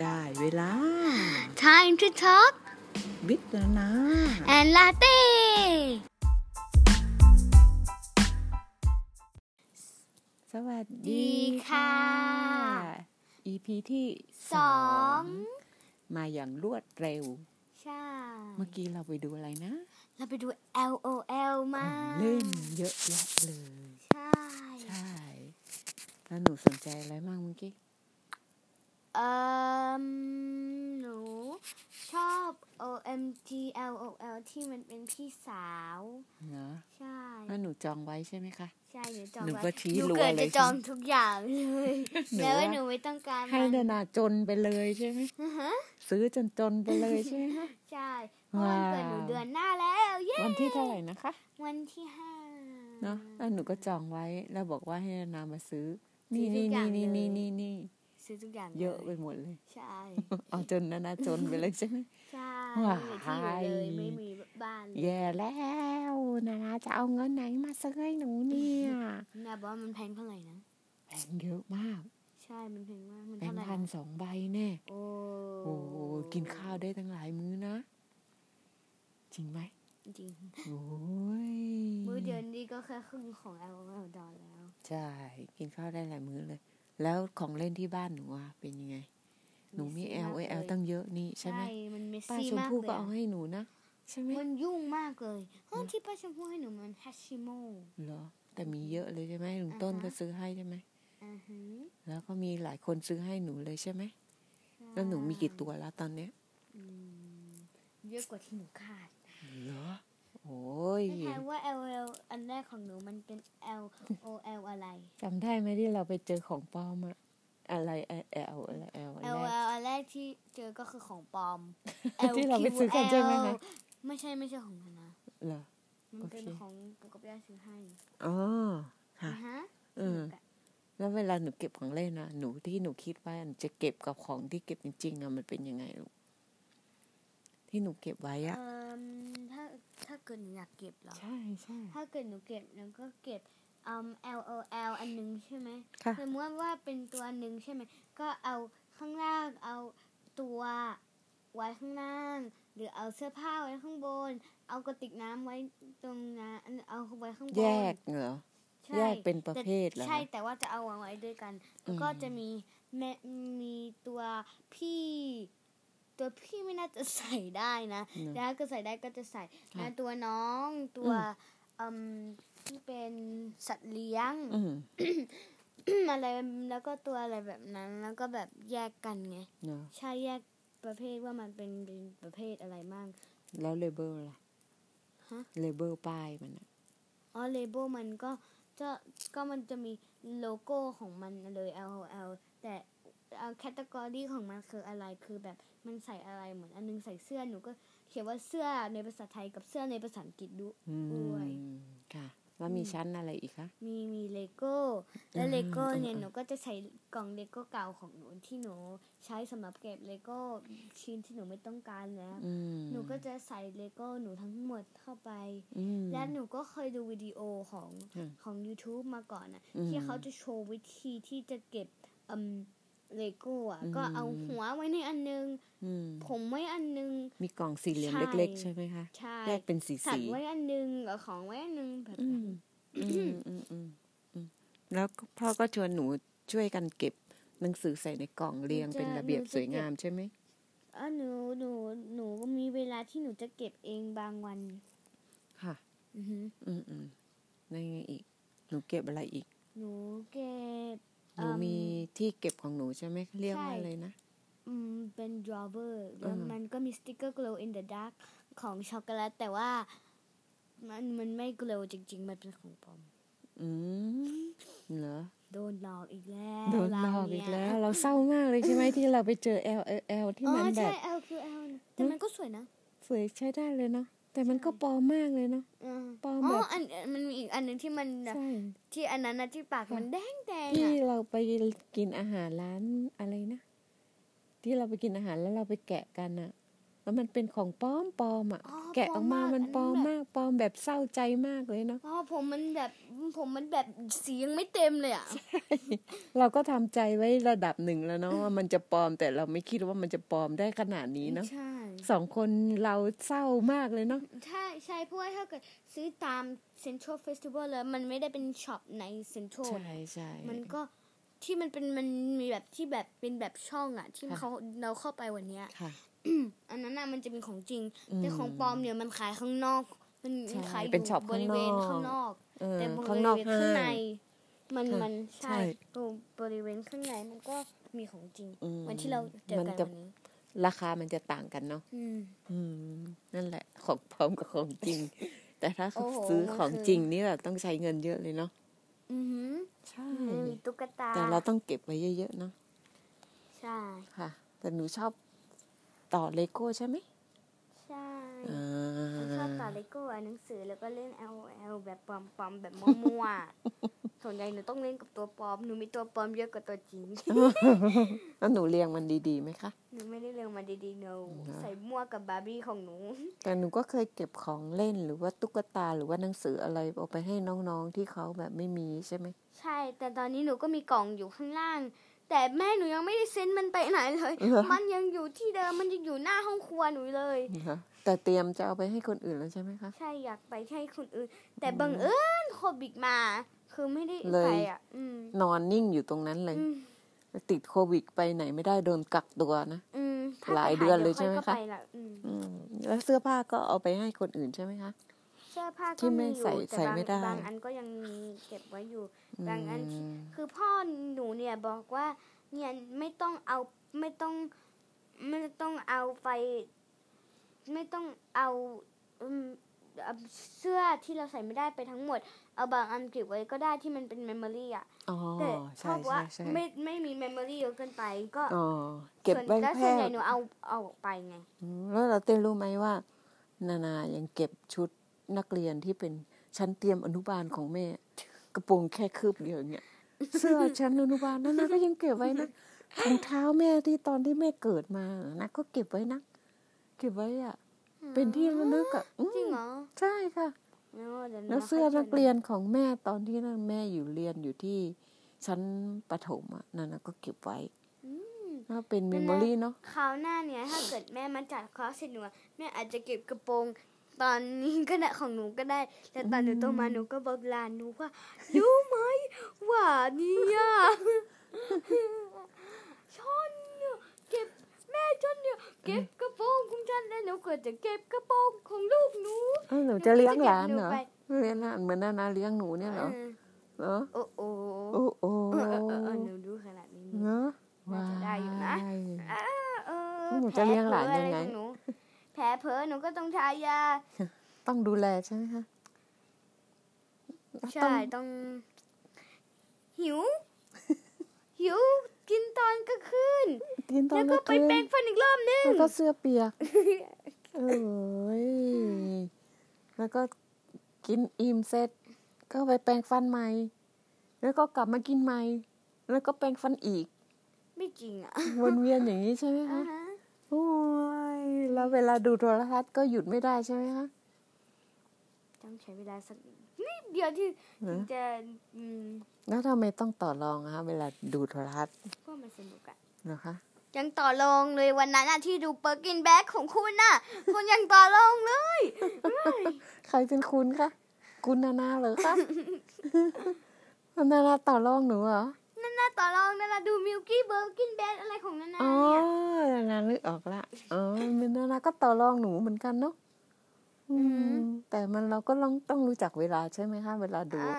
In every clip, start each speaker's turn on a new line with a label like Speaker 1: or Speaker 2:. Speaker 1: ได้เวลา
Speaker 2: Time to talk
Speaker 1: วิจารณา
Speaker 2: and latte
Speaker 1: สวัส
Speaker 2: ดี
Speaker 1: ดี
Speaker 2: ค่ะ
Speaker 1: ค่ะ EP ที่
Speaker 2: สอง
Speaker 1: มาอย่างรวดเร็ว
Speaker 2: ใช่
Speaker 1: เมื่อกี้เราไปดูอะไรนะ
Speaker 2: เราไปดู LOL มา
Speaker 1: เล่นเยอะแยะเลย
Speaker 2: ใช่
Speaker 1: ใช่ แล้วหนูสนใจอะไรบ้างเมื่อกี้
Speaker 2: เอ่มหนูชอบ OMG LOL ที่มันเป็นพี่สาว
Speaker 1: เนอะ
Speaker 2: ใช่
Speaker 1: แล้วหนูจองไว้ใช่ไหมคะ
Speaker 2: ใช่หนูจอง
Speaker 1: หนู
Speaker 2: ไว้
Speaker 1: ก็ชี้
Speaker 2: หนู
Speaker 1: รัว
Speaker 2: เกิด
Speaker 1: เล
Speaker 2: จะ
Speaker 1: ย
Speaker 2: จอง
Speaker 1: ใช่ไหม
Speaker 2: ทุกอย่างเลย
Speaker 1: หนู
Speaker 2: แล้ว
Speaker 1: ว่า
Speaker 2: หนูไม่ต้องการ
Speaker 1: ให้
Speaker 2: มัน
Speaker 1: เดนาจนไปเลยใช่ไหม
Speaker 2: อือฮะ
Speaker 1: ซื้อจนจนไปเลยใช่ไหมคะ
Speaker 2: ใช่เพราะวันเกิดหนู
Speaker 1: ว้าว
Speaker 2: เดือนหน้าแล้วเย้
Speaker 1: วันที่เท่าไหร่นะคะ
Speaker 2: วันที่ห้า
Speaker 1: เนาะแล้วหนูก็จองไว้ แล้วบอกว่าให้นานามาซื้อ
Speaker 2: ซื้
Speaker 1: นี่
Speaker 2: อทุ
Speaker 1: นี่
Speaker 2: กอย่าง
Speaker 1: นี่นี่
Speaker 2: เลย
Speaker 1: นี่นี่นี่
Speaker 2: ซื้อทุกอย่าง
Speaker 1: เยอะ
Speaker 2: ล
Speaker 1: ไปหมดเลย
Speaker 2: ใช่
Speaker 1: เอาจนนานาจนไปเลยใช่ไหม
Speaker 2: ใช่
Speaker 1: ว้า
Speaker 2: ไม่
Speaker 1: ย
Speaker 2: มีที่อยู่เลยไม่มีบ้านเลย
Speaker 1: แย่แล้วนานาจะเอาเงินไหนมาซื้อให้หนูเนี่ย
Speaker 2: แม่บอกว่ามันแพงเท่าไหร่นะ
Speaker 1: แพงเยอะมาก
Speaker 2: ใช่มันแพงมากมัน
Speaker 1: แพ
Speaker 2: เท่าง ไหร่
Speaker 1: พัน
Speaker 2: นะ
Speaker 1: สองใบแน่
Speaker 2: โอ้
Speaker 1: โอ้โหกินข้าวได้ตั้งหลายมื้อนะ จริงไหม
Speaker 2: จริง
Speaker 1: โอ้ย
Speaker 2: มื้อเดียวนี่ก็แค่ครึ่งของ L O L ดอลแล้ว
Speaker 1: ใช่กินข้าวได้หลายมื้อเลย แล้วของเล่นที่บ้านหนูอะเป็นยังไง หนูมี
Speaker 2: มีซื้
Speaker 1: L
Speaker 2: อมาก
Speaker 1: O
Speaker 2: เลย
Speaker 1: L ตั้งเยอะนี่ใช่ไหม
Speaker 2: มันเมส
Speaker 1: ป้า
Speaker 2: ซี่
Speaker 1: ชม
Speaker 2: มาก
Speaker 1: พู่
Speaker 2: เล
Speaker 1: ก็
Speaker 2: ย
Speaker 1: เอา
Speaker 2: อะ
Speaker 1: ให้หนูนะ ใช่ไหม
Speaker 2: มันยุ่งมากเลยเฮ้ยที่ป้าชมพู่ให้หนูมันฮัชชิโม
Speaker 1: เหรอ แต่มีเยอะเลยใช่ไหมลุง
Speaker 2: อ่าฮะ
Speaker 1: ต้นก็ซื้อให้ใช่ไหม
Speaker 2: อ่าฮะ
Speaker 1: แล้วก็มีหลายคนซื้อให้หนูเลยใช่ไหมแล้วหนูมีกี่ตัวแล้วตอนเนี้ย
Speaker 2: อืมเยอะกว่าที่หนูคาด
Speaker 1: เหรอโอ้ย
Speaker 2: ไม่ทายว่า L O L อันแรกของหนูมันเป็น L O L อะไร
Speaker 1: จำได้ไหมที่เราไปเจอของปลอมอะอะไรแอลแอลแอล
Speaker 2: L L อันแรกที่เจอก็คือของปลอม
Speaker 1: ที่เราไปซื้อกันใช่ไหมคะ
Speaker 2: LQL ไม่ใช่ไม่ใช่ของมันนะ
Speaker 1: เหรอ
Speaker 2: มันเป็น
Speaker 1: โอเค
Speaker 2: ของปู่กับย่าซื้อให้
Speaker 1: อ๋อค่ะ
Speaker 2: นะฮะ
Speaker 1: เออ แล้วเวลาหนูเก็บของเล่นนะหนูที่หนูคิดว่าจะเก็บกับของที่เก็บจริงๆอะมันเป็นยังไงลูกที่หนูเก็บไว้อะ
Speaker 2: เอ่มถ้าถ้าเกิดหนูอยากเก็บเหรอ
Speaker 1: ใช่ใช่
Speaker 2: ถ้าเกิดหนูเก็บหนูก็เก็บอืม L O L อันหนึ่งใช่ไหม
Speaker 1: ค่ะ
Speaker 2: สมมติว่าเป็นตัวหนึ่งใช่ไหม ก็เอาข้างล่างเอาตัวไว้ข้างล่าง หรือเอาเสื้อผ้าไว้ข้างบน เอากระติกน้ำไว้ตรงนั้นเอาไว้ข้างบน
Speaker 1: แยกเหรอ
Speaker 2: ใช่
Speaker 1: แยกเป็นประเภทเหรอ
Speaker 2: แต่
Speaker 1: คะ
Speaker 2: ใช่แต่ว่าจะเอาวางไว้ด้วยกัน แล้วก็
Speaker 1: อืม
Speaker 2: จะมีแม่มีตัวพี่ ตัวพี่ไม่น่าจะใส่ได้นะ
Speaker 1: เนอะ
Speaker 2: แล้วก็ใส่ได้ก็จะใส่
Speaker 1: ค่ะ
Speaker 2: แล้วตัวน้องตัว
Speaker 1: อืม
Speaker 2: อืมที่เป็นสัตว์เลี้ยง
Speaker 1: อืม
Speaker 2: อะไรแล้วก็ตัวอะไรแบบนั้น แล้วก็แบบแยกกันไง
Speaker 1: เนาะ
Speaker 2: ใช่แยกประเภทว่ามันเป็นเป็นประเภทอะไรบ้าง
Speaker 1: แล้วเลเบลล่ะ
Speaker 2: ฮะ
Speaker 1: เลเบลป้ายมันอะ
Speaker 2: อ๋อเลเบลมันก็จะก็มันจะมีโลโก้ของมันเลย L O L แต่เอาแคตตากรีของมันคืออะไรคือแบบมันใส่อะไรเหมือนอันนึงใส่เสื้อหนูก็เขียนว่าเสื้อในภาษาไทยกับเสื้อในภาษาอังกฤษดู
Speaker 1: อื
Speaker 2: อ้วย
Speaker 1: มค่ะ แล้วมีชั้นอะไรอีกคะ
Speaker 2: มีมีเลโก้แล้วเลโก้
Speaker 1: อืม
Speaker 2: เนี่ย
Speaker 1: อืม
Speaker 2: หนูก็จะใส่กล่องเลโก้เก่าของหนูที่หนูใช้สำหรับเก็บเลโก้ชิ้นที่หนูไม่ต้องการแล้ว
Speaker 1: อืม
Speaker 2: หนูก็จะใส่เลโก้หนูทั้งหมดเข้าไป
Speaker 1: อืม
Speaker 2: และหนูก็เคยดูวิดีโอของ
Speaker 1: อืม
Speaker 2: ของ YouTube มาก่อนนะ
Speaker 1: อืม
Speaker 2: ที่เขาจะโชว์วิธีที่จะเก็บอืมเลโก้อะ
Speaker 1: อืม
Speaker 2: ก็เอาหัวไว้ในอันนึง
Speaker 1: อืม
Speaker 2: ผมไว้อันนึง
Speaker 1: มีกล่องสี่เหลี่ยม
Speaker 2: ใช่
Speaker 1: เล็ก ๆ ใช่ไหมคะ
Speaker 2: ใช่
Speaker 1: แยกเป็นสี
Speaker 2: สัต
Speaker 1: สี
Speaker 2: ว์ไว้อันนึงกับของไว้อันนึงแบบ
Speaker 1: อื
Speaker 2: นั้
Speaker 1: ม
Speaker 2: น
Speaker 1: อืมอืมอืมอืมแล้วก็พ่อก็ชวนหนูช่วยกันเก็บหนังสือใส่ในกล่องเรียงเป็นระเบียบสวยงามใช่ไหม
Speaker 2: เออหนูหนูหนูก็มีเวลาที่หนูจะเก็บเองบางวัน
Speaker 1: ค่ะ
Speaker 2: อือหือ
Speaker 1: อืมอืมนั่นไงอีก หนูเก็บอะไรอีก
Speaker 2: หนูเก็บ
Speaker 1: หนู
Speaker 2: อืม
Speaker 1: มีที่เก็บของหนูใช่ไหมเรียกว่า
Speaker 2: ใช่
Speaker 1: อะไรนะ
Speaker 2: อืมเป็น drawer แล้ว
Speaker 1: อ่ามั
Speaker 2: มันก็มีสติกเกอร์ glow in the dark ของช็อกโกแลตแต่ว่ามันมันไม่ glow จริง ๆ มันเป็นของปลอม
Speaker 1: อืมเหรอ
Speaker 2: โดนหลอกอีกแล้ว
Speaker 1: โดนหลอกอีกแล้ว เราเศร้ามากเลยใช่ ไหม ที่เราไปเจอ L L L ที่
Speaker 2: อ๋อ
Speaker 1: มันแบ
Speaker 2: ใช่
Speaker 1: บ
Speaker 2: L คือ L นะแต่มันก็สวยนะ
Speaker 1: สวยใช้ได้เลยเนาะแต่มันก็ปลอมมากเลยเนาะ
Speaker 2: อืม
Speaker 1: ปล
Speaker 2: อ๋
Speaker 1: อม
Speaker 2: อ
Speaker 1: แบบ
Speaker 2: อันมันมีอีกอันหนึ่งที่มันน่ะ
Speaker 1: ใช่
Speaker 2: ที่อันนั้นนะที่ปากมันแดงแดงๆ
Speaker 1: ที่
Speaker 2: อ่ะ
Speaker 1: เราไปกินอาหารร้านอะไรนะ ที่เราไปกินอาหารแล้วเราไปแกะกันอะ แล้วมันเป็นของปลอมปลอมอ่ะ
Speaker 2: อ๋อ
Speaker 1: แกะออกมา
Speaker 2: ปลอมมาก
Speaker 1: มันปลอม
Speaker 2: อันนั้นแบบ
Speaker 1: มากปลอมแบบเศร้าใจมากเลยเนาะ
Speaker 2: อ๋อผมมันแบบผมมันแบบสียังไม่เต็มเลยอ่ะ
Speaker 1: เราก็ทำใจไว้ระดับหนึ่งแล้วเนาะว่ามันจะปลอมแต่เราไม่คิดว่ามันจะปลอมได้ขนาดนี้เนาะ
Speaker 2: ใช่
Speaker 1: สองคนเราเศร้ามากเลยเนาะ
Speaker 2: ใช่ใช่เพราะว่าถ้าเกิดซื้อตามเซ็นทรัลเฟสติวัลแล้วมันไม่ได้เป็นช็อปในเซ็นทรัล
Speaker 1: ใช่ใช่
Speaker 2: มันก็ที่มันเป็นมันมีแบบที่แบบเป็นแบบช่องอะที่
Speaker 1: ค่ะ
Speaker 2: เขาเราเข้าไปวันเนี้ย
Speaker 1: ค่ะ
Speaker 2: อันนั้นน่ะมันจะเป็นของจริง
Speaker 1: อืม
Speaker 2: แต่ของปลอมเนี่ยมันขายข้างนอก มัน
Speaker 1: ใช่
Speaker 2: ขายอยู่
Speaker 1: เป็นช็อป
Speaker 2: บริเวณ
Speaker 1: ข้า
Speaker 2: ข้าง ง
Speaker 1: น
Speaker 2: น
Speaker 1: อ
Speaker 2: อก ก
Speaker 1: เออ
Speaker 2: แต่บ
Speaker 1: ข้าง
Speaker 2: ริ
Speaker 1: นอก
Speaker 2: เวณ
Speaker 1: ห้า
Speaker 2: ข้างใน
Speaker 1: ง
Speaker 2: มัน
Speaker 1: ค่ะ
Speaker 2: มัน
Speaker 1: ใช่
Speaker 2: ใช่ตรงบริเวณข้างในมันก็มีของจริง
Speaker 1: อืม
Speaker 2: วันที่เราเจอ
Speaker 1: มัน
Speaker 2: กัน
Speaker 1: จะ
Speaker 2: วันนี้
Speaker 1: ราคามันจะต่างกันเนาะ
Speaker 2: อืม
Speaker 1: อืมนั่นแหละ ของปลอมกับของ จริง แต่ถ้า
Speaker 2: โอ้โห
Speaker 1: ซื้อ
Speaker 2: มัน
Speaker 1: ของ
Speaker 2: คือ
Speaker 1: จริงนี่แบบต้องใช้เงินเยอะเลยเนาะ
Speaker 2: อือหือ
Speaker 1: ใช่
Speaker 2: มีตุ๊กตา
Speaker 1: แต่เราต้องเก็บไว้เยอะๆเนาะ
Speaker 2: ใช่
Speaker 1: ค่ะ แต่หนูชอบต่อเลโก้ใช่ไหม
Speaker 2: ใช่
Speaker 1: อ่
Speaker 2: ฉันชอา บต่อเลโก้อ่านหนังสือแล้วก็เล่น L L แบบปลอมปลอมๆแบบมั่ว ๆส่วนใหญ่หนูต้องเล่นกับตัวปลอมหนูมีตัวปลอมเยอะกว่าตัวจริง
Speaker 1: แล้วหนูเรียงมันดีๆไหมคะ
Speaker 2: หนูไม่ได้เรื่องมาดีๆหนู
Speaker 1: นะ
Speaker 2: ใส่มั่วกับบาร์บี้ของหนู
Speaker 1: แต่หนูก็เคยเก็บของเล่นหรือว่าตุ๊กตาหรือว่าหนังสืออะไรเอาไปให้น้องๆที่เขาแบบไม่มีใช่ไหม
Speaker 2: ใช่ แต่ตอนนี้หนูก็มีกล่องอยู่ข้างล่าง แต่แม่หนูยังไม่ได้เซ็นมันไปไหนเลย
Speaker 1: เหรอ
Speaker 2: มันยังอยู่ที่เดิม มันยังอยู่หน้าห้องครัวหนูเลย
Speaker 1: นะคะแต่เตรียมจะเอาไปให้คนอื่นแล้วใช่ไหมคะ
Speaker 2: ใช่อยากไปให้คนอื่น แต่บังเอิญโควิดมา คือไม่ได้
Speaker 1: เล
Speaker 2: ไป
Speaker 1: ย
Speaker 2: อ่ะ อืม
Speaker 1: นอนนิ่งอยู่ตรงนั้นเลย
Speaker 2: อืม
Speaker 1: ติดโควิดไปไหนไม่ได้โดนกักตัวนะ
Speaker 2: อืมถ้
Speaker 1: หลาย
Speaker 2: ไป
Speaker 1: เดือนเลยใช่ไหม
Speaker 2: ดี๋
Speaker 1: คะ
Speaker 2: วค่อก็ปละอืม
Speaker 1: อืมแล้วเสื้อผ้าก็เอาไปให้คนอื่นใช่ไหมคะ
Speaker 2: เสื้อผ้า
Speaker 1: ที่
Speaker 2: ก็
Speaker 1: ไม่
Speaker 2: มีอยู่
Speaker 1: ใส่
Speaker 2: แต่
Speaker 1: ใส่
Speaker 2: บาง
Speaker 1: ไม่ได้
Speaker 2: บางอันก็ยังมีเก็บไว้อยู่
Speaker 1: ม
Speaker 2: บางอันที่ คือพ่อหนูเนี่ยบอกว่าเนี่ยไม่ต้องเอาไม่ต้องไม่ต้องเอาไป ไม่ต้องเอาอืมเอาเสื้อที่เราใส่ไม่ได้ไปทั้งหมด เอาบางอันเก็บไว้ก็ได้ที่มันเป็นเมมโมรี่อ่ะ
Speaker 1: อ๋อ
Speaker 2: แต่พ่
Speaker 1: ใช่
Speaker 2: อบอก
Speaker 1: ใช่
Speaker 2: ว่า
Speaker 1: ใช่
Speaker 2: ไม่ไม่มีเมมโมรี่เยอะเกินไป ก็
Speaker 1: อ๋อเก็บ
Speaker 2: ส่วน
Speaker 1: ไว้
Speaker 2: แล้ว
Speaker 1: แพ
Speaker 2: ส่วน
Speaker 1: ท
Speaker 2: ใหญ่
Speaker 1: ย์
Speaker 2: หนูเอาเอาออกไปไง
Speaker 1: อืมแล้วเราเต้นรู้ไหมว่า นานายังเก็บชุดนักเรียนที่เป็นชั้นเตรียมอนุบาลของแม่ กระโปรงแค่คืบเดียวอย่างเงี้ยเสื้อชั้นอนุบาลนานาก็ยังเก็บไว้นะถุงเท้าแม่ที่ตอนที่แม่เกิดมานะก็เก็บไว้นะเก็บไว้อะเป็นที่ระลึกอะอืม
Speaker 2: จริงเหรอ
Speaker 1: ใช่ค่ะ
Speaker 2: โน้ดี๋ยหนู
Speaker 1: แล้ว
Speaker 2: มา
Speaker 1: เสื้อ
Speaker 2: ค่
Speaker 1: นั
Speaker 2: ย
Speaker 1: ก
Speaker 2: ชว
Speaker 1: เรียนของแม่ตอนที่นั่นแม่อยู่เรียนอยู่ที่ชั้นประถมอะนั่นน่ะก็เก็บไว้น่าเป็นเมมโมรี่เนาะ
Speaker 2: คราวหน้าเนี่ย ถ้าเกิดแม่มาจัดคลาสเสร็จหนูอะแม่อาจจะเก็บกระโปรง ตอนนี้ก็ได้ของหนูก็ได้ แต่ตอนหนูโตมาหนูก็บอกหลานหนูว่ารู้ไหมว่าเนี่ยชอนเนี่ยเก็บแม่ชอนเนี่ยเก็บกระโปรงของฉันแล้วหนูก็จะเก็บกระโปรงของลูกหนู
Speaker 1: เอ้าหนูจะเลี้ยงหลานเหรอ
Speaker 2: หนูก็เก็บ
Speaker 1: เลี้ยงหลานเหมือนนานาเลี้ยงหนูเนี่ยเหรอ
Speaker 2: เออ
Speaker 1: เหรอ
Speaker 2: โอ้โห
Speaker 1: โอ้โห
Speaker 2: เออเออเออเออหนูดูขนาดนี้
Speaker 1: เนอะว้า
Speaker 2: น่าจะได้อยู่นะ
Speaker 1: ย
Speaker 2: อ่าเออ
Speaker 1: หนูจะเลี้ยงหลานยังไง
Speaker 2: แผลเผลออะรของนูแผลเผลอหนูก็ต้องทายา
Speaker 1: ต้องดูแลใช่ไหมคะ
Speaker 2: ใช่ต้อง หิ ว หิวกินตอนกลางคืน
Speaker 1: กินตอ
Speaker 2: แล้
Speaker 1: น
Speaker 2: ว
Speaker 1: ก
Speaker 2: ก็
Speaker 1: ลางคืน
Speaker 2: ไปแปรงฟันอีกรอบนึง
Speaker 1: แล้วก็เสื้อเปียกเอ้ยแล้วก็กินอิ่มเสร็จ ก็ไปแปรงฟันใหม่ แล้วก็กลับมากินใหม่ แล้วก็แปรงฟันอีก
Speaker 2: ไม่จริงอ่ะ
Speaker 1: วนเวียนอย่างนี้ใช่ไหม
Speaker 2: อ่า
Speaker 1: คะ
Speaker 2: ฮะ
Speaker 1: โอ้ย แล้วเวลาดูโทรทัศน์ก็หยุดไม่ได้ใช่ไหมคะ
Speaker 2: ต้องใช้เวลาสักนิดเดียวที่
Speaker 1: เหรอ
Speaker 2: จะอืม
Speaker 1: แล้วทำไมต้องต่อรองอะคะเวลาดูโทรทัศน์
Speaker 2: ก็มันสนุกอะ
Speaker 1: นะคะ
Speaker 2: ยังต่อรองเลยวันนั้นอะที่ดูเปอร์กินแบ็คของคุณน่ะ คุณยังต่อรองเลย
Speaker 1: ใครเป็นคุณคะ คุณนานาเหรอคะ นานาต่อรองหนูเหรอ
Speaker 2: นั่นน่ะต่อรองนั่นน่ะดูมิลกี้เบอร์กินแบ็คอะไรของนั่นน่ะ
Speaker 1: อ๋อนา
Speaker 2: เนี่ย
Speaker 1: นานึกออกละอ๋อนานาก็ต่อรองหนูเหมือนกันเนาะอืมแต่มันเราก็ต้องต้องรู้จักเวลาใช่ไหมคะ เวลาดู
Speaker 2: อ่า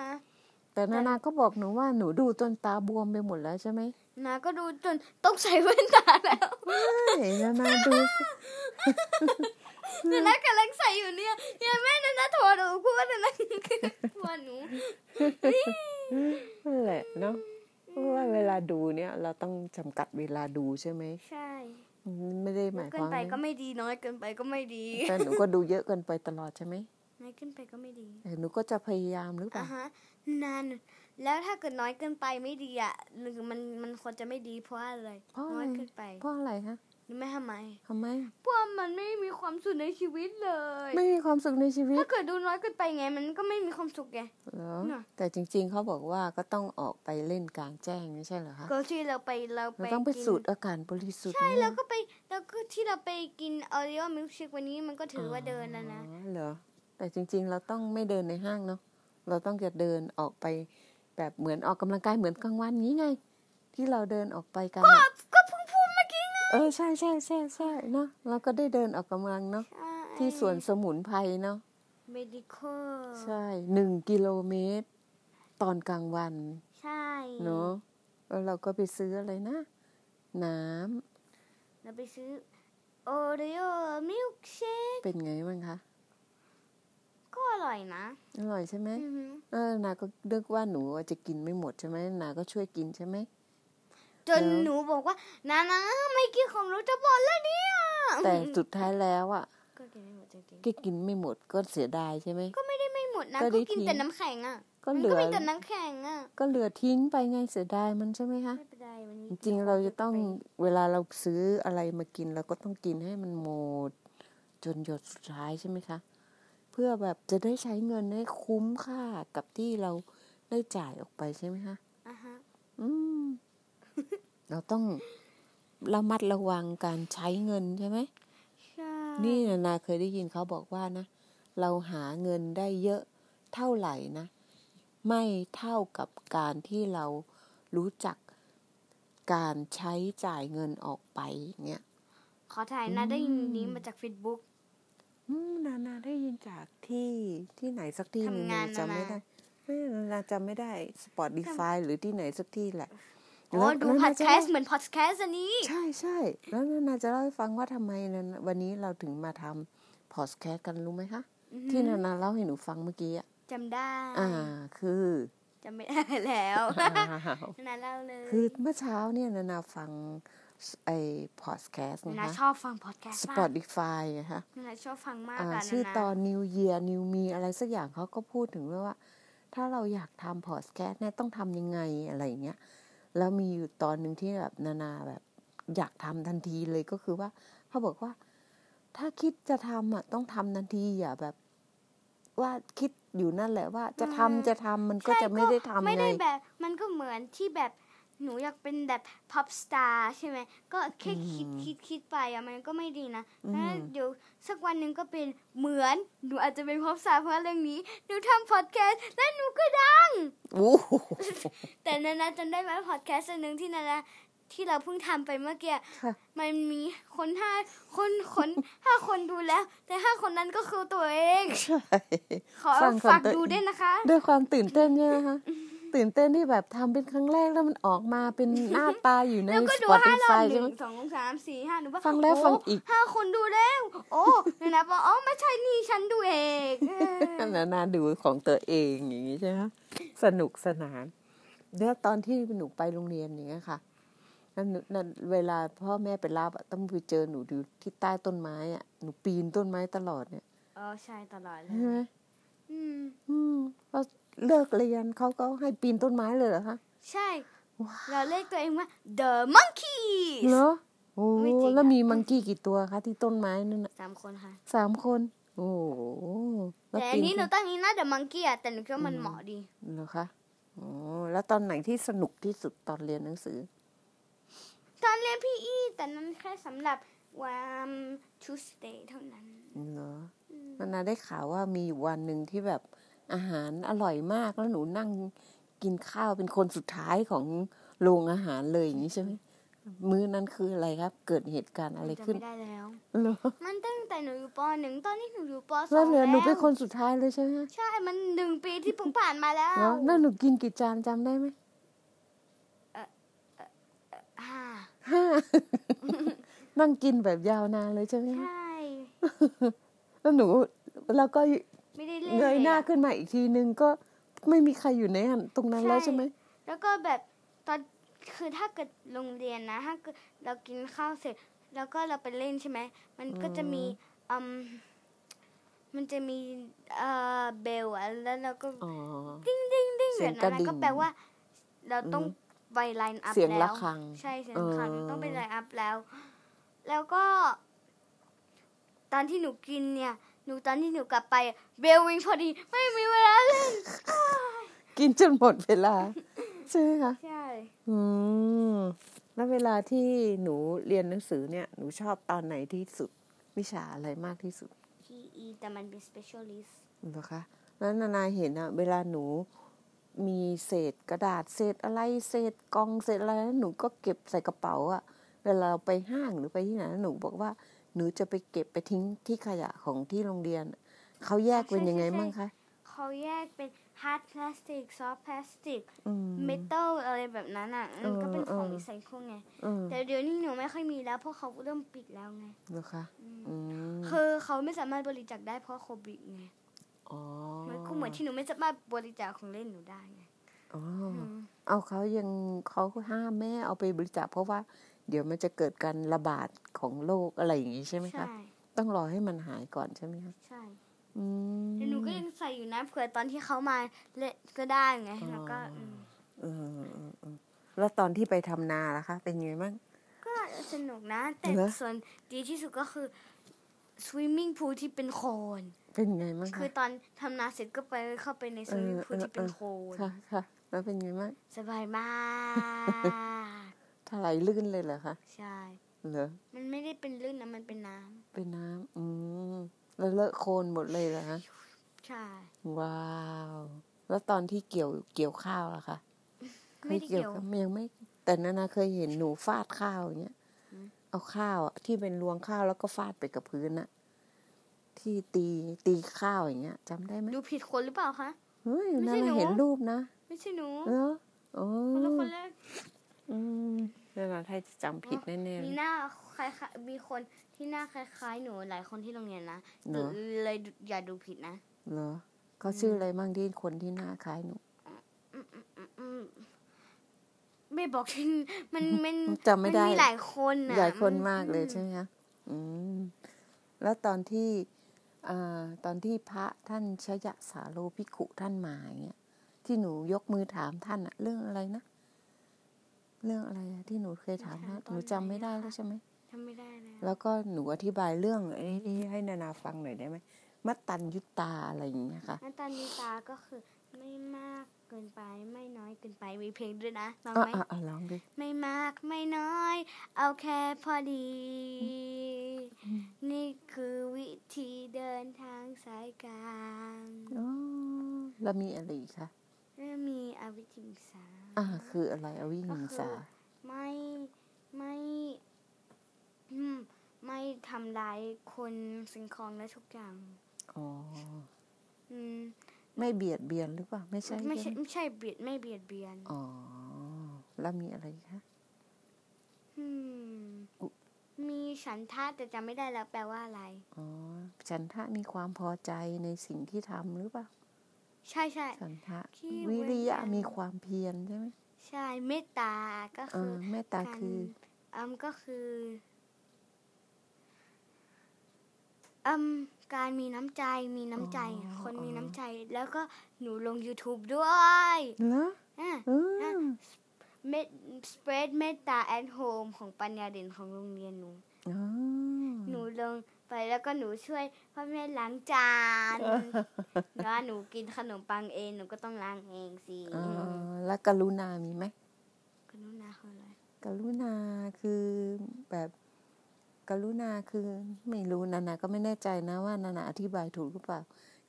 Speaker 1: แต่นานาก็บอกหนูว่าหนูดูจนตาบวมไปหมดแล้วใช่ไหม
Speaker 2: นาก็ดูจนต้องใส่แว่น ตาแล้ว
Speaker 1: ใช่นานาดูสิ
Speaker 2: นานะกำลังใส่อยู่เนี่ยเนี่ยแม่นานาโทรหนูพูดว่านานะ กลัวหนู
Speaker 1: นั่นแหละเนาะเพราะว่าเวลาดูเนี่ย เราต้องจำกัดเวลาดูใช่ไหม
Speaker 2: ใช่
Speaker 1: ไม่ได้ห
Speaker 2: เย
Speaker 1: มา
Speaker 2: อะ
Speaker 1: ยค
Speaker 2: เกิน
Speaker 1: วาม
Speaker 2: ไปก็ไม่ดีน้อยเกินไปก็ไม่ดี
Speaker 1: แต่หนูก็ดูเยอะเกินไปตลอดใช่ไหม
Speaker 2: น้อยเกินไปก็ไม่ดี
Speaker 1: แต่หนูก็จะพยายามหรือเป
Speaker 2: อ่ะ
Speaker 1: ล่า
Speaker 2: ฮะนาน แล้วถ้าเกิดน้อยเกินไปไม่ดีอ่ะหรือมันมันควรจะไม่ดีเพราะอะไร
Speaker 1: เพราะอะไร
Speaker 2: น้อยเกินไป
Speaker 1: เพราะอะไรฮะ
Speaker 2: หรือไม่ทำไม
Speaker 1: ทำไม
Speaker 2: เพราะมันไม่มีความสุขในชีวิตเลย
Speaker 1: ไม่มีความสุขในชีวิต
Speaker 2: ถ้าเกิดดูน้อยเกินไปไง มันก็ไม่มีความสุขไง
Speaker 1: เหรอ
Speaker 2: น่ะ
Speaker 1: แต่จริง ๆ เขาบอกว่าก็ต้องออกไปเล่นกลางแจ้งไม่ใช่เหรอคะ
Speaker 2: ก็ที่เราไปเราไป
Speaker 1: เราต้องไป
Speaker 2: กิน
Speaker 1: สูดอากาศบริสุทธิ์
Speaker 2: ใช่
Speaker 1: เนี่ย
Speaker 2: แล้วก็ไปแล้วก็ที่เราไปกินออริโอมิลชิกวันนี้มันก็ถือว่าเดินแล้วนะ
Speaker 1: อ๋อเหรอแต่จริง ๆ เราต้องไม่เดินในห้างเนาะเราต้องจะเดินออกไปแบบเหมือนออกกำลังกายเหมือนกลางวันนี้ไง ที่เราเดินออกไปกันน่ะ
Speaker 2: ก็เพิ่งพูดเมื่อกี้ไง
Speaker 1: เออใช่ใช่ใช่ใช่เนาะเราก็ได้เดินออกกำลังเนาะที่สวนสมุนไพรเนาะ
Speaker 2: เมดิคอ
Speaker 1: ใช่หนึ่งกิโลเมตร ตอนกลางวัน
Speaker 2: ใช่
Speaker 1: เนาะแล้วเราก็ไปซื้ออะไรนะ น้
Speaker 2: เราไปซื้อโอริโอมิลเชค
Speaker 1: ำเป็นไงบ้างคะ
Speaker 2: ก็อร่อยนะ
Speaker 1: อร่อยใช่ไหม
Speaker 2: อือหือ
Speaker 1: เออนาก็นึกว่าหนูว่าจะกินไม่หมดใช่ไหมนาก็ช่วยกินใช่ไหม
Speaker 2: จน
Speaker 1: แล้ว
Speaker 2: หนูบอกว่านานะไม่กินของหนูจะบ่นแล้วเนี่ย
Speaker 1: แต่สุดท้ายแล้วอ่ะ
Speaker 2: ก็กินไม่หมดจริง
Speaker 1: ก็กินไม่หมดก็เสียดายใช่ไหม
Speaker 2: ๆก็ไม่ได้ไม่หมดนะ
Speaker 1: ก็
Speaker 2: ก็
Speaker 1: ได้
Speaker 2: กิน
Speaker 1: ทิ้ง
Speaker 2: แต่น้ำแข็งอ่ะ
Speaker 1: ก็
Speaker 2: มั
Speaker 1: เห
Speaker 2: น
Speaker 1: ลื
Speaker 2: ก็
Speaker 1: อ
Speaker 2: มีแต่น้ำแข็งอ่ะ
Speaker 1: ก็เหลือทิ้งไปไงเสียดายมันใช่ไหมคะ
Speaker 2: ไม่เป็นไรมัน
Speaker 1: จ
Speaker 2: มี
Speaker 1: ริงๆเราจะต้อง
Speaker 2: ไป
Speaker 1: เวลาเราซื้ออะไรมากินเราก็ต้องกินให้มันหมด จนหยดสุดท้ายใช่ไหมคะ เพื่อแบบจะได้ใช้เงินให้คุ้มค่ากับที่เราได้จ่ายออกไปใช่ไหมคะ
Speaker 2: อ่าฮะ
Speaker 1: อืม เราต้องระมัดระวังการใช้เงินใช่ไหม
Speaker 2: ใช่
Speaker 1: นี่นานาเคยได้ยินเขาบอกว่านะ เราหาเงินได้เยอะเท่าไหร่นะ ไม่เท่ากับการที่เรารู้จักการใช้จ่ายเงินออกไปอย่างเงี้ย
Speaker 2: ขอถ่ายนะได้ยินนี้มาจาก Facebook
Speaker 1: อืมนานาได้ยินจากที่ที่ไหนสักที่หนึ่ง
Speaker 2: ทำงาน
Speaker 1: นาจำไม่
Speaker 2: นา
Speaker 1: ได้
Speaker 2: นา
Speaker 1: ไม่นานาจำไม่ได้สปอตดีฟาหรือที่ไหนสักที่แหละ
Speaker 2: โอ้
Speaker 1: แล้ว
Speaker 2: ดู
Speaker 1: นา
Speaker 2: พอ
Speaker 1: นา
Speaker 2: ด
Speaker 1: จะ
Speaker 2: แค
Speaker 1: เล่า
Speaker 2: สต์เหมือนพอดแคสต์อันนี้
Speaker 1: ใช่ใช่แล้วนานาจะเล่าให้ฟังว่าทำไมนานาวันนี้เราถึงมาทำพอดแคสต์กันรู้ไหมคะ
Speaker 2: อือหือ
Speaker 1: ที่นานาเล่าให้หนูฟังเมื่อกี้อะ
Speaker 2: จำได้
Speaker 1: อ่า คือ
Speaker 2: จำไม่ ได้แล้ว
Speaker 1: อ่า
Speaker 2: นาเล่าเลย
Speaker 1: คือเมื่อเช้าเนี่ยนานาฟังไอ้พอดแคสต์นะ
Speaker 2: นาช
Speaker 1: คะ
Speaker 2: อบฟังพอดแคสต์มาก
Speaker 1: Spotify นะคะ
Speaker 2: นาชอบฟังมาก
Speaker 1: อ่า
Speaker 2: อะ
Speaker 1: ชื่อ
Speaker 2: นา
Speaker 1: ต
Speaker 2: นา
Speaker 1: อน New Year New Me อะไรสักอย่างเขาก็พูดถึงด้วยว่า ถ้าเราอยากทำพอดแคสต์เนี่ยต้องทำยังไงอะไรอย่างเงี้ยแล้วมีอยู่ตอนหนึ่งที่แบบนานาแบบ อยากทำทันทีเลยก็คือว่าเขาบอกว่า ถ้าคิดจะทำอ่ะต้องทำทันทีอย่าแบบ ว่าคิดอยู่นั่นแหละว่าจะทำจะทำมันก็จะไม่ได้
Speaker 2: ไม่
Speaker 1: ทำไง
Speaker 2: ได้แบบ มันก็เหมือนที่แบบหนูอยากเป็นแบบพับสตาร์ใช่ไหม ก็แค่คิดคิดคิดไปอะมันก็ไม่ดีนะงั้นเดี๋ยวสักวันหนึ่งก็เป็นเหมือนหนูอาจจะเป็นพับสตาร์เพราะเรื่องนี้หนูทำพอดแคสต์และหนูก็ดัง
Speaker 1: โอ้โห
Speaker 2: แต่นานาจำได้ไหมพอดแคสต์อันหนึ่งที่นานาที่เราเพิ่งทำไปเมื่อกี้
Speaker 1: ค่ะ
Speaker 2: มันมีคนห้าคนคนห้าคนดูแล้ว แต่ห้าคนนั้นก็คือตัวเอง
Speaker 1: ใช่
Speaker 2: ขอ
Speaker 1: ฟัง
Speaker 2: ฝาก
Speaker 1: คำเตือน
Speaker 2: ดูด้วยนะคะ
Speaker 1: ด้วยความตื่นเต้นใช่ไหมคะ ตื่นเต้นที่แบบทำเป็นครั้งแรกแล้วมันออกมาเป็นหน้าตาอยู่ใน
Speaker 2: แล้วก็ดูห้า
Speaker 1: Spotify
Speaker 2: รอบห
Speaker 1: ใช่ไหม
Speaker 2: นึ่งสองสามสี่ห้าหนูว่า
Speaker 1: ฟังแล้ว
Speaker 2: โ
Speaker 1: ฟังอีก
Speaker 2: ห้าคนดูแล้ว โอ้นานาบอกอ๋อไม่ใช่นี่ฉันดูเองเออ
Speaker 1: นานาดูของตัวเองอย่างนี้ใช่ไหมสนุกสนานแล้วตอนที่หนูไปโรงเรียนอย่างเงี้ยค่ะนั่นนั่นเวลาพ่อแม่ไปรับอะต้องไปเจอหนูอยู่ที่ใต้ต้นไม้อะหนูปีนต้นไม้ตลอดเนี่ย
Speaker 2: เออใช่ตลอดเล
Speaker 1: ใช่ไหม
Speaker 2: ยอืม
Speaker 1: อืมพอเลิกเรียนเขาก็ให้ปีนต้นไม้เลยเหรอคะ
Speaker 2: ใช่ เราเรียกตัวเองว่า the monkeys
Speaker 1: เหรอโอ้
Speaker 2: ไม่จริงอะ
Speaker 1: แล้วมีมังกี้กี่ตัวคะที่ต้นไม้นั่นน่ะ
Speaker 2: สามคนค่ะ
Speaker 1: สามคน โอ้โหล้ว
Speaker 2: แต่อั
Speaker 1: ปี
Speaker 2: นนี้หนู
Speaker 1: ขึ้
Speaker 2: ตั้งนี้นะเดอะมังกี้อ่ะแต่หนูคิดว่ามันเหมาะดี
Speaker 1: เหรอคะโอ้แล้วตอนไหนที่สนุกที่สุดตอนเรียนหนังสือ
Speaker 2: ตอนเรียนพี่อีแต่นั้นแค่สำหรับวัน Tuesday เท่านั้น
Speaker 1: เหรอนานาได้ข่าวว่ามีอยู่วันหนึ่งที่แบบอาหารอร่อยมากแล้วหนูนั่งกินข้าวเป็นคนสุดท้ายของโรงอาหารเลยอย่างนี้ใช่ไหมมื้อนั้นคืออะไรครับ เกิดเหตุการณ์อะไร
Speaker 2: จะ
Speaker 1: ขึ้น
Speaker 2: ไม่ได้แล้ว
Speaker 1: เหรอ
Speaker 2: มันตั้งแต่หนูอยู่ปหนึ่งตอนนี้หนูอยู่ปสอ
Speaker 1: แล้ว
Speaker 2: ง
Speaker 1: เหลื
Speaker 2: แล้
Speaker 1: อ
Speaker 2: ว
Speaker 1: หนูเป็นคนสุดท้ายเลยใช่ไหม
Speaker 2: ใช่ มันหนึ่งปีที่เพิ่งผ่านมาแล้ว
Speaker 1: เหรอแล้วหนูกินกี่จานจำได้ไหม
Speaker 2: อ่า
Speaker 1: ห้า นั่งกินแบบยาวนานเลยใช่ไหม
Speaker 2: ใช
Speaker 1: คะ
Speaker 2: ่
Speaker 1: แล้วหนูแล้วก็
Speaker 2: ไม่ได้เล่น
Speaker 1: เงยหน้า
Speaker 2: ลอะ
Speaker 1: ขึ้นมาอีกทีนึงก็ไม่มีใครอยู่ในนั้นตรงนั้นแล้วใช่ไหม
Speaker 2: แล้วก็แบบตอนคือถ้าเกิดโรงเรียนนะถ้าเกิดเรากินข้าวเสร็จ แล้วก็เราไปเล่นใช่ไหมมันก็จะมีอืมมันจะมีเอ่อเบลอะแล้วเราก็
Speaker 1: อ๋อ
Speaker 2: ดิ้งดิ้งดิ้ง เหลือนั้นก็แปลว่า เราต้อง
Speaker 1: อืม
Speaker 2: ไปไลน์อัพ
Speaker 1: เสียง
Speaker 2: แล้
Speaker 1: ระ
Speaker 2: ว
Speaker 1: ฆัง
Speaker 2: ใช่เสียงระฆัง
Speaker 1: เออ
Speaker 2: ต้องไปไลน์อัพแล้ว แล้วก็ ตอนที่หนูกินเนี่ย หนูตอนที่หนูกลับไปเบลวิ่งพอดีไม่มีเวลาเล่น
Speaker 1: กินจนหมดเวลา ใช่ไหมคะ
Speaker 2: ใช่
Speaker 1: อืมแล้วเวลาที่หนูเรียนหนังสือเนี่ย หนูชอบตอนไหนที่สุด วิชาอะไรมากที่สุด
Speaker 2: ที่อีแต่มันเป็น specialist
Speaker 1: เหรอคะแล้วนานาเห็นอะเวลาหนูมีเศษกระดาษเศษอะไรเศษกล่องเศษอะไรแล้วหนูก็เก็บใส่กระเป๋าอะเวลาเราไปห้างหรือไปที่ไหนหนูบอกว่าหนูจะไปเก็บไปทิ้งที่ขยะของที่โรงเรียน เขาแยกเป็นยังไงบ้างคะ
Speaker 2: เขาแยกเป็น hard plastic soft plastic
Speaker 1: อืม
Speaker 2: metal อะไรแบบนั้นอ่ะมันก็เป็นของ
Speaker 1: เออเออ
Speaker 2: รีไซเคิลไง
Speaker 1: อืม
Speaker 2: แต่เดี๋ยวนี้หนูไม่ค่อยมีแล้วเพราะเขาเริ่มปิดแล้วไง
Speaker 1: เหรอคะ
Speaker 2: อืม
Speaker 1: อืม
Speaker 2: คือเขาไม่สามารถบริจาคได้เพราะโควิดไง
Speaker 1: อ๋อ
Speaker 2: มันก็เหมือนที่หนูไม่สามารถบริจาคของเล่นหนูได้ไง
Speaker 1: อ๋อ
Speaker 2: อืม
Speaker 1: เอาเขายังเขาห้ามแม่เอาไปบริจาคเพราะว่า เดี๋ยวมันจะเกิดการระบาดของโรคอะไรอย่างนี้ใช่ไหมคะ
Speaker 2: ใช่
Speaker 1: ต้องรอให้มันหายก่อนใช่ไหมคะ
Speaker 2: ใช่
Speaker 1: อืม
Speaker 2: แต่หนูก็ยังใส่อยู่นะเผื่อตอนที่เขามาเละก็ได้ไง
Speaker 1: อ๋อ
Speaker 2: แล้วก็อืม
Speaker 1: เออเออเออแล้วตอนที่ไปทำนาล่ะคะ เป็นยังไงบ้าง
Speaker 2: ก็สนุกนะ แต่
Speaker 1: เหรอ
Speaker 2: ส่วนดีที่สุดก็คือ swimming pool ที่เป็นโคลน
Speaker 1: เป็นยังไงบ้าง
Speaker 2: คื
Speaker 1: คะ
Speaker 2: อตอนทำนาเสร็จก็ไปเข้าไปใน swimming
Speaker 1: เออ
Speaker 2: pool ที่เป็นโคลน
Speaker 1: ค่ะค่ะแล้วเป็นยังไงบ้าง
Speaker 2: สบายมาก
Speaker 1: ถลายลื่นเลยเหรอคะ
Speaker 2: ใช่
Speaker 1: เหรอ
Speaker 2: มันไม่ได้เป็นลื่นนะมันเป็นน้
Speaker 1: เป็นน้ำอืมแล้วเลอะโคลนหมดเลยเหรอคะ
Speaker 2: ำใช่
Speaker 1: ว้าว แล้วตอนที่เกี่ยวเกี่ยวข้าวล่ะคะ
Speaker 2: ไม่ได้เกี่ยว
Speaker 1: ไม่ยังไม่ แต่นานาเคยเห็นหนูฟาดข้าวอย่างเงี้ย
Speaker 2: อืม
Speaker 1: เอาข้าวอะที่เป็นรวงข้าวแล้วก็ฟาดไปกับพื้นอะที่ตีตีข้าวอย่างเงี้ยจำได้ไหม
Speaker 2: ดูผิดคนหรือเปล่าคะ
Speaker 1: เฮ้ย
Speaker 2: ไม่
Speaker 1: นา
Speaker 2: ใช่หนู
Speaker 1: นาเห็นรูปนะ
Speaker 2: ไม่ใช่หนู
Speaker 1: เออโอ้
Speaker 2: คนละคนแรก
Speaker 1: อืมนานาไทยจะจำผิดแน่
Speaker 2: มีหน้าคล้ายๆมีคนที่หน้าคล้ายๆหนูหลายคนที่โรงเรียนนะ
Speaker 1: เหรอ
Speaker 2: เลยดูอย่าดูผิดนะ
Speaker 1: ๆเหรอเขาชื่ออะไรบ้างที่คนที่หน้าคล้ายหนู
Speaker 2: อืมไม่บอกที่ มันมัน
Speaker 1: จำไม่ได้
Speaker 2: นมีหลายคนนะ
Speaker 1: หลายคน
Speaker 2: อื
Speaker 1: มากเลยใช่ไหมคะอืมแล้วตอนที่อ่าตอนที่พระท่านชยสาโลภิกขุท่านมาอย่างเงี้ย ที่หนูยกมือถามท่านอะเรื่องอะไรนะ เรื่องอะไรอะที่หนูเคยถามท่านหนูจำไม่ได้แล้วใช่ไหม
Speaker 2: จำไม่ได้แล้ว
Speaker 1: แล้วก็หนูอธิบายเรื่องไอ้นี่ให้นานาฟังหน่อยได้ไหมมัตตัญยุตตาอะไรอย่างเงี้ยค่ะ
Speaker 2: น้าตานิตาก็คือไม่มากเกินไปไม่น้อยเกินไปมีเพลงด้วยนะฟัง
Speaker 1: อ่ะ
Speaker 2: ไหม
Speaker 1: อ่ะอ่ะลองดิ
Speaker 2: ไม่มากไม่น้อย เอาแค่พอดี นี่คือวิธีเดินทางสายกลาง
Speaker 1: อ๋อแล้วมีอะไรอีกคะ
Speaker 2: เริ่มมีอวิจิงสา
Speaker 1: อ่ะคืออะไรอวิหิงสา
Speaker 2: ไม่ไม่อืมไม่ทำร้ายคนสิ่งของและทุกอย่าง
Speaker 1: อ๋อ
Speaker 2: อืม
Speaker 1: ไม่เบียดเบียนหรือเปล่าไม่ใช่
Speaker 2: ไม่ใช่
Speaker 1: ใช่ไหม
Speaker 2: ไม่ใช่เบียดไม่เบียดเบียน
Speaker 1: อ๋อ แล้วมีอะไรอีกคะ
Speaker 2: อืมมีฉันท่าแต่จำไม่ได้แล้วแปลว่าอะไร
Speaker 1: อ๋อ ฉันทะมีความพอใจในสิ่งที่ทำหรือเปล่า
Speaker 2: ใช่ใช่
Speaker 1: ฉันทะ
Speaker 2: ขี้เว้
Speaker 1: วิ
Speaker 2: ย
Speaker 1: ริยะ
Speaker 2: จัง
Speaker 1: มีความเพียรใช่ไหม
Speaker 2: ใช่เมตตาก็
Speaker 1: เอ
Speaker 2: คือ อ
Speaker 1: เมตตา
Speaker 2: การ
Speaker 1: คือ
Speaker 2: อืมก็คืออืมการมีน้ำใจมีน้ำใจ
Speaker 1: อ๋อ
Speaker 2: คน
Speaker 1: อ๋อ
Speaker 2: มีน้ำใจแล้วก็หนูลง YouTube ด้วย
Speaker 1: เหรอ
Speaker 2: อ่ะ
Speaker 1: เออ
Speaker 2: เมดสเปรดเมตตาแอนโฮมของปัญญาเด่นของโรงเรียนหนู
Speaker 1: อ๋อ
Speaker 2: หนูลงไปแล้วก็หนูช่วยพ่อแม่ล้างจาน แล้วหนูกินขนมปังเอง หนูก็ต้องล้างเองสิ
Speaker 1: เออแล้วกรุณามีไหม
Speaker 2: กนุณาคืออะไร
Speaker 1: กรุณาคือแบบกรุณาคือไม่รู้นานาก็ไม่แน่ใจนะว่านานาอธิบายถูกหรือเปล่า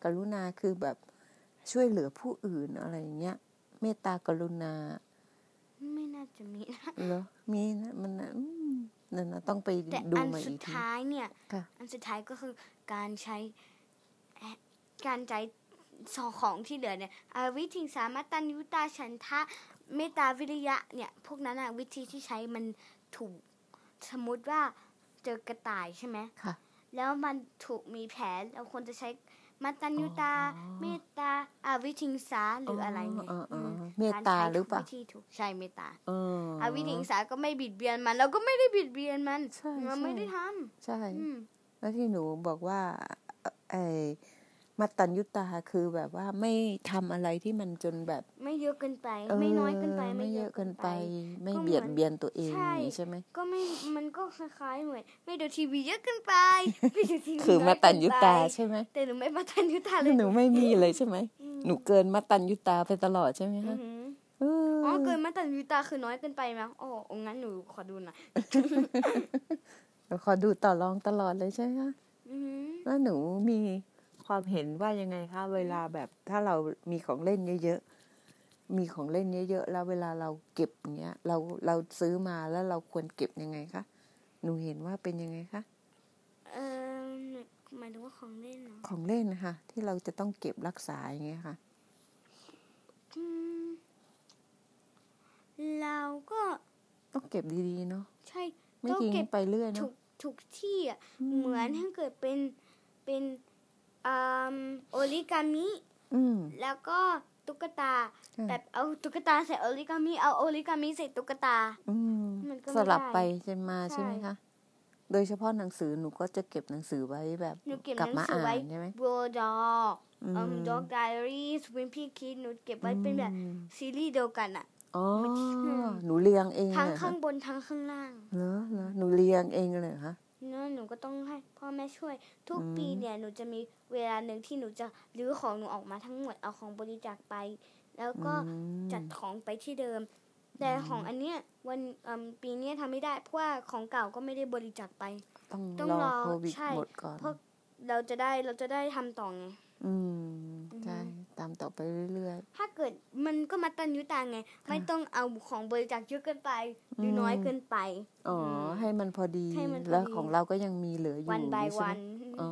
Speaker 1: กรุณาคือแบบช่วยเหลือผู้อื่นอะไรอย่างเงี้ย เมตตากรุณา
Speaker 2: ไม่น่าจะมีนะ
Speaker 1: เหรอมีนะมันนะอืมนั่นนะต้องไป
Speaker 2: แต่
Speaker 1: ดู
Speaker 2: อัน
Speaker 1: มา
Speaker 2: สุ
Speaker 1: อี
Speaker 2: ด
Speaker 1: กที
Speaker 2: ท้ายเนี่ย
Speaker 1: ค่ะ
Speaker 2: อันสุดท้ายก็คือการใช้แอะการใช้สองของที่เหลือเนี่ยอาวิธิงสามัตตัญยุตาฉันทะเมตตาวิริยะเนี่ย พวกนั้นอะวิธีที่ใช้มันถูก สมมุติว่าเจอกระต่ายใช่ไหม
Speaker 1: ค่ะ
Speaker 2: แล้วมันถูกมีแผลเราควรจะใช้มัตตัญยุตา
Speaker 1: อ๋อ
Speaker 2: เมตตาอาวิธิงสาหรืออะไรเนี่ย
Speaker 1: เออเออ
Speaker 2: ม
Speaker 1: เออเมตตาหรือเปล่า
Speaker 2: การใช้ถูกวิธีถูกใช่เมตตา
Speaker 1: เอออ
Speaker 2: อาวิธิงสาก็ไม่บิดเบียนมันเราก็ไม่ได้บิดเบียนมัน
Speaker 1: ใช่
Speaker 2: เรา
Speaker 1: ใช่
Speaker 2: ไม่ได้ทำ
Speaker 1: ใช่
Speaker 2: อืม
Speaker 1: แล้วที่หนูบอกว่าเอ่อไอ มัตตัญยุตาคือแบบว่าไม่ทำอะไรที่มันจนแบบ
Speaker 2: ไม่เยอะเกินไป ไม่น้อยเกินไป
Speaker 1: ไม่เยอะเกินไป ไม่
Speaker 2: ก็เหมือน
Speaker 1: เบียดเบียนตัวเอง
Speaker 2: ใช่
Speaker 1: อย่างนี้ใช่ไหม
Speaker 2: ก็ไม่ มันก็คล้ายๆเหมือนไม่ดูทีวีเยอะเกิ นไป ไม่ดูทีวี
Speaker 1: คือมัตตัญยุตา
Speaker 2: น้อเกินไป
Speaker 1: ใช่ไหม
Speaker 2: แต่หนูไม่มาตันยุตาเลย
Speaker 1: หนูไม่มีเลยใช่ไหมหนูเกินมัตตัญยุตาไปตลอดใช่ไหม
Speaker 2: อื
Speaker 1: คะ
Speaker 2: อหือ
Speaker 1: เออ
Speaker 2: อ๋
Speaker 1: อ
Speaker 2: อเกินมาตันยุตาคือน้อยเกินไปไหมอ๋องั้นหนูขอดูหน่อย
Speaker 1: ขอดูต่อรองตลอดเลยใช่ไหมคะ
Speaker 2: อือหือ
Speaker 1: แล้วหนูมีความเห็นว่ายังไงคะเวลาแบบถ้าเรามีของเล่นเยอะๆมีของเล่นเยอะๆแล้วเวลาเราเก็บอย่างเงี้ย เราเราซื้อมาแล้วเราควรเก็บยังไงคะหนูเห็นว่าเป็นยังไงคะ
Speaker 2: เออหมายถึงว่าของเล่นเนาะ
Speaker 1: ของเล่นนะคะที่เราจะต้องเก็บรักษาอย่างเงี้ยค่ะ
Speaker 2: เราก็
Speaker 1: ต้องเก็บดีๆเนาะ
Speaker 2: ใช่
Speaker 1: ไม่
Speaker 2: ต้อง
Speaker 1: ทิ้ง
Speaker 2: เก็บ
Speaker 1: ไปเรื่อย
Speaker 2: ถู
Speaker 1: เนาะ
Speaker 2: กถูกที่อ่ะเหมือนถ้าเกิดเป็นเป็นอมโอริกามิ
Speaker 1: อืม
Speaker 2: แล้วก็ตุ๊กตา
Speaker 1: ค่ะ
Speaker 2: แบบเอาตุ๊กตาใส่โอริกามิเอาโอริกามิใส่ตุ๊กตา
Speaker 1: อืม
Speaker 2: มันก็ไม่
Speaker 1: สลับ
Speaker 2: ได้
Speaker 1: ไปใช่มาใช่ไหม
Speaker 2: ใช่
Speaker 1: คะโดยเฉพาะหนังสือหนูก็จะเก็บหนังสือไว้แบบ
Speaker 2: หนูเก็บ
Speaker 1: กลับ
Speaker 2: หนัง
Speaker 1: มา
Speaker 2: สือ
Speaker 1: อ่า
Speaker 2: ไว้
Speaker 1: นใช่ไหม
Speaker 2: โบดอก
Speaker 1: อื
Speaker 2: อื
Speaker 1: ม
Speaker 2: มด็อกไดอารี่สวิมพี่คิดหนูเก็บไว้เป็นแบบซีรีส์เดียวกันอ่ะ
Speaker 1: อ๋อ
Speaker 2: อืม
Speaker 1: หนูเรียงเอง
Speaker 2: ทั้ง
Speaker 1: เหรอ
Speaker 2: ข้างบนทั้งข้างล่าง
Speaker 1: เหรอเหรอหนูเรียงเองเลยเหรอคะ
Speaker 2: เนอะหนูก็ต้องให้พ่อแม่ช่วย ทุก
Speaker 1: อืม
Speaker 2: ปีเนี่ยหนูจะมีเวลาหนึ่งที่หนูจะรื้อของหนูออกมาทั้งหมดเอาของบริจาคไป แล้วก็
Speaker 1: อืม
Speaker 2: จัดของไปที่เดิม แต่ของอันเนี้ยวันเอิ่มปีเนี้ยทำไม่ได้เพราะว่าของเก่าก็ไม่ได้บริจาคไป
Speaker 1: ต้อง
Speaker 2: ต้อง
Speaker 1: รอ
Speaker 2: รอ
Speaker 1: โควิด
Speaker 2: ใช่
Speaker 1: หมดก่อน
Speaker 2: เพราะ เราจะได้เราจะได้ทำต่อไง
Speaker 1: อืม
Speaker 2: อืม
Speaker 1: ใช่ตามต่อไปเรื่อย
Speaker 2: ถ้าเกิดมันก็มาตันยุตาไง ไม่ต้องเอาของบริจาคเยอะเกินไปหรืออ
Speaker 1: ม
Speaker 2: น้อยเกินไป
Speaker 1: ๆอ๋อ
Speaker 2: ม
Speaker 1: ให้มันพอดี
Speaker 2: ให้มันพอ
Speaker 1: แล้ว
Speaker 2: ดี
Speaker 1: ของเราก็ยังมีเหลืออยู่
Speaker 2: วันบาย
Speaker 1: ใช่ไหม
Speaker 2: วัน
Speaker 1: อ๋อ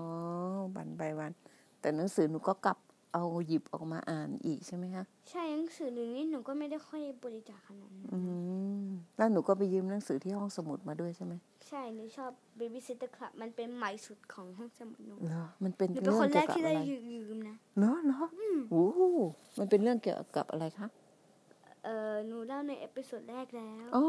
Speaker 1: วันไปวัน แต่หนังสือหนูก็กลับเอาหยิบออกมาอ่านอีกใช่ไหมคะ
Speaker 2: ใช่หนังสือหนึ่งนี่หนูก็ไม่ได้ค่อยบริจาคขนาดนั้น
Speaker 1: อืมแล้วหนูก็ไปยืมหนังสือที่ห้องสมุดมาด้วยใช่ไหม
Speaker 2: ใช่หนูชอบ Babysitter Club มันเป็นใหม่สุดของห้องสมุดหนู
Speaker 1: เหรอมันเป็น
Speaker 2: หนู
Speaker 1: เรื่
Speaker 2: เป็นค
Speaker 1: อง
Speaker 2: นแร
Speaker 1: เกี่ยว
Speaker 2: ก
Speaker 1: กับ
Speaker 2: ที่
Speaker 1: อะ
Speaker 2: ได้
Speaker 1: ไร
Speaker 2: ยืมนะ
Speaker 1: เหรอเหรอ
Speaker 2: อืม
Speaker 1: โอ้โหมันเป็นเรื่องเกี่ยวกับอะไรคะ
Speaker 2: เออหนูเล่าในเอพิโซดแรกแล้ว
Speaker 1: อ๋อ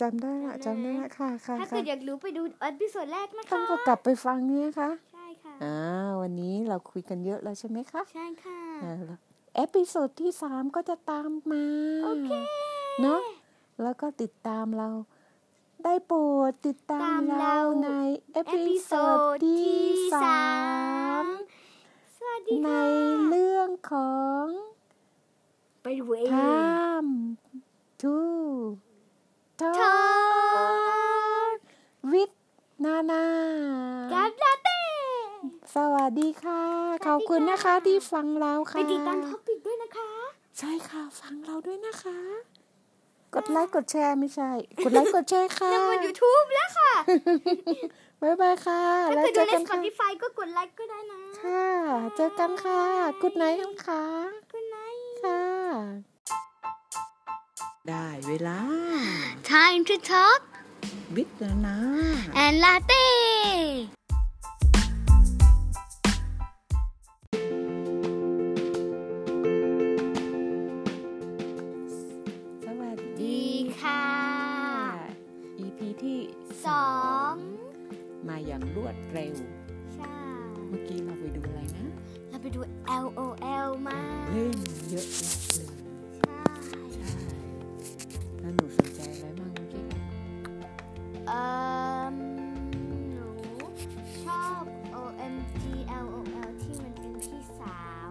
Speaker 1: จำได้ละ
Speaker 2: จำ
Speaker 1: จำ
Speaker 2: ได้
Speaker 1: ได้
Speaker 2: ไหม
Speaker 1: ละค่ะค่ะ
Speaker 2: ถ้า
Speaker 1: ค่ะ
Speaker 2: เกิดอยากรู้ไปดูเอพิโซดแรกนะ
Speaker 1: ต้อ
Speaker 2: คะ
Speaker 1: งก็กลับไปฟังเนี่ยค่ะ
Speaker 2: ใช่ค่ะ
Speaker 1: อ่าวันนี้เราคุยกันเยอะแล้วใช่ไหมคะ
Speaker 2: ใช่ค่ะ
Speaker 1: อ่าแล้วเอพิโซดที่สามก็จะตามมา
Speaker 2: โอเค
Speaker 1: เนาะแล้วก็ติดตามเรา ได้โปรดติดตา
Speaker 2: ตามม
Speaker 1: เรา
Speaker 2: เรา
Speaker 1: ในเอ
Speaker 2: เอ
Speaker 1: พิ
Speaker 2: พิ
Speaker 1: โซ
Speaker 2: โซ
Speaker 1: ด
Speaker 2: ด
Speaker 1: ที่
Speaker 2: ที่
Speaker 1: ส
Speaker 2: สา
Speaker 1: าม
Speaker 2: มสวัสดี
Speaker 1: ใน
Speaker 2: ค่ะ
Speaker 1: เรื่องของ
Speaker 2: ไปดูเอง
Speaker 1: ทามทูท
Speaker 2: ท
Speaker 1: อ
Speaker 2: อด
Speaker 1: วิทนานา
Speaker 2: ดับลาเต้
Speaker 1: สวัสดีค่ะ
Speaker 2: สวัสดีค่ะ
Speaker 1: ขอบคุณนะคะที่ฟังเรา
Speaker 2: ไป
Speaker 1: ค่ะ
Speaker 2: ติดตามท็อปิกด้วยนะคะ
Speaker 1: ใช่ค่ะ ฟังเราด้วยนะคะ กดไลค์กดแชร์ไม่ใช่ กดไลค์กดแชร์ค่ะ
Speaker 2: แล้วบน YouTube แล้วค่ะ
Speaker 1: บ๊ายบายค่ะ
Speaker 2: ถ้า
Speaker 1: แล้ว
Speaker 2: เกิด
Speaker 1: เจ
Speaker 2: ดู
Speaker 1: อ
Speaker 2: ใน
Speaker 1: กันค่ะ
Speaker 2: Spotify ก็กดไลค์ก็ได้นะ
Speaker 1: ค่ะ เจอกันค่ะ กุดไนท์ค่ะ
Speaker 2: Good night
Speaker 1: ค่ะ ได้เวลา
Speaker 2: Time to talk
Speaker 1: วิทยานา
Speaker 2: and latte.
Speaker 1: สวัสดี
Speaker 2: ดีค่ะ
Speaker 1: ค่ะ EP ที่
Speaker 2: สอง
Speaker 1: มาอย่างรวดเร็ว
Speaker 2: ใช่
Speaker 1: เมื่อกี้เราไปดูอะไรนะ
Speaker 2: เราไปดู LOL มา
Speaker 1: เล่นเยอะแยะเลยใช่
Speaker 2: ใช่
Speaker 1: แล้วหนูสนใจอะไรบ้างเมื่อกี้
Speaker 2: เอ่มหนูชอบ OMG LOL ที่มันเป็นพี่สาว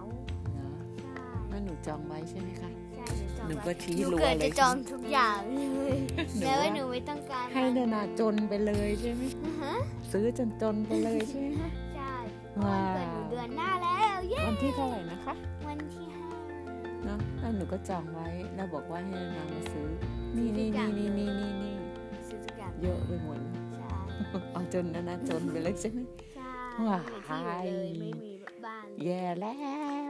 Speaker 1: เนาะ
Speaker 2: ใช่
Speaker 1: แล้วหนูจองไว้ใช่ไหมคะ
Speaker 2: ใช่หนูจอง
Speaker 1: หนู
Speaker 2: ไว้
Speaker 1: ก็ชี้
Speaker 2: หนู
Speaker 1: รัว
Speaker 2: เกิด
Speaker 1: เล
Speaker 2: จะ
Speaker 1: ย
Speaker 2: จองทุกอย่างเลย
Speaker 1: หนู
Speaker 2: แล้ว
Speaker 1: ว่า
Speaker 2: หนูไม่ต้องการ
Speaker 1: ให้นานาจนไปเลยใช่ไหม
Speaker 2: อ่าฮะ
Speaker 1: ซื้อจนจนๆไปเลยใช่ไหมคะ
Speaker 2: ใช่
Speaker 1: ว้า
Speaker 2: วันเกิดหนูเดือนหน้าแล้วเย้
Speaker 1: วันที่เท่าไหร่นะคะ
Speaker 2: วันที่ห้า
Speaker 1: เนาะแล้วหนูก็จองไว้ แล้วบอกว่าให้นางมาซื้อ นี่นี่นี่
Speaker 2: ทุกอย่าง
Speaker 1: นี่นี่นี่นี่
Speaker 2: ซื้อทุกอย่าง
Speaker 1: เยอะไปหมด
Speaker 2: ใช่
Speaker 1: เอาจนนะนะจนไปเลยใช่ไหม
Speaker 2: ใช่
Speaker 1: ว้า
Speaker 2: ไม่
Speaker 1: ย
Speaker 2: มีที่อยู่เลยไม่มีบ้าน
Speaker 1: แย่แล้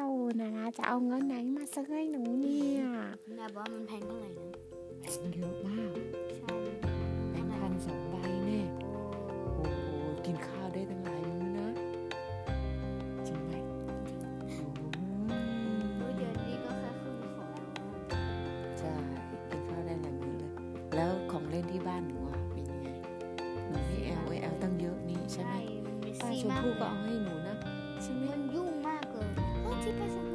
Speaker 1: วนะนะจะเอาเงินไหนมาซื้อให้หนูเนี่ย
Speaker 2: นะบอกว่ามันแพงเท่าไหร่นะ
Speaker 1: เยอะมาก
Speaker 2: ใช่
Speaker 1: แบงค์พันสองใบแน่โอ้โหกินข้าวได้ตั้งหลายมื้อนะ จริงไหม
Speaker 2: โอ้
Speaker 1: โอ้ย
Speaker 2: ยเดี๋ยวนี้ก็แค่ครึ่งของเรา
Speaker 1: ใช่กินข้าวได้หลายมื้อเลย แล้วของเล่นที่บ้านหนูอะเป็นยังไงหนูมีแอลไอแอลตั้งเยอะนี่ใช่ไหม
Speaker 2: ใช่มันไม่
Speaker 1: ป้า
Speaker 2: ซี่
Speaker 1: ชม
Speaker 2: มาก
Speaker 1: พู่
Speaker 2: เล
Speaker 1: ก็
Speaker 2: ย
Speaker 1: เอาให้หนูนะใช่ไหม
Speaker 2: มันยุ่งมากเลย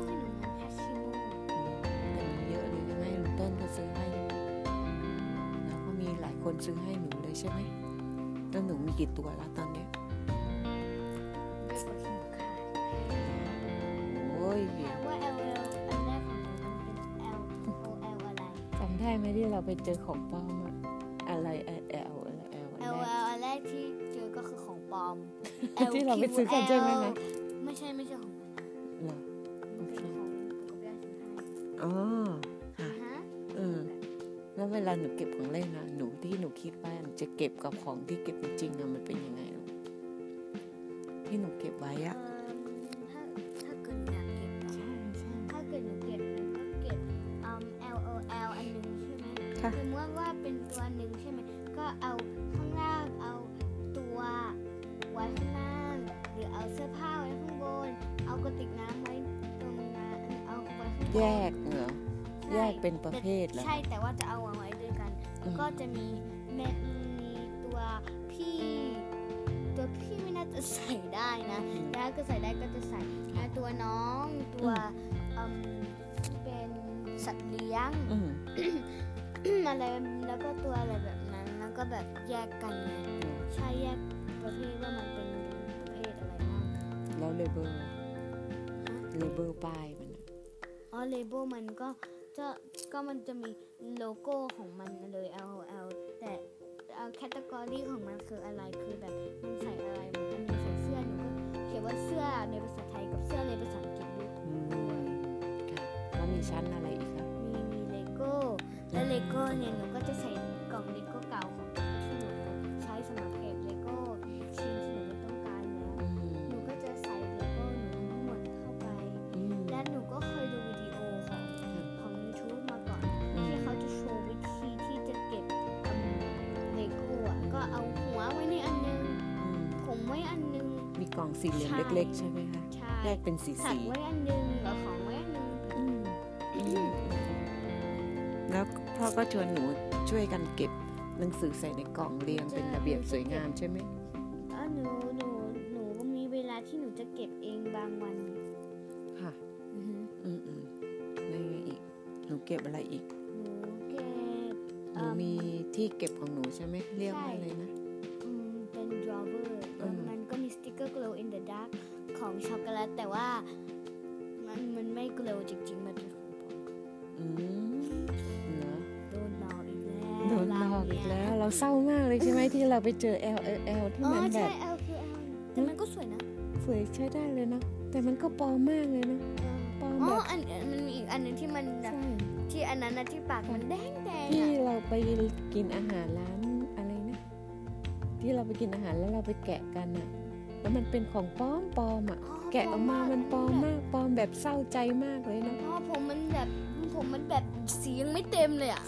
Speaker 1: คนซื้อให้หนูเลยใช่ไหมแล้วหนูมีกี่ตัวแล้วตอนเนี้ยโอ้ย
Speaker 2: ถามว่า L L อันแรกของหนูมันเป็น L O L อะไร
Speaker 1: จำได้ไหมที่เราไปเจอของปลอมอะอะไรแอลแอลแอล
Speaker 2: L L อันแรกที่เจอก็คือของปลอม L
Speaker 1: ที่เราไปซื้อกันใช่ไหมนะ
Speaker 2: Q L ไม่ใช่ไม่ใช่ของมัน
Speaker 1: เหรอ
Speaker 2: มันเป็นของปกติซื้อ
Speaker 1: อ๋อ
Speaker 2: ให้
Speaker 1: ค่ะ
Speaker 2: ฮะ
Speaker 1: เออ แล้วเวลาหนูเก็บของเล่นนะหนูที่หนูคิดว่าหนูจะเก็บกับของที่เก็บจริงๆอะมันเป็นยังไงลูกที่หนูเก็บไว้
Speaker 2: เอิ่
Speaker 1: อะ
Speaker 2: มถ้าถ้าเกิดอยากเก็บเหรอ
Speaker 1: ใช่ใช่
Speaker 2: ถ้าเกิดหนูเก็บหนูก็เก็บอืม L O L อันหนึงใช่ไหม
Speaker 1: ค่ะ
Speaker 2: สมมติว่าเป็นตัวหนึ่งใช่ไหมก็เอาข้างล่างเอาตัวไว้ข้างล่างหรือเอาเสื้อผ้าไว้ข้างบน เอากระติกน้ำไว้ตรงนั้นเอาไว้ข้างบน
Speaker 1: แยกเหรอ
Speaker 2: ใช่
Speaker 1: แยกเป็นประเภทเหรอ
Speaker 2: ใช่แต่ว่าจะเอาวางไว้ด้วยกัน
Speaker 1: อืม
Speaker 2: ก็จะมีแม่มีตัวพี่ ตัวพี่ไม่น่าจะใส่ได้นะแล้วก็ใส่ได้ก็จะใส่แล้วตัวน้องตัวเอิ่มที่เป็นสัตว์เลี้ยง
Speaker 1: อืม
Speaker 2: อะไรแล้วก็ตัวอะไรแบบนั้นแล้วก็แบบแยกกันไงใช่แยกประเภทว่ามันเป็นประเภทอะไรบ้าง
Speaker 1: แล้วเลเบอร์เลเบอร์ป้ายมันอะ
Speaker 2: อ๋อเลเบลมันก็จะก็มันจะมีโลโก้ของมันเลย L O L แต่แคตตากรีของมันคืออะไรคือแบบมันใส่อะไรเหมือนมันมีใส่เสื้อหนูก็เขียนว่าเสื้อในภาษาไทยกับเสื้อในภาษาอังกฤษด้วย
Speaker 1: อืมค่ะแล้วมีชั้นอะไรอีกคะ
Speaker 2: มีมีเลโก้และเลโก้เนี่ยหนูก็จะใส่กล่องเลโก้เก่าของที่หนูใช้สำหรับเก็บเลโก้ชิ้นที่หนูไม่ต้องการแล้ว
Speaker 1: อืม
Speaker 2: หนูก็จะใส่เลโก้หนูทั้งหมดเข้าไป
Speaker 1: อืม
Speaker 2: และหนูก็เคยดูวิดีโอของของ YouTube มาก่อน ที่เขาจะโชว์วิธีที่จะเก็บเลโก้อะก็เอาหัวไว้ในอันนึง
Speaker 1: อืม
Speaker 2: ผมไว้อันนึง
Speaker 1: มีกล่องสี่เหลี่ยม
Speaker 2: ใช่
Speaker 1: เล็กๆ ใช่ไหมคะ
Speaker 2: ชาย
Speaker 1: แยกเป็นสี
Speaker 2: สัต
Speaker 1: สี
Speaker 2: ว์ไว้อันนึงกับของไว้อันนึง
Speaker 1: แล้วพ่อก็ชวนหนูช่วยกันเก็บหนังสือใส่ในกล่องเรียงเป็นระเบียบสวยงามใช่ไหม
Speaker 2: เออหนูหนูหนูก็มีเวลาที่หนูจะเก็บเองบางวัน
Speaker 1: ค่ะ อืมอืมแล้วยังไงอีก หนูเก็บอะไรอีก
Speaker 2: หนูเก็บ
Speaker 1: หนูมีที่เก็บของหนูใช่ไหมเรียกว่าอะไรนะ
Speaker 2: อืมเป็น drawer แล้วมันก็มีสติกเกอร์ glow in the dark ของช็อกโกแลตแต่ว่ามันมันไม่ glow จริงๆ มันเป็นของปลอม
Speaker 1: อืมเหรอ
Speaker 2: โดนหลอกอีกแล้ว
Speaker 1: โดนหลอกอีก
Speaker 2: เรา
Speaker 1: แล้
Speaker 2: เนี่ย
Speaker 1: ว เราเศร้ามากเลยใช่ไหมที่เราไปเจอ L L L ที่
Speaker 2: อ๋อ
Speaker 1: มันแบ
Speaker 2: ใช่
Speaker 1: บ
Speaker 2: L คือ L แต่มันก็สวยนะ
Speaker 1: สวยใช้ได้เลยเนอะแต่มันก็ปลอมมากเลยเนอะปลอม
Speaker 2: อ๋
Speaker 1: แบ
Speaker 2: อบ อันมันมีอีกอันหนึงที่มัน
Speaker 1: ใช่
Speaker 2: ที่อันนั้นนะที่ปากมันแดงแดง
Speaker 1: ที่
Speaker 2: อ่ะ
Speaker 1: เราไปกินอาหารร้านอะไรนะที่เราไปกินอาหารแล้วเราไปแกะกันอะแล้วมันเป็นของปลอมปลอมอะ
Speaker 2: อ๋อ
Speaker 1: แกะออกมามันปลอม
Speaker 2: แบบ
Speaker 1: มากปลอมแบบเศร้าใจมากเลยเนอะ
Speaker 2: อ๋อผมมันแบบผมมันแบบสียังไม่เต็มเลยอ่ะ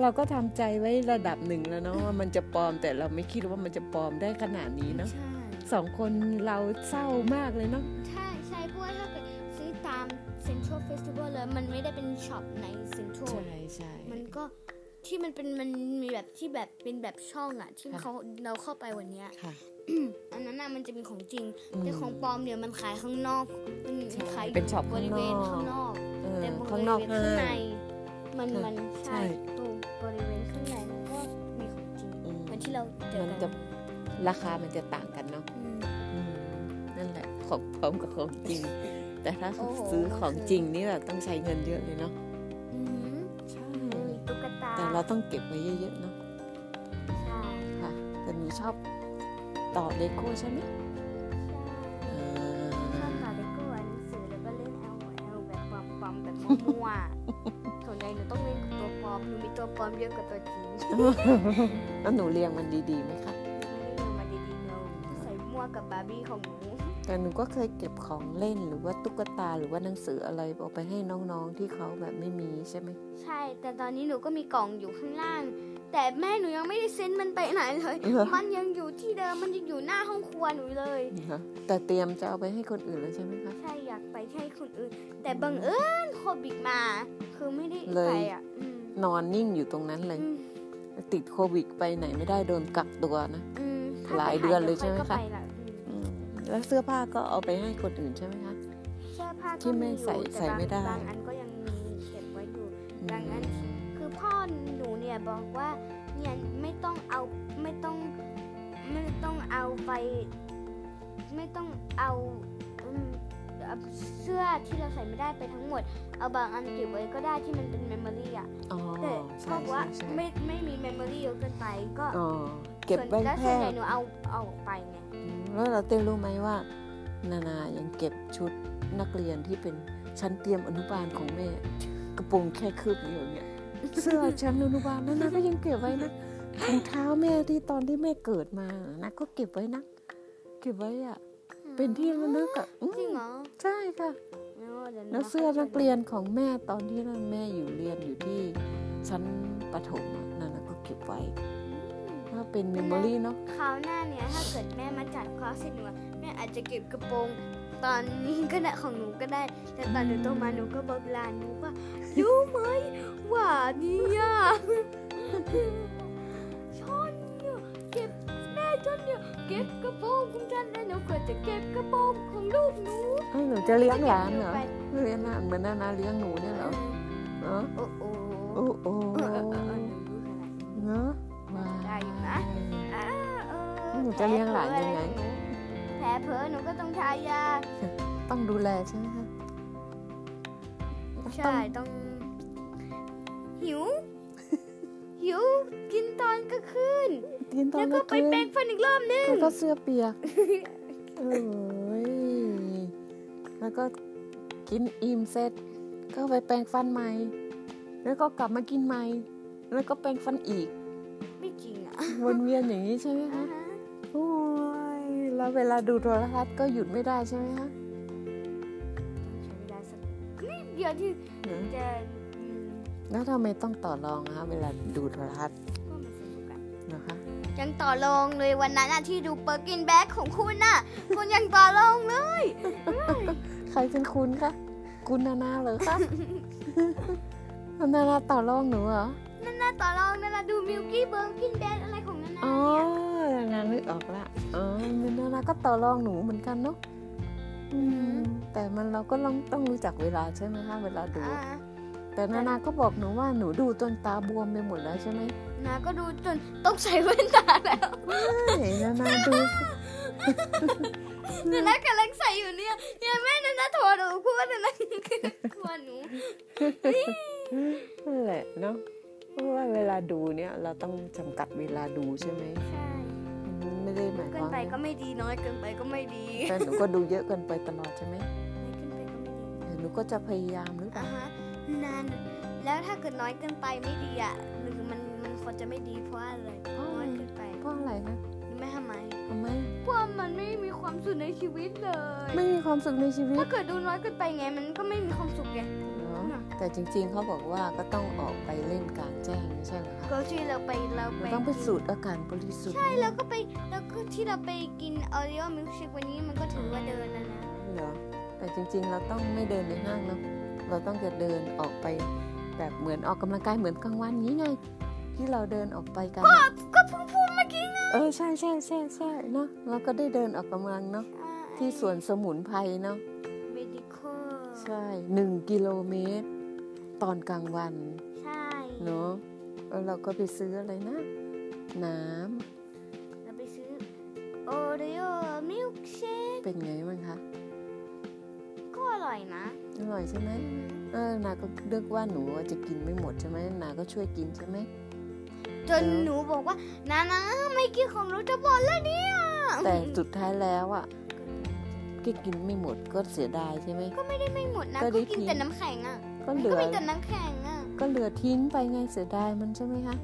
Speaker 1: เราก็ทำใจไว้ระดับหนึ่งแล้วเนาะว่ามันจะปลอมแต่เราไม่คิดว่ามันจะปลอมได้ขนาดนี้เนาะ
Speaker 2: ใช่
Speaker 1: สองคนเราเศร้ามากเลยเนาะ
Speaker 2: ใช่ใช่เพราะว่าถ้าเกิดซื้อตามเซ็นทรัลเฟสติวัลเลยมันไม่ได้เป็นช็อปในเซ็นทรัล
Speaker 1: ใช่ใช่
Speaker 2: มันก็ที่มันเป็นมันมีแบบที่แบบเป็นแบบช่องอ่ะ ที่
Speaker 1: ค่ะ
Speaker 2: เขาเราเข้าไปวันเนี้ย
Speaker 1: ค่ะ
Speaker 2: อันนั้นน่ะมันจะมีของจริง
Speaker 1: อืม
Speaker 2: แต่ของปลอมเดี๋ยวมันขายข้างนอก มัน
Speaker 1: ใช่
Speaker 2: ขายอยู่
Speaker 1: เป็นช็อป
Speaker 2: บ
Speaker 1: ข้างนอก
Speaker 2: ริเวณข้างนอก
Speaker 1: เออ
Speaker 2: แต่บริเวณ
Speaker 1: ข้างนอก
Speaker 2: ข้า
Speaker 1: ห้าง
Speaker 2: ใน
Speaker 1: ง
Speaker 2: มัน
Speaker 1: ค่ะ
Speaker 2: มัน
Speaker 1: ใช่
Speaker 2: ใช่ตรงบริเวณข้างในมันก็มีของจริง
Speaker 1: อืม
Speaker 2: เหมือนที่เราเจอ
Speaker 1: มัน
Speaker 2: กั
Speaker 1: จะ
Speaker 2: น
Speaker 1: ราคามันจะต่างกันเนาะ
Speaker 2: อืม
Speaker 1: อืมนั่นแหละของปลอมกับของ จริง แต่ถ้า
Speaker 2: โอ้โห
Speaker 1: ซื้อของจริงนี่แบบต้องใช้เงินเยอะเลยเนาะ
Speaker 2: อือหือ
Speaker 1: ใช่
Speaker 2: มีตุ๊กตา
Speaker 1: แต่เราต้องเก็บไว้เยอะๆเนาะ
Speaker 2: ใช่
Speaker 1: ค่ะแต่หนูชอบต่อเลโก้ใช่ไหม
Speaker 2: ใช่
Speaker 1: อ่
Speaker 2: ชอา บต่อเลโก้อ่านหนังสือแล้วก็เล่น L O L แบบปลอมๆแบบมั่ว ๆส่วนใหญ่หนูต้องเล่นกับตัวปลอมหนูมีตัวปลอมเยอะกว่าตัวจริงไม่ได้
Speaker 1: แล้วหนูเรียงมันดีๆไหมคะ
Speaker 2: เรียนมาดีๆเราใส่มั่วกับบาร์บี้ของหนู
Speaker 1: แต่หนูก็เคยเก็บของเล่นหรือว่าตุ๊กตาหรือว่าหนังสืออะไรเอาไปให้น้องๆที่เขาแบบไม่มีใช่ไหม
Speaker 2: ใช่ แต่ตอนนี้หนูก็มีกล่องอยู่ข้างล่าง แต่แม่หนูยังไม่ได้เซ็นมันไปไหนเลย มันยังอยู่ที่เดิม มันยังอยู่หน้าห้องครัวหนูเลย
Speaker 1: แต่เตรียมจะเอาไปให้คนอื่นแล้วใช่ไหมคะ
Speaker 2: ใช่ อยากไปให้คนอื่น แต่บังเอิญโควิดมา คือไม่ได้
Speaker 1: เล
Speaker 2: ไป
Speaker 1: ย
Speaker 2: อ่ะอืม
Speaker 1: นอนนิ่งอยู่ตรงนั้นเลย
Speaker 2: อืม
Speaker 1: ติดโควิดไปไหนไม่ได้โดนกักตัวนะ
Speaker 2: อืมถ้
Speaker 1: หลาย
Speaker 2: ไป
Speaker 1: เดือนเลยใช่ไหม
Speaker 2: ดี๋วค่
Speaker 1: คะ
Speaker 2: อก็ปลอืม
Speaker 1: อืมแล้วเสื้อผ้าก็เอาไปให้คนอื่นใช่ไหมคะ
Speaker 2: เสื้อผ้าก็
Speaker 1: ที่ไม่ใส่
Speaker 2: อยู่แต่
Speaker 1: ใส่ไม่ได้
Speaker 2: บางบางอันก็ยังมีเก็บไว้อยู่ ดังนั้น คือพ่อหนูเนี่ยบอกว่า อย่าไม่ต้องเอาไม่ต้องไม่ต้องเอาไป ไม่ต้องเอาอืมเอาเสื้อที่เราใส่ไม่ได้ไปทั้งหมด เอาบางอันเก็บไว้ก็ได้ที่มันเป็นเมมโมรี่อ่ะ
Speaker 1: อ๋อ
Speaker 2: แต่
Speaker 1: ใช่
Speaker 2: ก็
Speaker 1: ใช่
Speaker 2: ว่า
Speaker 1: ใช่
Speaker 2: ไม่ไม่มีเมมโมรี่เยอะเกินไปก็
Speaker 1: อ๋อเก็บ
Speaker 2: ส่วน
Speaker 1: แว่น
Speaker 2: แล้ว
Speaker 1: แพ
Speaker 2: ส่วน
Speaker 1: ท
Speaker 2: ใหญ่
Speaker 1: ย์
Speaker 2: หนูเอาเอาออกไปไง
Speaker 1: แล้วเราเต้รู้ไหมว่า นานายังเก็บชุดนักเรียนที่เป็นชั้นเตรียมอนุบาลของแม่ กระโปรงแค่คืบเดียว เนี่ย เสื้อชั้นอนุบาลนานาก็ยังเก็บไว้นะถุงเท้าแม่ที่ตอนที่แม่เกิดมานะก็เก็บไว้นะเก็บไว้อะเป็นที่ระลึกอะอืม
Speaker 2: จริงเหรอ
Speaker 1: ใช่ค่ะ
Speaker 2: โอ้ดี๋ยห
Speaker 1: แล้ว
Speaker 2: มา
Speaker 1: เสื้อ
Speaker 2: ข้าใจ
Speaker 1: นักเรียนของแม่ตอนที่แม่อยู่เรียนอยู่ที่ชั้นประถมอะนั่นน่ะก็เก็บไว้ก็เป็นเมมโมรี่เนาะ
Speaker 2: คราวหน้าเนี่ยถ้าเกิดแม่มาจัดคลาสเสร็จหนูอะแม่อาจจะเก็บกระโปรงตอนนี้ก็ได้ของหนูก็ได้ แต่ตอนหนูโตมาหนูก็บอกหลานหนูว่ารู้ไหมว่าเนี่ย ชอนเนี่ยเก็บแม่ชอนเนี่ยเก็บกระโปรงของฉันแล้วหนูก็จะเก็บกระโปรงของลูกหนู
Speaker 1: ให้หนูจะเลี้ยงหลานเหรอ
Speaker 2: ไป
Speaker 1: เลี้ยงหลานเหมือนนานาเลี้ยงหนูเนี่ยเหรอเนาะ
Speaker 2: โอ้โห
Speaker 1: โอ้โอ้
Speaker 2: เออเออเออหนูรู้ขนาดนี้
Speaker 1: เนาะว้า
Speaker 2: ได้อยู่นะ อ่าเออ
Speaker 1: หนูจะเลี้ยงหลานยังไง
Speaker 2: แผลเผลอหนูก็ต้องทายา
Speaker 1: ต้องดูแลใช่ไหมคะ
Speaker 2: ใช่ต้อง หิ ว หิวกินตอนกลางคืน
Speaker 1: กินตอ
Speaker 2: แล้
Speaker 1: น
Speaker 2: ว
Speaker 1: ก
Speaker 2: ก็
Speaker 1: ลางคืน
Speaker 2: ไปแปรงฟันอีกรอบนึง
Speaker 1: แล้วก็เสื้อเปียกเอ้ยแล้วก็กินอิ่มเสร็จก็ไปแปรงฟันใหม่ แล้วก็กลับมากินใหม่ แล้วก็แปรงฟันอีก
Speaker 2: ไม่จริงอ่ะ
Speaker 1: วนเวียนอย่างนี้ใช่ไหมคะ
Speaker 2: อ่าฮะ
Speaker 1: โอ้ย แล้วเวลาดูโทรทัศน์ก็หยุดไม่ได้ใช่ไหมคะ
Speaker 2: ใช้เวลาสักนิดเดียวที่
Speaker 1: เนอะ
Speaker 2: จะอืม
Speaker 1: แล้วทำไมต้องต่อรองคะเวลาดูโทรทัศน์
Speaker 2: ก็มันสนุกอะ
Speaker 1: นะคะ
Speaker 2: ยังต่อรองเลยวันนั้นอะที่ดูเปอร์กินแบ็คของคุณน่ะ คุณยังต่อรองเลย
Speaker 1: ใครเป็นคุณคะ คุณนานาเหรอคะ นานาต่อรองหนูเหรอ
Speaker 2: นั่นน่ะต่อรองนั่นน่ะดูมิลกี้เบอร์กินแบ็คอะไรของนั่น
Speaker 1: อ๋
Speaker 2: น่
Speaker 1: อ
Speaker 2: ะ
Speaker 1: นานานึกออกละอ๋อนานาก็ต่อรองหนูเหมือนกันเนาะอืมแต่มันเราก็ต้องต้องรู้จักเวลาใช่ไหมคะ เวลาดู
Speaker 2: อ่า
Speaker 1: แต่นานาก็บอกหนูว่าหนูดูจนตาบวมไปหมดแล้วใช่ไหม
Speaker 2: นาก็ดูจนต้องใส่แว่นตาแล้ว
Speaker 1: ใช่นานาดู
Speaker 2: นานะกำลังใส่อยู่เนี่ยเนี่ยแม่นานะโทรหนูพูดว่านานะกลัวหนู
Speaker 1: นั่นแหละเนาะเพราะว่าเวลาดูเนี่ยเราต้องจำกัดเวลาดูใช่ไหม
Speaker 2: ใช่
Speaker 1: ไม่ได้หมายค
Speaker 2: เกิน
Speaker 1: วาม
Speaker 2: ไปก็ไม่ดีน้อยเกินไปก็ไม่ดี
Speaker 1: แต่หนูก็ดูเยอะเกินไปตลอดใช่ไหม
Speaker 2: น้อยเกินไปก็ไม่ดี
Speaker 1: แต่หนูก็จะพยายามหรือเป
Speaker 2: อ่ะ
Speaker 1: ล่า
Speaker 2: ฮะนานแล้วถ้าเกิดน้อยเกินไปไม่ดีอ่ะหรือมันมันควรจะไม่ดีเพราะอะไรน้อยเกินไป
Speaker 1: เพราะอะไรนะ
Speaker 2: หรือไม่ทำไม
Speaker 1: ทำไม
Speaker 2: เพราะมันไม่มีความสุขในชีวิตเลย
Speaker 1: ไม่มีความสุขในชีวิต
Speaker 2: ถ้าเกิดดูน้อยเกินไปไงมันก็ไม่มีความสุขไง
Speaker 1: เนาะแต่จริงๆเขาบอกว่าก็ต้องออกไปเล่นกลางแจ้งไม่ใช่เหรอคะ
Speaker 2: ก็ที่เราไปเราไป
Speaker 1: เราต้องไปสูดอากาศบริสุทธิ์
Speaker 2: ใช่แล้วก็ไปแล้วก็ที่เราไปกินออริโอมิลชิกวันนี้มันก็ถือว่าเดินแล้วนะ
Speaker 1: เหรอแต่จริงๆ เราต้องไม่เดินในห้างเนาะเราต้องจะเดินออกไปแบบเหมือนออกกำลังกายเหมือนกลางวันนี้ไง ที่เราเดินออกไปกันอะ
Speaker 2: ก็เพิ่งพูดเมื่อกี้ไง
Speaker 1: เออใช่ใช่ใช่ใช่เนาะเราก็ได้เดินออกกำลังเนาะที่สวนสมุนไพรเนาะ
Speaker 2: เมดิคอล
Speaker 1: ใช่หนึ่งกิโลเมตร ตอนกลางวัน
Speaker 2: ใช่
Speaker 1: เนาะแล้วเราก็ไปซื้ออะไรนะ น้
Speaker 2: เราไปซื้อโอริโอมิลเชค
Speaker 1: ำเป็นไงบ้างคะ
Speaker 2: ก็อร่อยนะ
Speaker 1: อร่อยใช่ไหมเออนาก็นึกว่าหนูจะกินไม่หมดใช่ไหมนาก็ช่วยกินใช่ไหม
Speaker 2: จน
Speaker 1: เออ
Speaker 2: หนูบอกว่านานะไม่กินของหนูจะหมดแล้วเนี่ย
Speaker 1: แต่สุดท้ายแล้วอ่ะก็กินไม่หมดก็เสียดายใช่ไหม
Speaker 2: ก็ไม่ได้ไม่หมดนะ
Speaker 1: ก็
Speaker 2: ก็
Speaker 1: ได้
Speaker 2: กิน
Speaker 1: ทิ้ง
Speaker 2: แต่น้ำแข็งอ่ะ
Speaker 1: ก็
Speaker 2: มัน
Speaker 1: เห
Speaker 2: ก็
Speaker 1: ลือ
Speaker 2: มีแต่น้ำแข็งอ่ะ
Speaker 1: ก็เหลือทิ้งไปไงเสียดายมันใช่ไหมคะ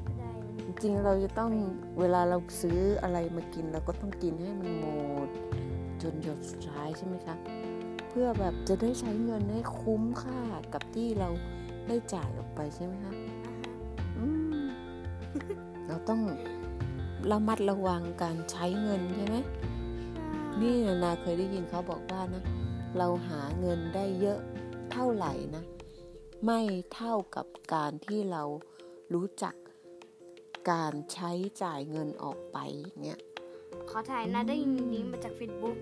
Speaker 1: จริงๆเราจะต้องเวลาเราซื้ออะไรมากินเราก็ต้องกินให้มันหมด จนหยดสุดท้ายใช่ไหมคะ เพื่อแบบจะได้ใช้เงินให้คุ้มค่ากับที่เราได้จ่ายออกไปใช่ไหมคะอืม เราต้องระมัดระวังการใช้เงินใช่ไหมนี่นานาเคยได้ยินเขาบอกว่านะ เราหาเงินได้เยอะเท่าไหร่นะ ไม่เท่ากับการที่เรารู้จักการใช้จ่ายเงินออกไปอย่างเงี้ย
Speaker 2: ขอถ่ายนะได้ยินนี้มาจากเฟซบุ๊ก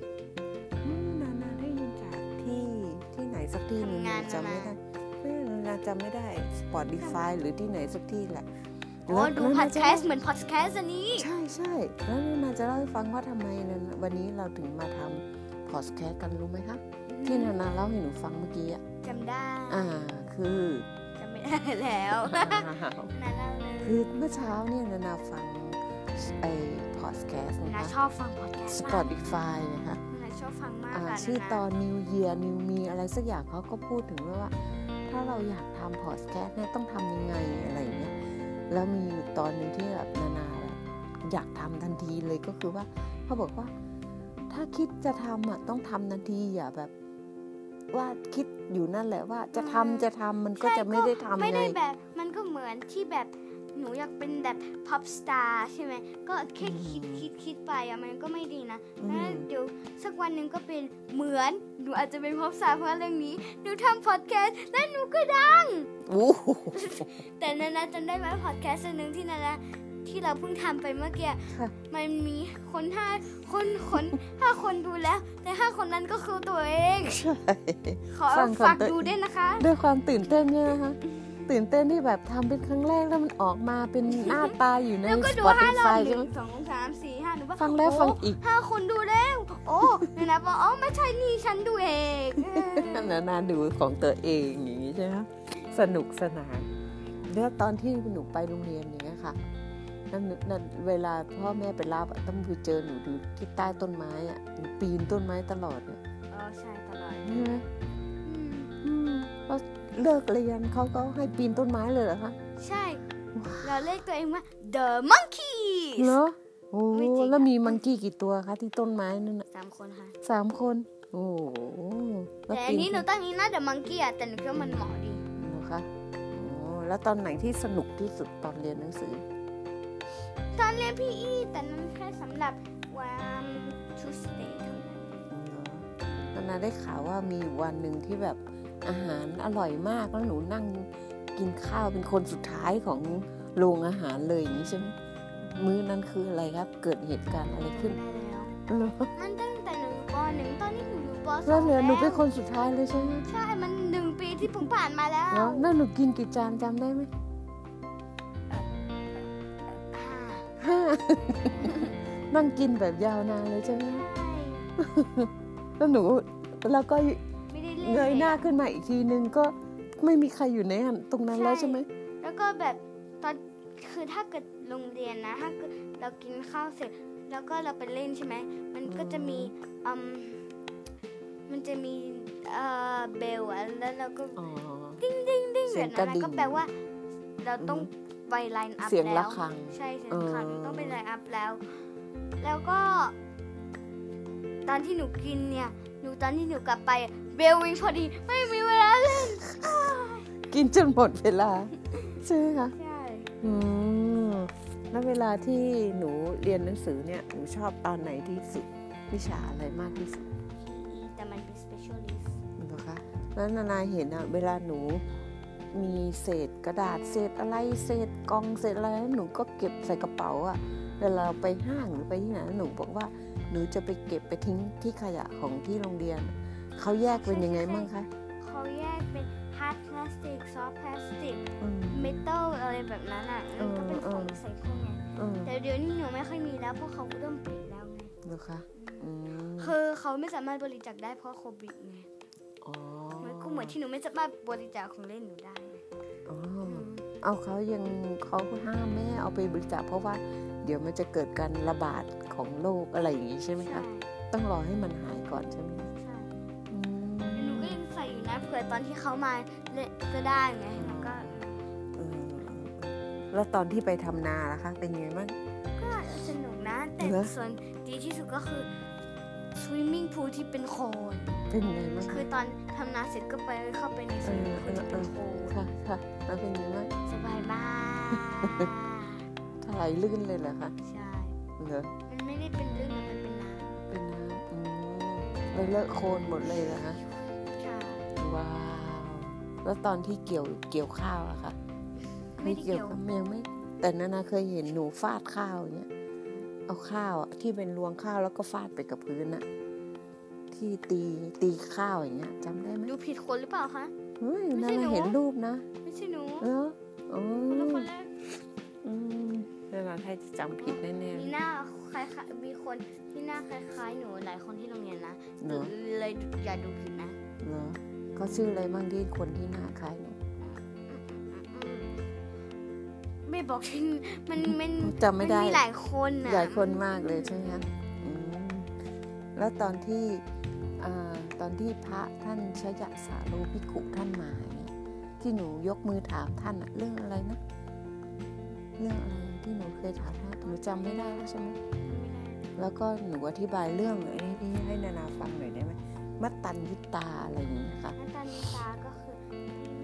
Speaker 1: อืมนานาได้ยินจากที่ที่ไหนสักที่หนึ่ง
Speaker 2: ทำงาน
Speaker 1: จำไม่
Speaker 2: มา
Speaker 1: ได้ไม่นานาจำไม่ได้ Spotify หรือที่ไหนสักที่แหละ
Speaker 2: โอ้ดูพอดแคสต์เหมือนพอดแคสต์อันนี้
Speaker 1: ใช่ใช่แล้วนานาจะเล่าให้ฟังว่าทำไมนันวันนี้เราถึงมาทำพอดแคสต์กันรู้ไหมคะที่นานาเล่าให้หนูฟังเมื่อกี้อะ
Speaker 2: จำได้
Speaker 1: อ่าคือ
Speaker 2: จำไม่ได้แล้วนาเล่าเลย
Speaker 1: คือ เมื่อเช้าเนี่ยนานาฟังไอ้พอดแคสต์นะ
Speaker 2: นาช
Speaker 1: คะ
Speaker 2: อบฟังพอดแคสต์มาก
Speaker 1: Spotify นะคะ
Speaker 2: นาชอบฟังมาก
Speaker 1: อ่า
Speaker 2: ค่ะ
Speaker 1: ชื่อตอ
Speaker 2: นา
Speaker 1: น New Year New Me อะไรสักอย่างเขาก็พูดถึงด้วยว่า ถ้าเราอยากทำพอดแคสต์เนี่ยต้องทำยังไงอะไรอย่างเงี้ยแล้วมีอยู่ตอนหนึ่งที่แบบนานาแบบอยากทำทันทีเลยก็คือว่าเขาบอกว่า ถ้าคิดจะทำอ่ะต้องทำทันทีอย่าแบบ ว่าคิดอยู่นั่นแหละว่าจะ
Speaker 2: อืม
Speaker 1: ทำจะทำมันก็
Speaker 2: ใช่
Speaker 1: จะไม่ได้
Speaker 2: ไม่
Speaker 1: ทำไง
Speaker 2: ได้แบบ มันก็เหมือนที่แบบหนูอยากเป็นแบบพับสตาร์ใช่ไหมก็แค่
Speaker 1: อืม
Speaker 2: คิดคิดคิดไปอะมันก็ไม่ดีนะ
Speaker 1: อืม
Speaker 2: แล้วเดี๋ยวสักวันหนึ่งก็เป็นเหมือนหนูอาจจะเป็นพับสตาร์เพราะเรื่องนี้หนูทำพอดแคสต์และหนูก็ดัง
Speaker 1: โอ้โห
Speaker 2: แต่นานาจำได้ไหมพอดแคสต์อันหนึ่งที่นานาที่เราเพิ่งทำไปเมื่อกี้
Speaker 1: ค่ะ
Speaker 2: มันมีคนห้าคนคนห้าคนดูแล้ว แต่ห้าคนนั้นก็คือตัวเอง
Speaker 1: ใช่
Speaker 2: ขอ
Speaker 1: ฟัง
Speaker 2: ฝาก
Speaker 1: คำเตือน
Speaker 2: ดูด้วยนะคะ
Speaker 1: ด้วยความตื่นเต้นเนี่ยนะคะตื่นเต้นที่แบบทำเป็นครั้งแรกแล้วมันออกมาเป็นหน้าตาอยู่ใน
Speaker 2: แล้วก็ดูห้ารอบ
Speaker 1: Spotify
Speaker 2: ห
Speaker 1: ใช่
Speaker 2: นึ่
Speaker 1: ไหม
Speaker 2: งสองสามสี่ห้าหนูว่า
Speaker 1: ฟังแล้ว
Speaker 2: โ
Speaker 1: ฟังอีก
Speaker 2: ห้าคนดูแล้ว โอ้นานาบอกอ๋อไม่ใช่นี่ฉันดูเองเออ
Speaker 1: นานๆดูของตัวเองอย่างนี้ใช่ไหมสนุกสนานแล้วตอนที่หนูไปโรงเรียนอย่างเงี้ยค่ะนั่นนั่นเวลาพ่อแม่ไปรับอะต้องไปเจอหนูอยู่ที่ใต้ต้นไม้อะหนูปีนต้นไม้ตลอดเนี่ย
Speaker 2: อ๋อใช่ตลอด
Speaker 1: ใช่ไหม
Speaker 2: อืม
Speaker 1: อืมพอเลิกเรียนเขาก็ให้ปีนต้นไม้เลยเหรอคะ
Speaker 2: ใช่ เราเรียกตัวเองว่า the monkeys
Speaker 1: เหรอโอ้
Speaker 2: ไม่จริงอะ
Speaker 1: แล้วมีมังกี้กี่ตัวคะที่ต้นไม้นั่นน่ะ
Speaker 2: สามคนค่ะ
Speaker 1: สามคน โอ้โหล้ว
Speaker 2: แต่อัน
Speaker 1: ปี
Speaker 2: นี้หนูตั้งนี้นะ the monkey อะแต่หนูคิดว่ามันเหมาะดี
Speaker 1: นะคะอ๋อแล้วตอนไหนที่สนุกที่สุดตอนเรียนหนังสือ
Speaker 2: ตอนเรียนพี่อีแต่นั้นแค่สำหรับวัน Tuesday เท่านั้น
Speaker 1: ตอนนั้นได้ข่าวว่ามีวันหนึ่งที่แบบอาหารอร่อยมากแล้วหนูนั่งกินข้าวเป็นคนสุดท้ายของโรงอาหารเลยอย่างนี้ใช่ไหมมื้อนั้นคืออะไรครับ เกิดเหตุการณ์อะไรขึ้น
Speaker 2: ได้แล้ว
Speaker 1: เหรอ
Speaker 2: มันตั้งแต่หนูอยู่ปหนึ่งตอนนี้หนูอยู่ปส
Speaker 1: แล้ว
Speaker 2: อง
Speaker 1: เหลือหนูเป็นคนสุดท้ายเลยใช่ไหม
Speaker 2: ใช่ มันหนึ่งปีที่เพิ่งผ่านมาแล้ว
Speaker 1: เนาะแล้วหนูกินกี่จานจำได้ไหม
Speaker 2: ค่ะ
Speaker 1: ห้า นั่งกินแบบยาวนานเลยใช่ไหมแล้วหนูแล้วก็
Speaker 2: ใช่ ไม่ได้เล่น
Speaker 1: เงยหน้า
Speaker 2: ลอะ
Speaker 1: ขึ้นมาอีกทีนึงก็ไม่มีใครอยู่ในหันตรงนั้นแล้ว
Speaker 2: ใช่
Speaker 1: ใช่ไหม
Speaker 2: แล้วก็แบบตอนคือถ้าเกิดโรงเรียนนะถ้าเกิดเรากินข้าวเสร็จ แล้วก็เราไปเล่นใช่ไหม มันก็จะมีอืมมันจะมีเอ่อเบลอะแล้วเราก็
Speaker 1: อ๋อ
Speaker 2: ดิ้งดิ้งดิ้ง
Speaker 1: เสี
Speaker 2: แบ
Speaker 1: ย
Speaker 2: บ
Speaker 1: ง
Speaker 2: นั้
Speaker 1: กระ
Speaker 2: น
Speaker 1: ดิ่
Speaker 2: นะ
Speaker 1: ง
Speaker 2: ก็แปลว่า เราต้อง
Speaker 1: อื
Speaker 2: ไปไลน์อัพ
Speaker 1: เสียง
Speaker 2: แล้
Speaker 1: ระ
Speaker 2: ว
Speaker 1: ฆัง
Speaker 2: ใช่เสียงระฆัง
Speaker 1: เออ
Speaker 2: ต้องไปไลน์อัพแล้ว แล้วก็ ตอนที่หนูกินเนี่ย หนูตอนที่หนูกลับไปเบลวิงพอดีไม่มีเวลาเล่น
Speaker 1: กินจนหมดเวลา ใช่ไหมคะ
Speaker 2: ใช่
Speaker 1: อืมแล้วเวลาที่หนูเรียนหนังสือเนี่ยหนูชอบตอนไหนที่สุดวิชาอะไรมากที่สุด
Speaker 2: แต่มันเป็น specialist
Speaker 1: นะคะแล้วนานาเห็นอะเวลาหนูมีเศษกระดาษเศษอะไรเศษกล่องเศษอะไรหนูก็เก็บใส่กระเป๋าอะเวลาเราไปห้างหรือไปที่ไหนหนูบอกว่าหนูจะไปเก็บไปทิ้งที่ขยะของที่โรงเรียน เขาแยกเป็นยังไงบ้างคะ
Speaker 2: เขาแยกเป็น hard plastic soft plastic
Speaker 1: อืม
Speaker 2: metal อะไรแบบนั้นอ่ะแล้วก็เป็น
Speaker 1: เอ
Speaker 2: ข
Speaker 1: อ
Speaker 2: อง
Speaker 1: เออ
Speaker 2: ใส่เครื่องไง
Speaker 1: อืม
Speaker 2: แต่เดี๋ยวนี้หนูไม่ค่อยมีแล้วเพราะเขาก็เริ่มปิดแล้วไง
Speaker 1: นะคะอืม
Speaker 2: คือเขาไม่สามารถบริจาคได้เพราะโควิดไง
Speaker 1: อ๋อ
Speaker 2: มันก็เหมือนที่หนูไม่สามารถบริจาคของเล่นหนูได้นะ
Speaker 1: อ๋อ
Speaker 2: อืม
Speaker 1: เอาเขายังเขาห้ามแม่ให้เอาไปบริจาคเพราะว่า เดี๋ยวมันจะเกิดการระบาดของโรคอะไรอย่างนี้ใช่ไหม
Speaker 2: ใช่
Speaker 1: คะต้องรอให้มันหายก่อนใช่ไหมคะ
Speaker 2: ใช่
Speaker 1: อืม
Speaker 2: แต่หนูก็ยังใส่อยู่นะเผื่อตอนที่เขามาเล่นก็ได้ไงแล้วก็
Speaker 1: เออแล้วตอนที่ไปทำนาล่ะคะ เป็นยังไงบ้าง
Speaker 2: ก็สนุกนะแต่
Speaker 1: เหรอ
Speaker 2: ส่วนดีที่สุดก็คือสวิมมิ่งพูลที่เป็นโคลน
Speaker 1: เป็นยังไงบ้างคะ
Speaker 2: คือตอนทำนาเสร็จก็ไปเข้าไปในสวิมมิ่งพูลที่เป็นโคลน
Speaker 1: ค่ะค่ะแล้วเป็นยังไงบ้าง
Speaker 2: สบายมาก
Speaker 1: ถลายลื่นเลยเหรอคะ
Speaker 2: ใช่
Speaker 1: เหรอ
Speaker 2: มันไม่ได้เป็นเรื่องนะมันเป็นน้
Speaker 1: เป็นน้ำอืมเลยเลอะโคลนหมดเลยเหรอคะ
Speaker 2: ำใช่
Speaker 1: ว้าว แล้วตอนที่เกี่ยวเกี่ยวข้าวอะค่ะ
Speaker 2: ไม่ได้เกี่ยว
Speaker 1: กับยังไม่ แต่นานาเคยเห็นหนูฟาดข้าวอย่างเงี้ย เอาข้าวอะที่เป็นรวงข้าวแล้วก็ฟาดไปกับพื้นอะที่ตีตีข้าวอย่างเงี้ยจำได้ไหม
Speaker 2: ดูผิดคนหรือเปล่าคะ
Speaker 1: เฮ้ย
Speaker 2: ไม่
Speaker 1: นา
Speaker 2: ใช่หนู
Speaker 1: นาเห็นรูปนะ
Speaker 2: ไม่ใช่หนู
Speaker 1: เอออ๋อ
Speaker 2: คนละคนแรก
Speaker 1: อืม นาไทยจะจำผิดแน่
Speaker 2: มีหน้าคล้ายๆมีคนที่หน้าคล้ายๆหนูหลายคนที่โรงเรียนนะ
Speaker 1: เหรอ
Speaker 2: เลยอย่าดูผิดนะ
Speaker 1: ๆเหรอเขาชื่ออะไรบ้างที่คนที่หน้าคล้ายหนู
Speaker 2: อืมไม่บอกชื่อมันมัน
Speaker 1: จำไม่ได้
Speaker 2: นมีหลายคนอ่ะ
Speaker 1: ใหญ่คนมากเลยใช่ไหมคะอืมแล้วตอนที่อ่าตอนที่พระท่านชยสาโลภิกขุท่านมาเนี่ยที่หนูยกมือถามท่านอะเรื่องอะไรนะเรื่องอะไรที่หนูเคยถามท่านหนูจำไม่ได้แล้วใช่ไหมแล้วก็หนูอธิบายเรื่องหน่อยนี่นี่ให้นานาฟังหน่อยได้ไหมมัตตัญญิตาอะไรอย่างเงี้ยค่ะ
Speaker 2: หน้าตานิตาก็คือไม่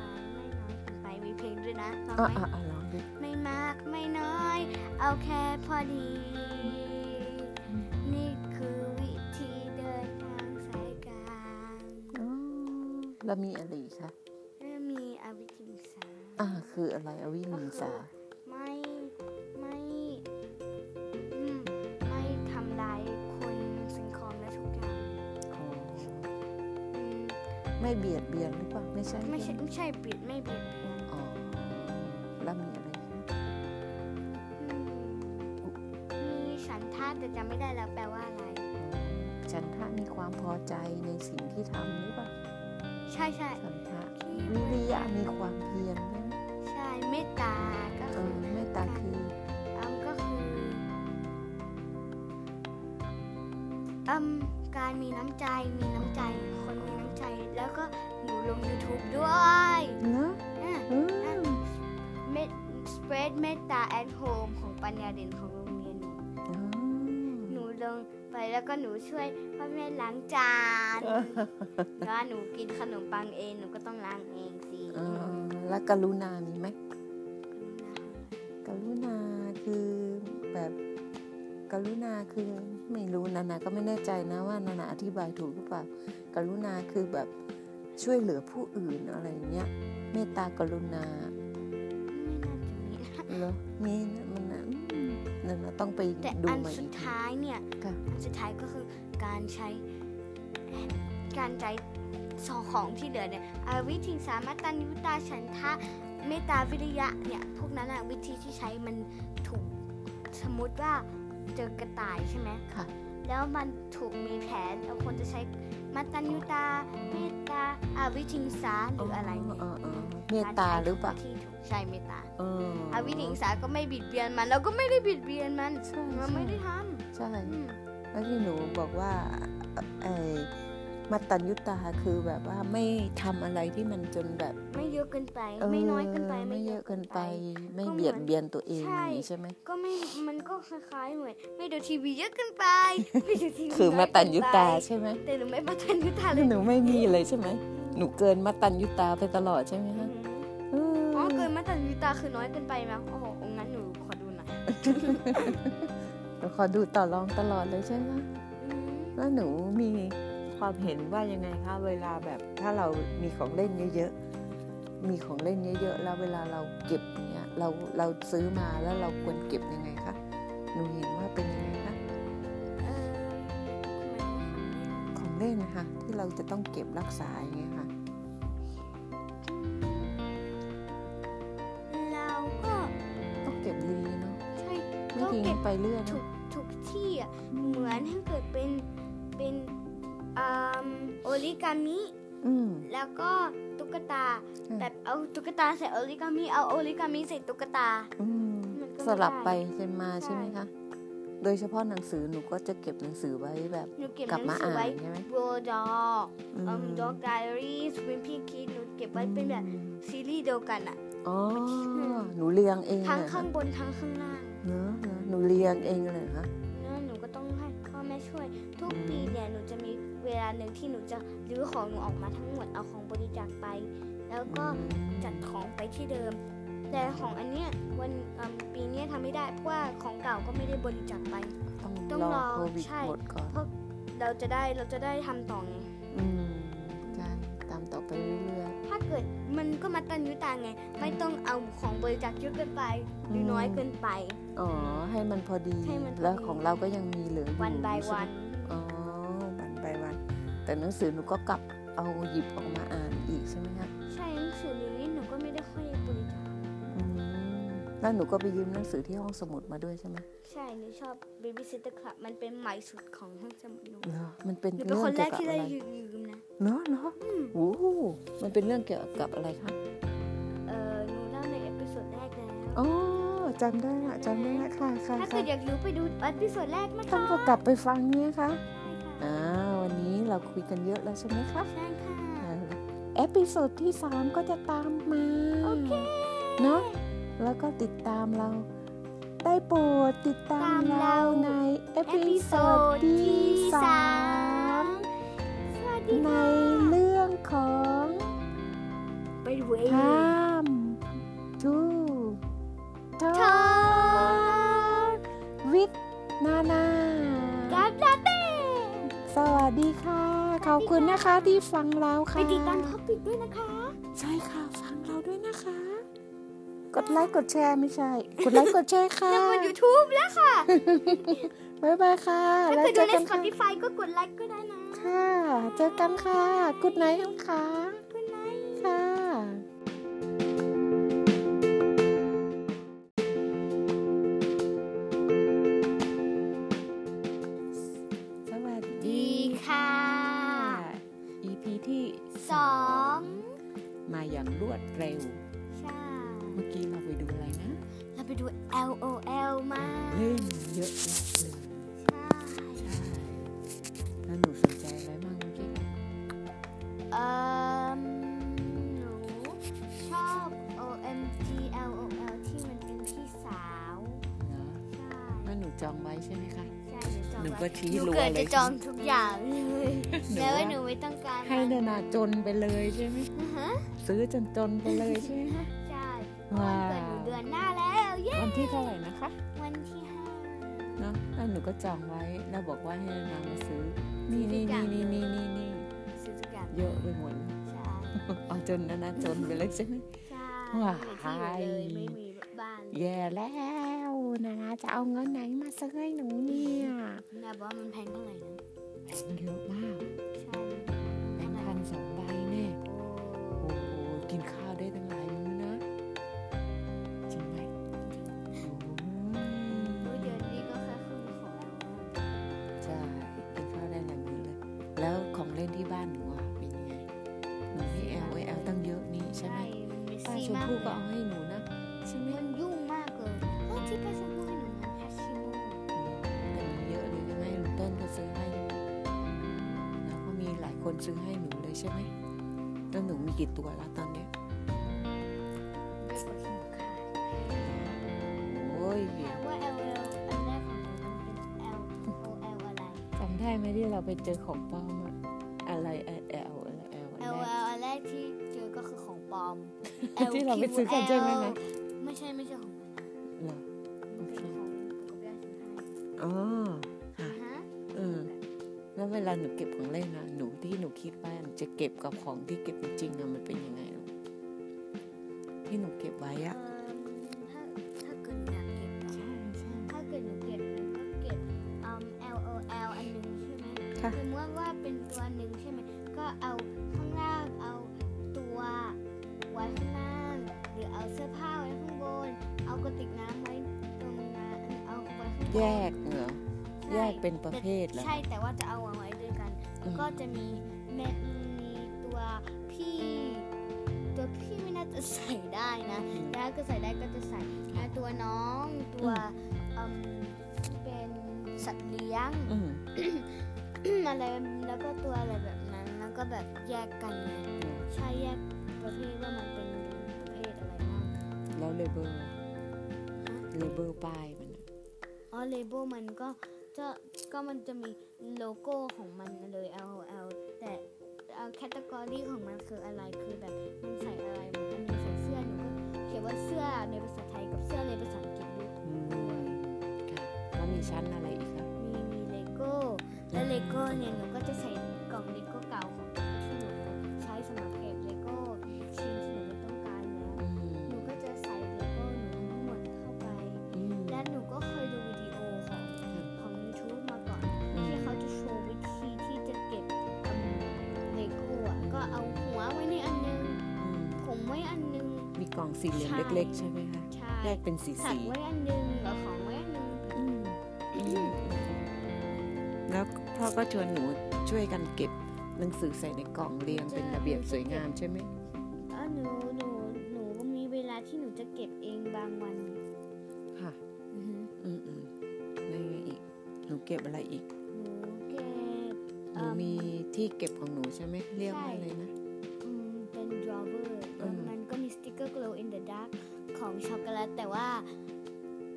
Speaker 2: มากเกินไปไม่น้อยเกินไปมีเพลงด้วยนะฟัง
Speaker 1: อ่ะ
Speaker 2: ไหม
Speaker 1: อ่ะอ่ะลองดู
Speaker 2: ไม่มากไม่น้อย เอาแค่พอดี นี่คือวิธีเดินทางสายกลาง
Speaker 1: อ๋อแล้วมีอะไรอีกคะ
Speaker 2: เริ่มมีอวิธิมสา
Speaker 1: อ่าคืออะไรอวิมิงสา
Speaker 2: ไม่ไม่อืมไม่ทำลายคนสิ่งของและทุกอย่าง
Speaker 1: อ๋อ
Speaker 2: อืม
Speaker 1: ไม่เบียดเบียนหรือเปล่าไม่ใช่
Speaker 2: ไม่
Speaker 1: ใช่
Speaker 2: ใช่
Speaker 1: ไหม
Speaker 2: ไม่ใช่ปิดไม่ปิดเบียน
Speaker 1: อ๋อแล้วมีอะไรอีกนะ
Speaker 2: อืมมีฉันท่าแต่จำไม่ได้แล้วแปลว่าอะไร
Speaker 1: ฉันทะมีความพอใจในสิ่งที่ทำหรือเปล่า
Speaker 2: ใช่ใช่
Speaker 1: ฉันทะ
Speaker 2: ที่
Speaker 1: วิริยะมีความเพียรไหม
Speaker 2: ใช่เมตตาก็
Speaker 1: เอ
Speaker 2: คือ อ
Speaker 1: เมตตาคือ
Speaker 2: อืมก็คืออืมการมีน้ำใจ มีน้ำใจ คนมีน้ำใจ แล้วก็หนูลง YouTube ด้วย
Speaker 1: เนอะ
Speaker 2: อ่ะ
Speaker 1: อืม
Speaker 2: เมด spread เมตตา at home ของปัญญาเด่นของโรงเรียนหนู
Speaker 1: อ๋อ
Speaker 2: หนูลงไปแล้วก็หนูช่วยพ่อแม่ล้างจานแล้วหนูกินขนมปังเอง หนูก็ต้องล้างเองสิ
Speaker 1: เออแล้วกรุณามีไหมกรุณาคือแบบกรุณาคือไม่รู้นานาก็ไม่แน่ใจนะว่านานาอธิบายถูกหรือเปล่ากรุณาคือแบบช่วยเหลือผู้อื่นอะไรอย่างเงี้ยเมตตากรุณา เหรอมีนะมันนะอืมนั่นนะต้องไป
Speaker 2: แต่
Speaker 1: ดู
Speaker 2: อัน
Speaker 1: มา
Speaker 2: สุ
Speaker 1: อี
Speaker 2: ด
Speaker 1: ก
Speaker 2: ท้ายเนี่ย
Speaker 1: ค่ะ
Speaker 2: อันสุดท้ายก็คือการใช้ การใช้สองของที่เหลือเนี่ยอ่าวิธีสามารถตันยุตาฉันทะเมตตาวิริยะเนี่ยพวกนั้นอะวิธีที่ใช้มันถูกสมมติว่าเจอกระต่ายใช่ไหม
Speaker 1: ค่ะ
Speaker 2: แล้วมันถูกมีแผนเราควรจะใช้มาตันยุตาเมตตาอาวิธิงสาหรืออะไรเนี่ย
Speaker 1: เออเออเมตตาหรือเปล่า
Speaker 2: ที่ถูกใช่เมตตา
Speaker 1: เออ
Speaker 2: อาวิธิงสาก็ไม่บิดเบียนมันเราก็ไม่ได้บิดเบียนมัน
Speaker 1: ใช่
Speaker 2: มัน
Speaker 1: ใช่
Speaker 2: ไม่ได้ท
Speaker 1: ใช่
Speaker 2: ำอืม
Speaker 1: แล้วที่หนูบอกว่าไอ้มัตตัญยุตาคือแบบว่าไม่ทำอะไรที่มันจนแบบ
Speaker 2: ไม่เยอะเกินไป
Speaker 1: เ
Speaker 2: ไม่น้อยเกินไป
Speaker 1: ไม่เยอะเกินไป ไม่
Speaker 2: ก็เหมือน
Speaker 1: เบียดเบียนตัวเอง
Speaker 2: ใช่
Speaker 1: อย่างนี้ใช่ไหม
Speaker 2: ก็ไม่มันก็คล้ายๆเหมือนไม่ดูทีวีเยอะเกิ นไป ไม่ดูทีวี
Speaker 1: คือมัตตัญยุตา
Speaker 2: น้อเกิน
Speaker 1: ใช่ไหม
Speaker 2: ไปแต่หนูไม่มาตันยุตาเลย
Speaker 1: หนูไม่มีเลยใช่ไหมหนูเกินมัตตัญยุตาไปตลอดใช่ไหม
Speaker 2: อื
Speaker 1: คะ
Speaker 2: ม
Speaker 1: เออ
Speaker 2: อ๋อเกินมาตันยุตาคือน้อยเกินไปมั้งโอ้โหงั้นหนูขอดูหน่อย
Speaker 1: เดี๋ยวขอดูต่อรองตลอดเลยใช่ไหม
Speaker 2: อืม
Speaker 1: แล้วหนูมีความเห็นว่ายังไงคะเวลาแบบถ้าเรามีของเล่นเยอะๆ มีของเล่นเยอะๆ แล้วเวลาเราเก็บเนี่ยเราเราซื้อมาแล้วเราควรเก็บยังไงคะหนูเห็นว่าเป็นยังไงคะ
Speaker 2: เออ
Speaker 1: ของเล่นนะคะที่เราจะต้องเก็บรักษาอย่างเงี้ยค่ะ
Speaker 2: เราก็
Speaker 1: ต้องเก็บดีๆเนาะ
Speaker 2: ใช่
Speaker 1: ไม่
Speaker 2: ต้อง
Speaker 1: ทิ้ง
Speaker 2: เก็บ
Speaker 1: ไปเรื่อย
Speaker 2: ถู
Speaker 1: เนาะ
Speaker 2: กถูกที่อะเหมือนให้เกิดเป็นเป็นอ่าโอริกามิ
Speaker 1: อืม
Speaker 2: แล้วก็ตุ๊กตา
Speaker 1: อืม
Speaker 2: แบบเอาตุ๊กตาใส่โอริกามิเอาโอริกามิใส่ตุ๊กตา
Speaker 1: อืม
Speaker 2: มันก็ไม่
Speaker 1: สลับ
Speaker 2: ได้
Speaker 1: ไปกันมา
Speaker 2: ใช่
Speaker 1: ใช่ไหมคะโดยเฉพาะหนังสือหนูก็จะเก็บหนังสือไว้แบบ
Speaker 2: หนูเก็บ
Speaker 1: กลับ
Speaker 2: หนั
Speaker 1: มาง
Speaker 2: สือ
Speaker 1: อ่า
Speaker 2: ไว้
Speaker 1: นใช่ไหม
Speaker 2: โรดอก
Speaker 1: อื
Speaker 2: อื
Speaker 1: ม
Speaker 2: มด็อกไดอารี่สวิมพี่คิดหนูเก็บไว้เป็นแบบซีรีส์เดียวกันอะ
Speaker 1: อ๋อหนูเรียงเอง
Speaker 2: ทั้ง
Speaker 1: เลยเหรอ
Speaker 2: ข้างบนทั้งข้างล่าง
Speaker 1: เนอะเนอะหนูเรียงเองเลยเหรอคะ
Speaker 2: แล้วหนูก็ต้องให้พ่อแม่ช่วย ทุกปีเนี่ยหนูจะมีเวลาหนึ่งที่หนูจะรื้อของหนูออกมาทั้งหมดเอาของบริจาคไป แล้วก็จัดของไปที่เดิม แต่ของอันเนี้ยวันอืมปีเนี้ยทำไม่ได้เพราะว่าของเก่าก็ไม่ได้บริจาคไป ต้
Speaker 1: ต้
Speaker 2: อ
Speaker 1: อง ง
Speaker 2: ร
Speaker 1: ร
Speaker 2: อ
Speaker 1: อโควิด
Speaker 2: ใช่
Speaker 1: หมดก่อน
Speaker 2: เพราะเราจะได้เราจะได้ทำต่อไง
Speaker 1: อืมใช่ตามต่อไปเรื่อย
Speaker 2: ถ้าเกิดมันก็มาตันยุตาไง ไม่ต้องเอาของบริจาคเยอะเกินไป หรือ
Speaker 1: ม
Speaker 2: น้อยเกินไป
Speaker 1: ๆ อ๋อ ให้มันพอดี
Speaker 2: ให้มันพอดี
Speaker 1: แล้วของเราก็ยังมีเหลืออยู่
Speaker 2: วันบาย
Speaker 1: ใช่
Speaker 2: วั
Speaker 1: ไหม
Speaker 2: น
Speaker 1: อ๋อ วันไปวัน แต่หนังสือหนูก็กลับเอาหยิบออกมาอ่านอีกใช่ไหมคะ
Speaker 2: ใช่หนังสือเดี๋ยวนี้หนูก็ไม่ได้ค่อยบริจาค
Speaker 1: อืม แล้วหนูก็ไปยืมหนังสือที่ห้องสมุดมาด้วยใช่ไหม
Speaker 2: ใช่หนูชอบ Babysitter Club มันเป็นใหม่สุดของห้องสมุดหนู
Speaker 1: เนาะมันเป็น
Speaker 2: หนูเป็น
Speaker 1: เรื่อง
Speaker 2: คนแร
Speaker 1: เกี่ยว
Speaker 2: ก
Speaker 1: กับ
Speaker 2: ที่
Speaker 1: อะ
Speaker 2: ได้
Speaker 1: ไร
Speaker 2: ยืมนะ
Speaker 1: เนาะเนาะโอ้โหมันเป็นเรื่องเกี่ยวกับอะไรคะ
Speaker 2: เออหนูเล่าในเอพิโซดแรกแล้ว
Speaker 1: อ๋อจำได้ละจำได้ละค่ะค่ะ
Speaker 2: ถ้าเกิ
Speaker 1: ค่ะ
Speaker 2: ดอยากรู้ไปดูเอพิโซดแรกนะ
Speaker 1: ต้อ
Speaker 2: คะ
Speaker 1: งก็กลับไปฟังเนี่ยค่ะ
Speaker 2: ใช่ค่ะ
Speaker 1: อ่าวันนี้เราคุยกันเยอะแล้วใช่ไหมคะ
Speaker 2: ใช่ค่ะ
Speaker 1: อ่าเอพิโซดที่สามก็จะตามมา
Speaker 2: โอเค
Speaker 1: เนาะแล้วก็ติดตามเรา ได้โปรดติดตา
Speaker 2: ตามม
Speaker 1: เรา
Speaker 2: เรา
Speaker 1: ในเอ
Speaker 2: เอ
Speaker 1: พิ
Speaker 2: พิ
Speaker 1: โซ
Speaker 2: โซ
Speaker 1: ด
Speaker 2: ด
Speaker 1: ที่
Speaker 2: ที่
Speaker 1: สา
Speaker 2: สาม มสวัสดี
Speaker 1: ใน
Speaker 2: ค่ะ
Speaker 1: เรื่องของ
Speaker 2: ไปดูเอง
Speaker 1: พามทูท
Speaker 2: ท
Speaker 1: อ
Speaker 2: อด
Speaker 1: วิทนานา
Speaker 2: กับลาเต้
Speaker 1: สวัสดีค่ะ ขอบคุณนะคะที่ฟังเรา
Speaker 2: ไป
Speaker 1: ค่ะ
Speaker 2: ติดตามท็อปิกด้วยนะคะ
Speaker 1: ใช่ค่ะ ฟังเราด้วยนะคะ กดไลค์กดแชร์ไม่ใช่ กดไลค์กดแชร์ค่ะ
Speaker 2: แล้วบน YouTube แล้วค่ะ
Speaker 1: บ๊ายบายค่ะ
Speaker 2: ถ้า
Speaker 1: แล้ว
Speaker 2: เกิด
Speaker 1: เจ
Speaker 2: ดู
Speaker 1: อ
Speaker 2: ใน
Speaker 1: กันค่ะ
Speaker 2: Spotify ก็กดไลค์ก็ได้นะ
Speaker 1: ค่ะ เจอกันค่ะกุดไนท์ค่ะ
Speaker 2: Good night
Speaker 1: ค่ะสวัส
Speaker 2: ดีค่ะ
Speaker 1: ค่ะ EP ที่
Speaker 2: สอง
Speaker 1: มาอย่างรวดเร็ว
Speaker 2: ใช่
Speaker 1: เมื่อกี้เราไปดูอะไรนะ
Speaker 2: เราไปดู LOL มา
Speaker 1: เล่นเยอะแยะเลยใช่
Speaker 2: ใช่
Speaker 1: แล้วหนูสนใจอะไรบ้างเมื่อกี้
Speaker 2: เอ่อหนูชอบ OMG LOL ที่มันเป็นพี่สาว
Speaker 1: เนาะ
Speaker 2: ใช่
Speaker 1: แล้วหนูจองไว้ใช่ไหมคะ
Speaker 2: ใช่ หนูจอง
Speaker 1: หนูก็
Speaker 2: ไว้
Speaker 1: ชี้
Speaker 2: หนู
Speaker 1: รัว
Speaker 2: เกิด
Speaker 1: เล
Speaker 2: จะ
Speaker 1: ย
Speaker 2: จองทุกอย่างเลย
Speaker 1: หนู
Speaker 2: แล้ว
Speaker 1: ว่า
Speaker 2: หนูไม่ต้องการ
Speaker 1: ให้นานาจนไปเลยใช่ไหม
Speaker 2: อ่าฮะ
Speaker 1: ซื้อจนจนไปเลยใช่ไหมคะ
Speaker 2: ใช่
Speaker 1: ว้า
Speaker 2: วันเกิดหนูเดือนหน้าแล้วเย้
Speaker 1: วันที่เท่าไหร่นะคะ
Speaker 2: วันที่ห้า
Speaker 1: เนาะแล้วหนูก็จองไว้แล้วบอกว่าให้นานามาซื้อ นี่นี่นี่นี่นี่นี่นี่
Speaker 2: ซื้อทุกอย่าง
Speaker 1: เยอะไปหมด เลย
Speaker 2: ใช่
Speaker 1: เอาจนนานาจนไปเลยใช่ไหม
Speaker 2: ใช่
Speaker 1: ว้า
Speaker 2: ไม่มีที่อยู่เลยไม่มีบ้าน
Speaker 1: แย่แล้วนานาจะเอาเงินไหนมาซื้อให้หนูเนี่ย
Speaker 2: นะบอกว่ามันแพงเท่าไหร่นะ
Speaker 1: เยอะมาก
Speaker 2: ใช่มัน
Speaker 1: แบ
Speaker 2: แพ
Speaker 1: ง
Speaker 2: ง
Speaker 1: ค์พันส
Speaker 2: เท่าไหร่
Speaker 1: องใบเนี่ย
Speaker 2: โอ้
Speaker 1: โอ้โหกินข้าวได้ตั้งหลายมื้อนะจริงไหมโอ้
Speaker 2: รู้
Speaker 1: ย
Speaker 2: เดี๋ยวนี้ก็แค่ครึ่งของแล้ว
Speaker 1: ใช่กินข้าวได้หลายมื้อเลย แล้วของเล่นที่บ้านหนูอ่ะเป็นยังไงหนูมี L O L ตั้งเยอะนี่ใช่
Speaker 2: ใช่
Speaker 1: ไหม
Speaker 2: มันมี
Speaker 1: ป้า
Speaker 2: ซี่
Speaker 1: ชม
Speaker 2: มาก
Speaker 1: พู่ก็เอาให้หนูนะใช่ไหม
Speaker 2: มันยุ่งมากเลยก็ที่ไปซื้อให้หนูมันแฮชชิโม่
Speaker 1: แต่มีเยอะเลยใช่ไหมลุงต้นก็ซื้อให้แล้วก็มีหลายคนซื้อให้หนูเลยใช่ไหมแล้วหนูมีกี่ตัวแล้วตอนเนี้ย
Speaker 2: เยอะกว่า
Speaker 1: โอ้ย
Speaker 2: ที่หนูคาดถามว่า L O L อันแรกของหนูมันเป็น L O L อะไร
Speaker 1: จำได้ไหมที่เราไปเจอของปลอมอะอะไร L L L
Speaker 2: L O
Speaker 1: แรก
Speaker 2: L อันแรกที่เจอก็คือของปลอม
Speaker 1: ที่เราไปซื้อกันใช่ไหมนะ
Speaker 2: ไม่ใช่ไม่ใช่ของปลอม
Speaker 1: เหรอ
Speaker 2: มันเป็นของกบยาซื้อให้
Speaker 1: อ๋อ
Speaker 2: อ่า
Speaker 1: ค่ะ
Speaker 2: ฮะ
Speaker 1: เออ แล้วเวลาหนูเก็บของเล่นนะหนูที่หนูคิดว่าหนูจะเก็บกับของที่เก็บจริงๆอะมันเป็นยังไงลูกที่หนูเก็บไว้อะ
Speaker 2: เอิ่มถ้าถ้าเกิดอยากเก็บเนอะ
Speaker 1: ใช่ใช่
Speaker 2: ถ้าเกิดหนูเก็บหนูก็เก็บอืม L O L อันหนึ่งใช่ไหม
Speaker 1: ค่ะ
Speaker 2: สมมติว่าเป็นตัวหนึ่งใช่ไหม ก็เอาข้างล่างเอาตัวไว้ข้างล่าง หรือเอาเสื้อผ้าไว้ข้างบน เอากระติกน้ำไว้ตรงนั้นเอาไว้ข้างบน
Speaker 1: แยกเหรอแย
Speaker 2: ใช่
Speaker 1: กเป็นประเภทเหรอ
Speaker 2: ใช่แต่ว่าจะเอาวางไว้ด้วยกัน
Speaker 1: อืม
Speaker 2: ก็จะมีแม่มีตัวพี่ ตัวพี่ไม่น่าจะใส่ได้นะ แล้วก็ใส่ได้ก็จะใส่แล้วตัวน้องตัวเอิ่มที่เป็นสัตว์เลี้ยง
Speaker 1: อืม
Speaker 2: อะไรแล้วก็ตัวอะไรแบบนั้นแล้วก็แบบแยกกันไงใช่แยกประเภทว่ามันเป็นประเภทอะไรบ้าง
Speaker 1: แล้วเลเบอร์เลเบอร์ป้ายมันอะ
Speaker 2: อ๋อเลเบลมันก็จะก็มันจะมีโลโก้ของมันเลย L O L แต่แคตตากรีของมันคืออะไรคือแบบมันใส่อะไรเหมือนอันหนึงใส่เสื้อหนูก็เขียนว่าเสื้อในภาษาไทยกับเสื้อในภาษาอังกฤษด้วย
Speaker 1: อืมค่ะแล้วมีชั้นอะไรอีกคะ
Speaker 2: มีมีเลโก้ และเลโก้เนี่ยหนูก็จะใส่กล่องเลโก้เก่าของที่หนูใช้สำหรับเก็บเลโก้ชิ้นที่หนูไม่ต้องการแล้ว
Speaker 1: อืม
Speaker 2: หนูก็จะใส่เลโก้หนูทั้งหมดเข้าไป
Speaker 1: อืม
Speaker 2: และหนูก็เคยดูวิดีโอของของ YouTube มาก่อน ที่เขาจะโชว์วิธีที่จะเก็บเลโก้อะก็เอาหัวไว้ในอันนึง
Speaker 1: อืม
Speaker 2: ผมไว้อันนึง
Speaker 1: มีกล่องสี่เหลี่ยม
Speaker 2: ใช่
Speaker 1: เล็ก ๆ ใช่ไหมคะ
Speaker 2: ใช่
Speaker 1: แยกเป็นสี
Speaker 2: สัก
Speaker 1: สี
Speaker 2: ไว้อันหนึงกับของไว้อันหนึง
Speaker 1: แล้วพ่อก็ชวนหนูช่วยกันเก็บหนังสือใส่ในกล่องเรียงเป็นระเบียบสวยงามใช่ไหม
Speaker 2: เออหนูหนูหนูก็มีเวลาที่หนูจะเก็บเองบางวัน
Speaker 1: ค่ะ
Speaker 2: อือฮึ
Speaker 1: อืมอืมแล้วยังไงอีก หนูเก็บอะไรอีก
Speaker 2: หนูเก็บ
Speaker 1: หนู
Speaker 2: เอิ่ม
Speaker 1: มีที่เก็บของหนูใช่ไหมเรียกว่า
Speaker 2: ใช่
Speaker 1: อะไรนะ
Speaker 2: อืมเป็น drawer
Speaker 1: อื
Speaker 2: แล้ว
Speaker 1: ม
Speaker 2: มันก็มีสติกเกอร์ glow in the dark ของช็อกโกแลตแต่ว่า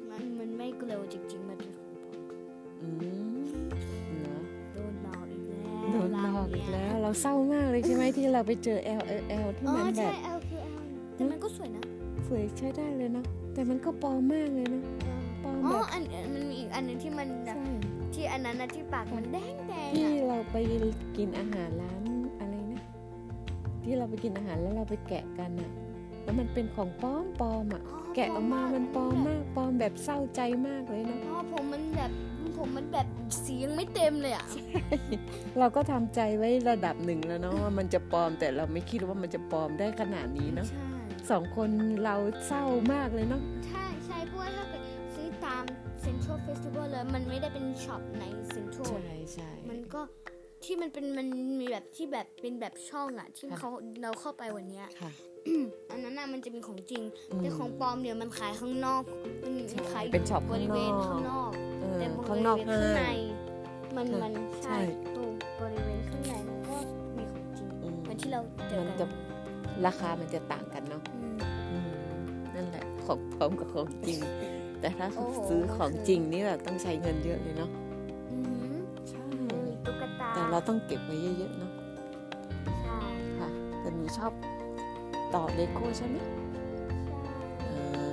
Speaker 2: มันมันไม่ glow จริงๆ มันเป็นของปลอม
Speaker 1: อืมเหรอ
Speaker 2: โดนหลอกอีกแล้ว
Speaker 1: โดนหลอกอีกแล้ว เราเศร้ามากเลยใช่ไหมที่เราไปเจอ L L L ที่
Speaker 2: อ๋อ
Speaker 1: มันแบ
Speaker 2: ใช่
Speaker 1: บ
Speaker 2: L คือ L แต่มันก็สวยนะ
Speaker 1: สวยใช้ได้เลยเนอะแต่มันก็ปลอมมากเลยเนอะปลอม
Speaker 2: อ๋
Speaker 1: แบ
Speaker 2: อบ อันมันมีอีกอันหนึงที่มันแบบ
Speaker 1: ใช่
Speaker 2: ที่อันนั้นนะที่ปากมันแดงแดงๆ
Speaker 1: ที่
Speaker 2: อ่ะ
Speaker 1: เราไปกินอาหารร้านอะไรนะ ที่เราไปกินอาหารแล้วเราไปแกะกันอะแล้วมันเป็นของปลอมปลอมๆอะ
Speaker 2: อ๋
Speaker 1: แกะออกมามันปลอมมากปลอมแบบเศร้าใจมากเลยเนอะ
Speaker 2: อ๋อผมมันแบบผมมันแบบสียังไม่เต็มเลยอ่ะ
Speaker 1: เราก็ทำใจไว้ระดับหนึ่งแล้วเนาะว่ามันจะปลอมแต่เราไม่คิดว่ามันจะปลอมได้ขนาดนี้เนาะ
Speaker 2: ใช่
Speaker 1: สองคนเราเศร้ามากเลยเนาะ
Speaker 2: ใช่ใช่เพราะว่าถ้าเกิดซื้อตามเซ็นทรัลเฟสติวัลเลยมันไม่ได้เป็นช็อปในเซ็นทรัล
Speaker 1: ใช่
Speaker 2: มันก็ที่มันเป็นมันมีแบบที่แบบเป็นแบบช่องอะที่
Speaker 1: ค่ะ
Speaker 2: เขาเราเข้าไปวันเนี้ย
Speaker 1: ค่ะ
Speaker 2: อันนั้นน่ะมันจะมีของจริง
Speaker 1: อืม
Speaker 2: แต่ของปลอมเดี๋ยวมันขายข้างนอกมัน
Speaker 1: ใช่
Speaker 2: ขายยู่
Speaker 1: เป็นช็อป
Speaker 2: บ
Speaker 1: ข้าง
Speaker 2: ริ
Speaker 1: น
Speaker 2: เว
Speaker 1: อก
Speaker 2: ณข้างนอก
Speaker 1: เออ
Speaker 2: แต่บ
Speaker 1: ข้าง
Speaker 2: ริ
Speaker 1: นอก
Speaker 2: เวณ
Speaker 1: ห้า
Speaker 2: ข้างใน
Speaker 1: ง
Speaker 2: มันมัน
Speaker 1: ใช่
Speaker 2: ใช่ตรงบริเวณข้างในมันก็มีของจริง
Speaker 1: อืม
Speaker 2: เหมือนที่เราเจอ
Speaker 1: มัน
Speaker 2: กั
Speaker 1: จะ
Speaker 2: น
Speaker 1: ราคามันจะต่างกันเนาะ
Speaker 2: อืม
Speaker 1: อืมนั่นแหละของปลอมกับของ จริง แต่ถ้า
Speaker 2: โอ้โห
Speaker 1: ซื้อของจริงนี่แบบต้องใช้เงินเยอะเลยเนาะ
Speaker 2: อืม
Speaker 1: ใช่
Speaker 2: มีตุ๊กตา
Speaker 1: แต่เราต้องเก็บไว้เยอะๆเนาะ
Speaker 2: ใช่
Speaker 1: ค่ะแต่หนูชอบต่อเลโก้ใช่ไหมเอ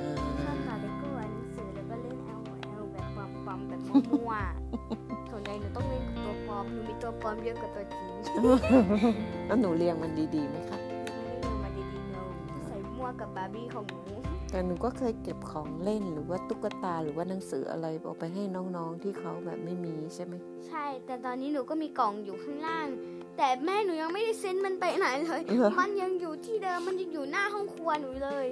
Speaker 1: อ
Speaker 2: ชอบต่อเลโก้อ่านหนังสือแล้วก็เล่น L O L แบบปลอมๆแบบมั่ว ๆส่วนใหญ่หนูต้องเล่นกับตัวปลอมหนูมีตัวปลอมเยอะกว่าตัวจริง
Speaker 1: แล้วหนูเรียงมันดีๆไหมคะ
Speaker 2: หนูไม่ได้ดูมาดีๆหนูใส่มั่วกับบาร์บี้ของหนู
Speaker 1: แต่หนูก็เคยเก็บของเล่นหรือว่าตุ๊กตาหรือว่าหนังสืออะไรเอาไปให้น้องๆที่เขาแบบไม่มีใช่ไหม
Speaker 2: ใช่ แต่ตอนนี้หนูก็มีกล่องอยู่ข้างล่าง แต่แม่หนูยังไม่ได้เซ็นมันไปไหนเลย มันยังอยู่ที่เดิมมันยังอยู่หน้าห้องครัวหนูเลย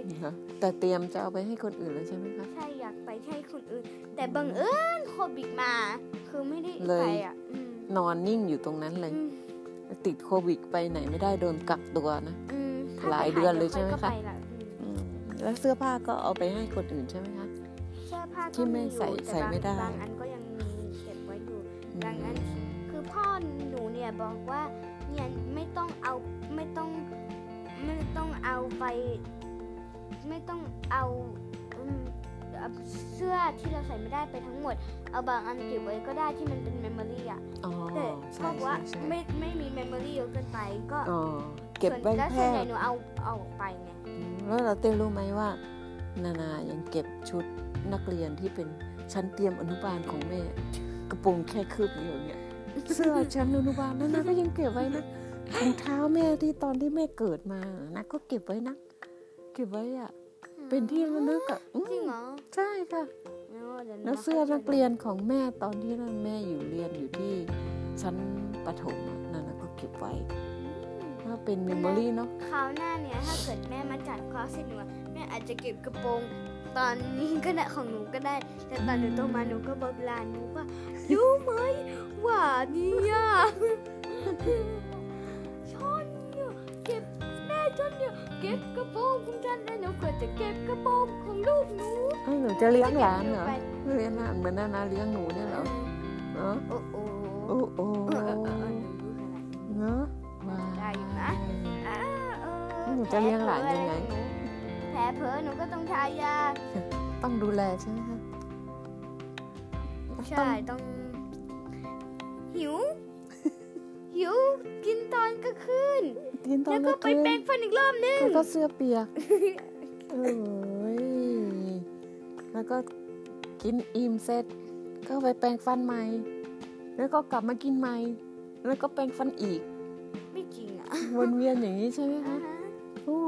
Speaker 1: แต่เตรียมจะเอาไปให้คนอื่นแล้วใช่ไหมคะ
Speaker 2: ใช่อยากไปให้คนอื่น แต่บังเอิญโควิดมา คือไม่ได้
Speaker 1: เล
Speaker 2: ไป
Speaker 1: ย
Speaker 2: อ่ะอืม
Speaker 1: นอนนิ่งอยู่ตรงนั้นเลย
Speaker 2: อืม
Speaker 1: ติดโควิดไปไหนไม่ได้โดนกักตัวนะ
Speaker 2: อืมถ้
Speaker 1: หลาย
Speaker 2: ไป
Speaker 1: เดือนเลยใช่ไหม
Speaker 2: ดี๋วค่
Speaker 1: คะ
Speaker 2: อยก็ปลอืม
Speaker 1: อืมแล้วเสื้อผ้าก็เอาไปให้คนอื่นใช่ไหมคะ
Speaker 2: เสื้อผ้า
Speaker 1: ที่
Speaker 2: ก็
Speaker 1: ไม่
Speaker 2: มีอยู่
Speaker 1: ใส่
Speaker 2: แต่
Speaker 1: ใส่
Speaker 2: บาง
Speaker 1: ไม่ได้
Speaker 2: บางอันก็ยังมีเก็บไว้อยู่
Speaker 1: อืม
Speaker 2: บางอันคือพ่อหนูเนี่ยบอกว่าเนี่ยไม่ต้องเอาไม่ต้องไม่ต้องเอาไป ไม่ต้องเอาอืมเอาเสื้อที่เราใส่ไม่ได้ไปทั้งหมด เอาบางอันเก็บไว้ก็ได้ที่มันเป็นเมมโมรี่อ่ะ
Speaker 1: อ๋อ
Speaker 2: แต่พ่
Speaker 1: ใช่
Speaker 2: อบอกว่า
Speaker 1: ใช่ใช่
Speaker 2: ไม่ไม่มีเมมโมรี่เยอะเกินไปก็
Speaker 1: อ๋อเก็บไว้
Speaker 2: ส่วนแล้วส่
Speaker 1: แค่
Speaker 2: วนใหญ่หนูเอาเอาออกไปไง
Speaker 1: แล้วเราเต้รู้ไหมว่านานายังเก็บชุดนักเรียนที่เป็นชั้นเตรียมอนุบาลของแม่ กระโปรงแค่คืบเดียวเนี่ย เสื้อชั้นอนุบาลนะนะก็ยังเก็บไว้นะถุงเท้าแม่ที่ตอนที่แม่เกิดมานะก็เก็บไว้นะ เก็บไว้อะเป็นที่ระลึกอะอืม
Speaker 2: จริงเหรอ
Speaker 1: ใช่ค่ะ
Speaker 2: เดี๋ยหนู
Speaker 1: แล้วเสื้อ
Speaker 2: มา
Speaker 1: นักเรียนของแม่ตอนที่แม่อยู่เรียนอยู่ที่ชั้นประถมอะนั่นนะก็เก็บไว้ว่าเป็นเมมโมรี่เนาะ
Speaker 2: คราวหน้าเนี่ยถ้าเกิดแม่มาจัดคลาสให้หนูอะแม่อาจจะเก็บกระโปรงตอนนี้ก็ได้ของหนูก็ได้ แต่ตอนหนูโตมาหนูก็บอกหลานหนูว่ารู้ไหมว่าเนี่ย ฉันเนี่ยเก็บแม่ฉันเนี่ยเก็บกระโปรงของฉันแล้วหนูก็จะเก็บกระโปรงของลูกหนู
Speaker 1: เอ้ยหนูจะเลี้ยงหลานเหรอ
Speaker 2: ไป
Speaker 1: เลี้ยงหลานเหมือนนานาเลี้ยงหนูเนี่ยเหรอเออ
Speaker 2: โอ้โห
Speaker 1: โอ้โอ้
Speaker 2: เออเออเออหนูรู้ขนาดนี้
Speaker 1: เนาะว้า
Speaker 2: ได้อยู่นะ
Speaker 1: ย
Speaker 2: อ่าเออ
Speaker 1: หนูจะเลี้ยงหลานยังไง
Speaker 2: แผลเผลอหนูก็ต้องทายา
Speaker 1: ต้องดูแลใช่ไหมคะ
Speaker 2: ใช่ต้องหิว หิวกินตอนกลางคืน
Speaker 1: กินตอ
Speaker 2: แล้
Speaker 1: น
Speaker 2: ว
Speaker 1: ก
Speaker 2: ก็
Speaker 1: ลางคืน
Speaker 2: ไปแปรงฟันอีกรอบนึง
Speaker 1: แล้วก็เสื้อเปียกเอ้ยแล้วก็กินอิ่มเสร็จ ก็ไปแปรงฟันใหม่ แล้วก็กลับมากินใหม่ แล้วก็แปรงฟันอีก
Speaker 2: ไม่จริงอ่ะ
Speaker 1: วนเวียนอย่างนี้ใช่ไหมคะโอ้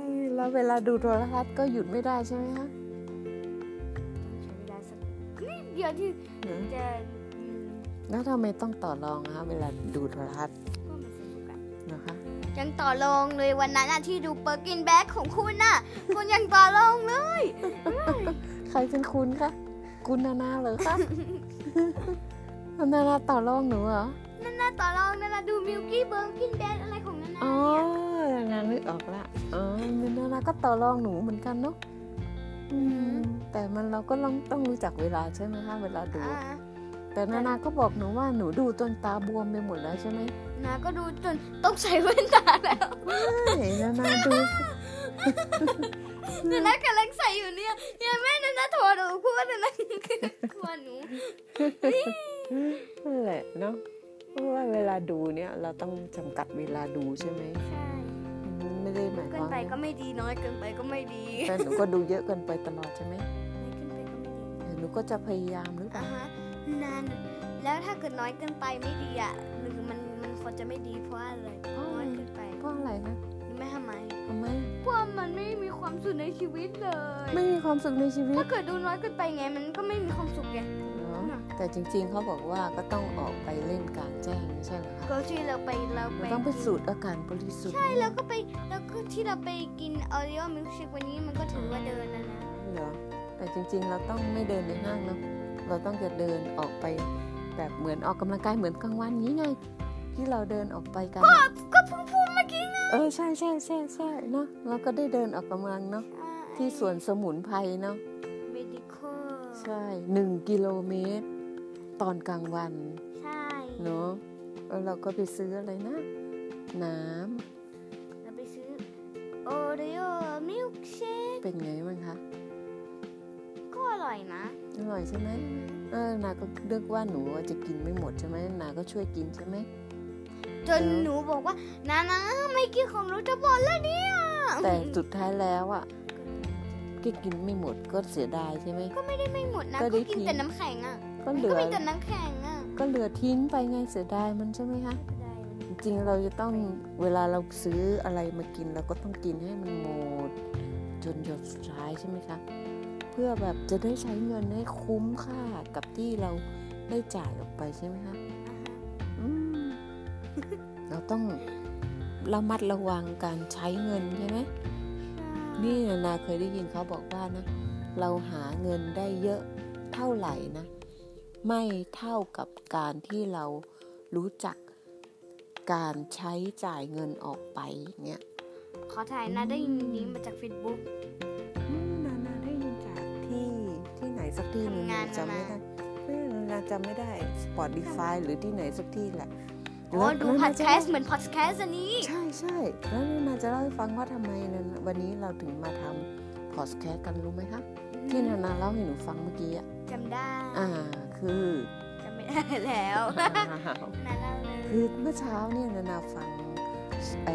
Speaker 1: ยแล้วเวลาดูโทรทัศน์ก็หยุดไม่ได้ใช่ไหมคะ
Speaker 2: ใช้เวลาสักนิดเดียวที่
Speaker 1: เนอะ
Speaker 2: จะอืม
Speaker 1: แล้วทำไมต้องต่อรองคะเวลาดูโทรทัศน์
Speaker 2: ก็มาสนุกกัน
Speaker 1: นะคะ
Speaker 2: ยังต่อรองเลยวันนั้นน่ะที่ดูเปอร์กินแบ็คของคุณ น่ะ คุณยังต่อรองเลย
Speaker 1: ใครเป็นคุณคะคุณนานาเหรอ คะ นานาต่อรองหนูเหรอ
Speaker 2: นั่นน่ะต่อรองนั่นน่ะดูมิลกี้เบอร์กินแบ็คอะไรของนั่นน่ะ
Speaker 1: อ๋อนานานึกออกละอ๋อมันนานาก็ต่อรองหนูเหมือนกันเนาะอืมแต่มันเราก็ต้องต้องรู้จักเวลาใช่ไหมคะเวลาดู
Speaker 2: อ่า
Speaker 1: แต่นานาก็บอกหนูว่าหนูดูจนตาบวมไปหมดแล้วใช่ไหม
Speaker 2: นาก็ดูจนต้องใส่แว่นตาแล้ว
Speaker 1: ใช่นานาดู
Speaker 2: นั่นน่ะกำลังใส่อยู่เนี่ยเนี่ยแม่นั่นน่ะโทรหนูพูดว่านั่นน่ะกลัวหนู
Speaker 1: นั่นแหละเนาะเพราะว่าเวลาดูเนี่ยเราต้องจำกัดเวลาดูใช่ไหม
Speaker 2: ใช่
Speaker 1: อืมไม่ได้หมายค
Speaker 2: เกิน
Speaker 1: วาม
Speaker 2: ไปก็ไม่ดีน้อยเกินไปก็ไม่ดี
Speaker 1: แต่หนูก็ดูเยอะเกินไปตลอดใช่ไหม
Speaker 2: ไม่เกินไปก็ไม่ดี
Speaker 1: เดี๋ยวหนูก็จะพยายามหรือเป
Speaker 2: อ่า
Speaker 1: ล่า
Speaker 2: ฮะนานแล้วถ้าเกิดน้อยเกินไปไม่ดีอ่ะหรือมันมันควรจะไม่ดีเพราะอะไรน้อยเกินไป
Speaker 1: เพราะอะไรคะ
Speaker 2: หรือไม่ทำไม
Speaker 1: ทำไม
Speaker 2: เพราะมันไม่มีความสุขในชีวิตเลย
Speaker 1: ไม่มีความสุขในชีวิต
Speaker 2: ถ้าเกิดดูน้อยเกินไปไงมันก็ไม่มีความสุขไง
Speaker 1: เนาะแต่จริงๆ เขาบอกว่าก็ต้องออกไปเล่นกลางแจ้งไม่ใช่เหรอคะ
Speaker 2: ก็ที่เราไปเราไป
Speaker 1: เราต้องไปสูดอากาศบริสุทธิ์
Speaker 2: ใช่แล้วก็ไปแล้วก็ที่เราไปกินออริโอมิลค์เชควันนี้มันก็ถือว่าเดินแล้วนะ
Speaker 1: เหรอแต่จริงๆ เราต้องไม่เดินในห้างแล้วเราต้องจะเดินออกไปแบบเหมือนออกกำลังกายเหมือนกลางวันนี้ไง ที่เราเดินออกไปกันอะ
Speaker 2: ก็เพิ่งพูดเมื่อกี้ไง
Speaker 1: เออใช่ใช่ใช่ใช่เนาะเราก็ได้เดินออกกำลังเนาะที่สวนสมุนไพรเนาะ
Speaker 2: เมดิคอล
Speaker 1: ใช่หนึ่งกิโลเมตร ตอนกลางวัน
Speaker 2: ใช่
Speaker 1: เนาะแล้วเราก็ไปซื้ออะไรนะ น้ำ
Speaker 2: เราไปซื้อออริโอมิลค์เชค
Speaker 1: เป็นไงบ้างคะ
Speaker 2: ก็อร่อยนะ
Speaker 1: อร่อยใช่ไหม เออนาก็เลือกว่าหนูจะกินไม่หมดใช่ไหมนาก็ช่วยกินใช่ไหม
Speaker 2: จนหนูบอกว่านานาไม่กินของหนูจะหมดแล้วเนี่ย
Speaker 1: แต่สุดท้ายแล้วอ่ะก็กินไม่หมดก็เสียดายใช่ไหม
Speaker 2: ก็ไม่ได้ไม่หมดนะ
Speaker 1: ก็
Speaker 2: ก็
Speaker 1: ได้
Speaker 2: กิน
Speaker 1: ทิ้ง
Speaker 2: แต่น้ำแข็งอ่ะ
Speaker 1: ก็
Speaker 2: มัน
Speaker 1: เหลื
Speaker 2: ก็
Speaker 1: อ
Speaker 2: มีแต่น้ำแข็งอ่ะ
Speaker 1: ก็เหลือทิ้งไปไงเสียดายมันใช่ไหมคะจริงๆเราจะต้องเวลาเราซื้ออะไรมากินเราก็ต้องกินให้มันหมด จนหยดสุดท้ายใช่ไหมคะเพื่อแบบจะได้ใช้เงินให้คุ้มค่ากับที่เราได้จ่ายออกไปใช่ไหมคะ อืม เราต้องระมัดระวังการใช้เงินใช่ไหม นี่นานาเคยได้ยินเขาบอกว่านะ เราหาเงินได้เยอะเท่าไหร่นะ ไม่เท่ากับการที่เรารู้จักการใช้จ่ายเงินออกไปอย่างเงี้ย
Speaker 2: ขอถ่ายนะได้ยินนี้มาจากเฟซบุ๊ก
Speaker 1: อืมนานาได้ยินจากที่ที่ไหนสักที่หนึ่ง
Speaker 2: ทำงาน
Speaker 1: จำไม่
Speaker 2: มา
Speaker 1: ได้ไม่นานาจำไม่ได้ Spotify หรือที่ไหนสักที่แหละ
Speaker 2: โอ้
Speaker 1: แล้ว
Speaker 2: ดู
Speaker 1: นา
Speaker 2: พอ
Speaker 1: นา
Speaker 2: ด
Speaker 1: จะ
Speaker 2: แคสต์เหมือนพอดแคสต์อันนี้
Speaker 1: ใช่ใช่แล้วนานาจะเล่าให้ฟังว่าทำไมนานาวันนี้เราถึงมาทำพอดแคสต์กันรู้ไหมคะที่นานาเล่าให้หนูฟังเมื่อกี้อะ
Speaker 2: จำได้
Speaker 1: อ่าคือ
Speaker 2: จำไม่ได้แล้ว
Speaker 1: อ่า
Speaker 2: นาเล่าเลย
Speaker 1: คือเมื่อเช้าเนี่ยนานาฟังไอ้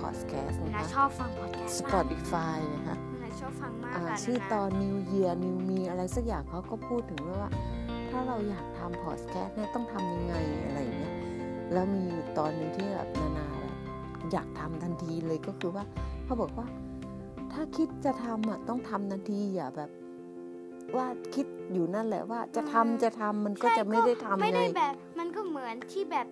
Speaker 1: พอดแคสต์นะ
Speaker 2: นาช
Speaker 1: คะ
Speaker 2: อบฟังพอดแคสต์มาก
Speaker 1: Spotify นะคะ
Speaker 2: นาชอบฟังมาก
Speaker 1: อ่า
Speaker 2: ค่ะ
Speaker 1: ชื่อตอ
Speaker 2: นาาน
Speaker 1: New Year New Me อะไรสักอย่างเขาก็พูดถึงว่า ถ้าเราอยากทำพอดแคสต์เนี่ยต้องทำยังไงอะไรอย่างเงี้ยแล้วมีอยู่ตอนหนึ่งที่แบบนานาแบบอยากทำทันทีเลยก็คือว่าเขาบอกว่า ถ้าคิดจะทำอ่ะต้องทำทันทีอย่าแบบ ว่าคิดอยู่นั่นแหละว่าจะทำจะทำมันก็จะไม่ได้
Speaker 2: ไม่
Speaker 1: ทำไง
Speaker 2: ได้แบบมันก็เหมือนที่แบบ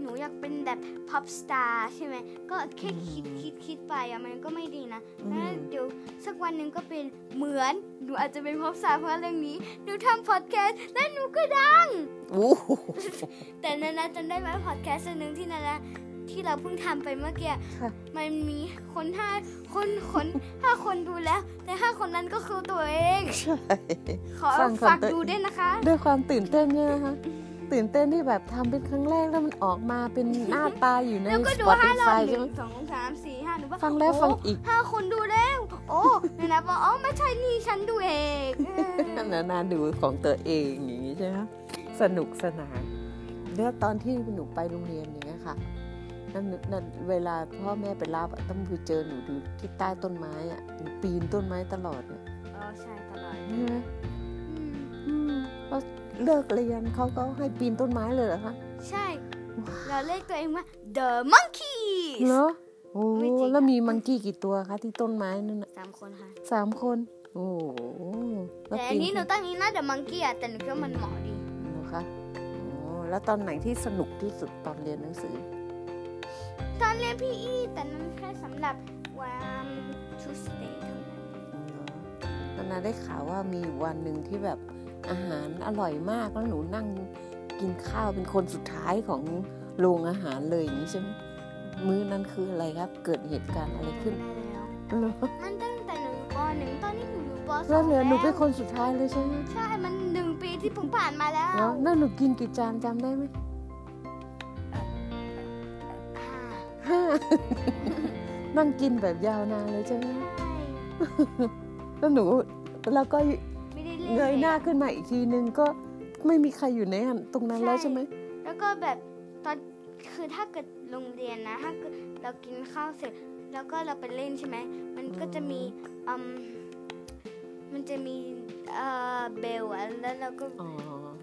Speaker 2: หนูอยากเป็นแบบพับสตาร์ใช่ไหมก็แค่คิดคิดคิดไปอะมันก็ไม่ดีนะ
Speaker 1: อืม
Speaker 2: แล้วเดี๋ยวสักวันหนึ่งก็เป็นเหมือนหนูอาจจะเป็นพบสาวเพราะเรื่องนี้หนูทำพอดแคสต์และหนูก็ดัง
Speaker 1: โอ้โห
Speaker 2: แต่นานาจำได้ไหมพอดแคสต์อันหนึ่งที่นานาที่เราเพิ่งทำไปเมื่อกี้
Speaker 1: ค่ะ
Speaker 2: มันมีคนห้าคนคนห้าคนดูแล้ว แต่ห้าคนนั้นก็คือตัวเอง
Speaker 1: ใช่
Speaker 2: ขอ
Speaker 1: ฟัง
Speaker 2: ฝาก
Speaker 1: คำเตือน
Speaker 2: ดูด้วยนะคะ
Speaker 1: ด้วยความตื่นเต้นเนี่ยนะคะ ตื่นเต้นที่แบบทำเป็นครั้งแรกแล้วมันออกมาเป็นหน้าตาอยู่ใน
Speaker 2: แล้วก็ดูห้ารอบ
Speaker 1: Spotify
Speaker 2: ห
Speaker 1: ใช่ไหม
Speaker 2: นึ่งสองสามสี่ห้าหนูว่า
Speaker 1: ฟังแล้วฟัง
Speaker 2: โ
Speaker 1: อีก
Speaker 2: ห้าคนดูแล้วโอ้นานาบอกอ๋อไม่ใช่นี่ฉันดูเองเออ
Speaker 1: นานานๆดูของตัวเองอย่างนี้ใช่ไหมสนุกสนานแล้วตอนที่หนูไปโรงเรียนอย่างเงี้ยค่ะนั่นนั่นเวลาพ่อแม่ไปรับอะต้องไปเจอหนูดูที่ใต้ต้นไม้อ่ะหนูปีนต้นไม้ตลอดเนี่ย
Speaker 2: เออใช่ตลอด
Speaker 1: ใช่ไหม
Speaker 2: อืม
Speaker 1: อืมแล้วเลิกเรียนเขาก็ให้ปีนต้นไม้เลยเหรอคะ
Speaker 2: ใช่ เราเรียกตัวเองว่า the monkeys
Speaker 1: เหรอโอ้
Speaker 2: ไม่จริงอะ
Speaker 1: แล้วมีมังกี้กี่ตัวคะที่ต้นไม้นั่นน่ะ
Speaker 2: สามคนค่ะ
Speaker 1: สามคน โอ้โหล้ว
Speaker 2: แต่อันนี้หนู
Speaker 1: ปี
Speaker 2: ตั้งนี้นะ the monkey อ่ะ แต่หนูคิดว่ามันเหมาะดี
Speaker 1: เหรอคะโอ้แล้วตอนไหนที่สนุกที่สุดตอนเรียนหนังสือ
Speaker 2: ตอนเรียนพี่อีแต่นั้นแค่สำหรับวัน Tuesday
Speaker 1: นา
Speaker 2: เท่านั้น
Speaker 1: นาได้ข่าวว่ามีอยู่วันหนึ่งที่แบบอาหารอร่อยมากแล้วหนูนั่งกินข้าวเป็นคนสุดท้ายของโรงอาหารเลยอย่างนี้ใช่ไหมมื้อนั้นคืออะไรครับ เกิดเหตุการณ์อะไรขึ้น
Speaker 2: ได้แล้ว
Speaker 1: เหรอ
Speaker 2: มันตั้งแต่หนูอยู่ปหนึ่งตอนนี้หนูอยู่ปส
Speaker 1: แล้
Speaker 2: อ
Speaker 1: ว
Speaker 2: ง
Speaker 1: เหลือหนูเป็นคนสุดท้ายเลยใช่ไหม
Speaker 2: ใช่ มันหนึ่งปีที่ผมผ่านมาแล้ว
Speaker 1: แล้วนั่นหนูกินกี่จานจำได้ไหม
Speaker 2: ค่ะ
Speaker 1: ห้า นั่งกินแบบยาวนานเลยใช่ไหม
Speaker 2: ใช่
Speaker 1: แล้วหนูแล้วก็
Speaker 2: ไม่ได้เล่น
Speaker 1: เงยหน้า
Speaker 2: ลอะ
Speaker 1: ขึ้นมาอีกทีนึงก็ไม่มีใครอยู่ในตรงนั้นแล้วใช่ไหม
Speaker 2: แล้วก็แบบตอนคือถ้าเกิดโรงเรียนนะ ถ้าเกิดเรากินข้าวเสร็จ แล้วก็เราไปเล่นใช่ไหม มันก็จะมีอืมมันจะมีเอ่อเบลอะแล้วเราก็
Speaker 1: อ๋อ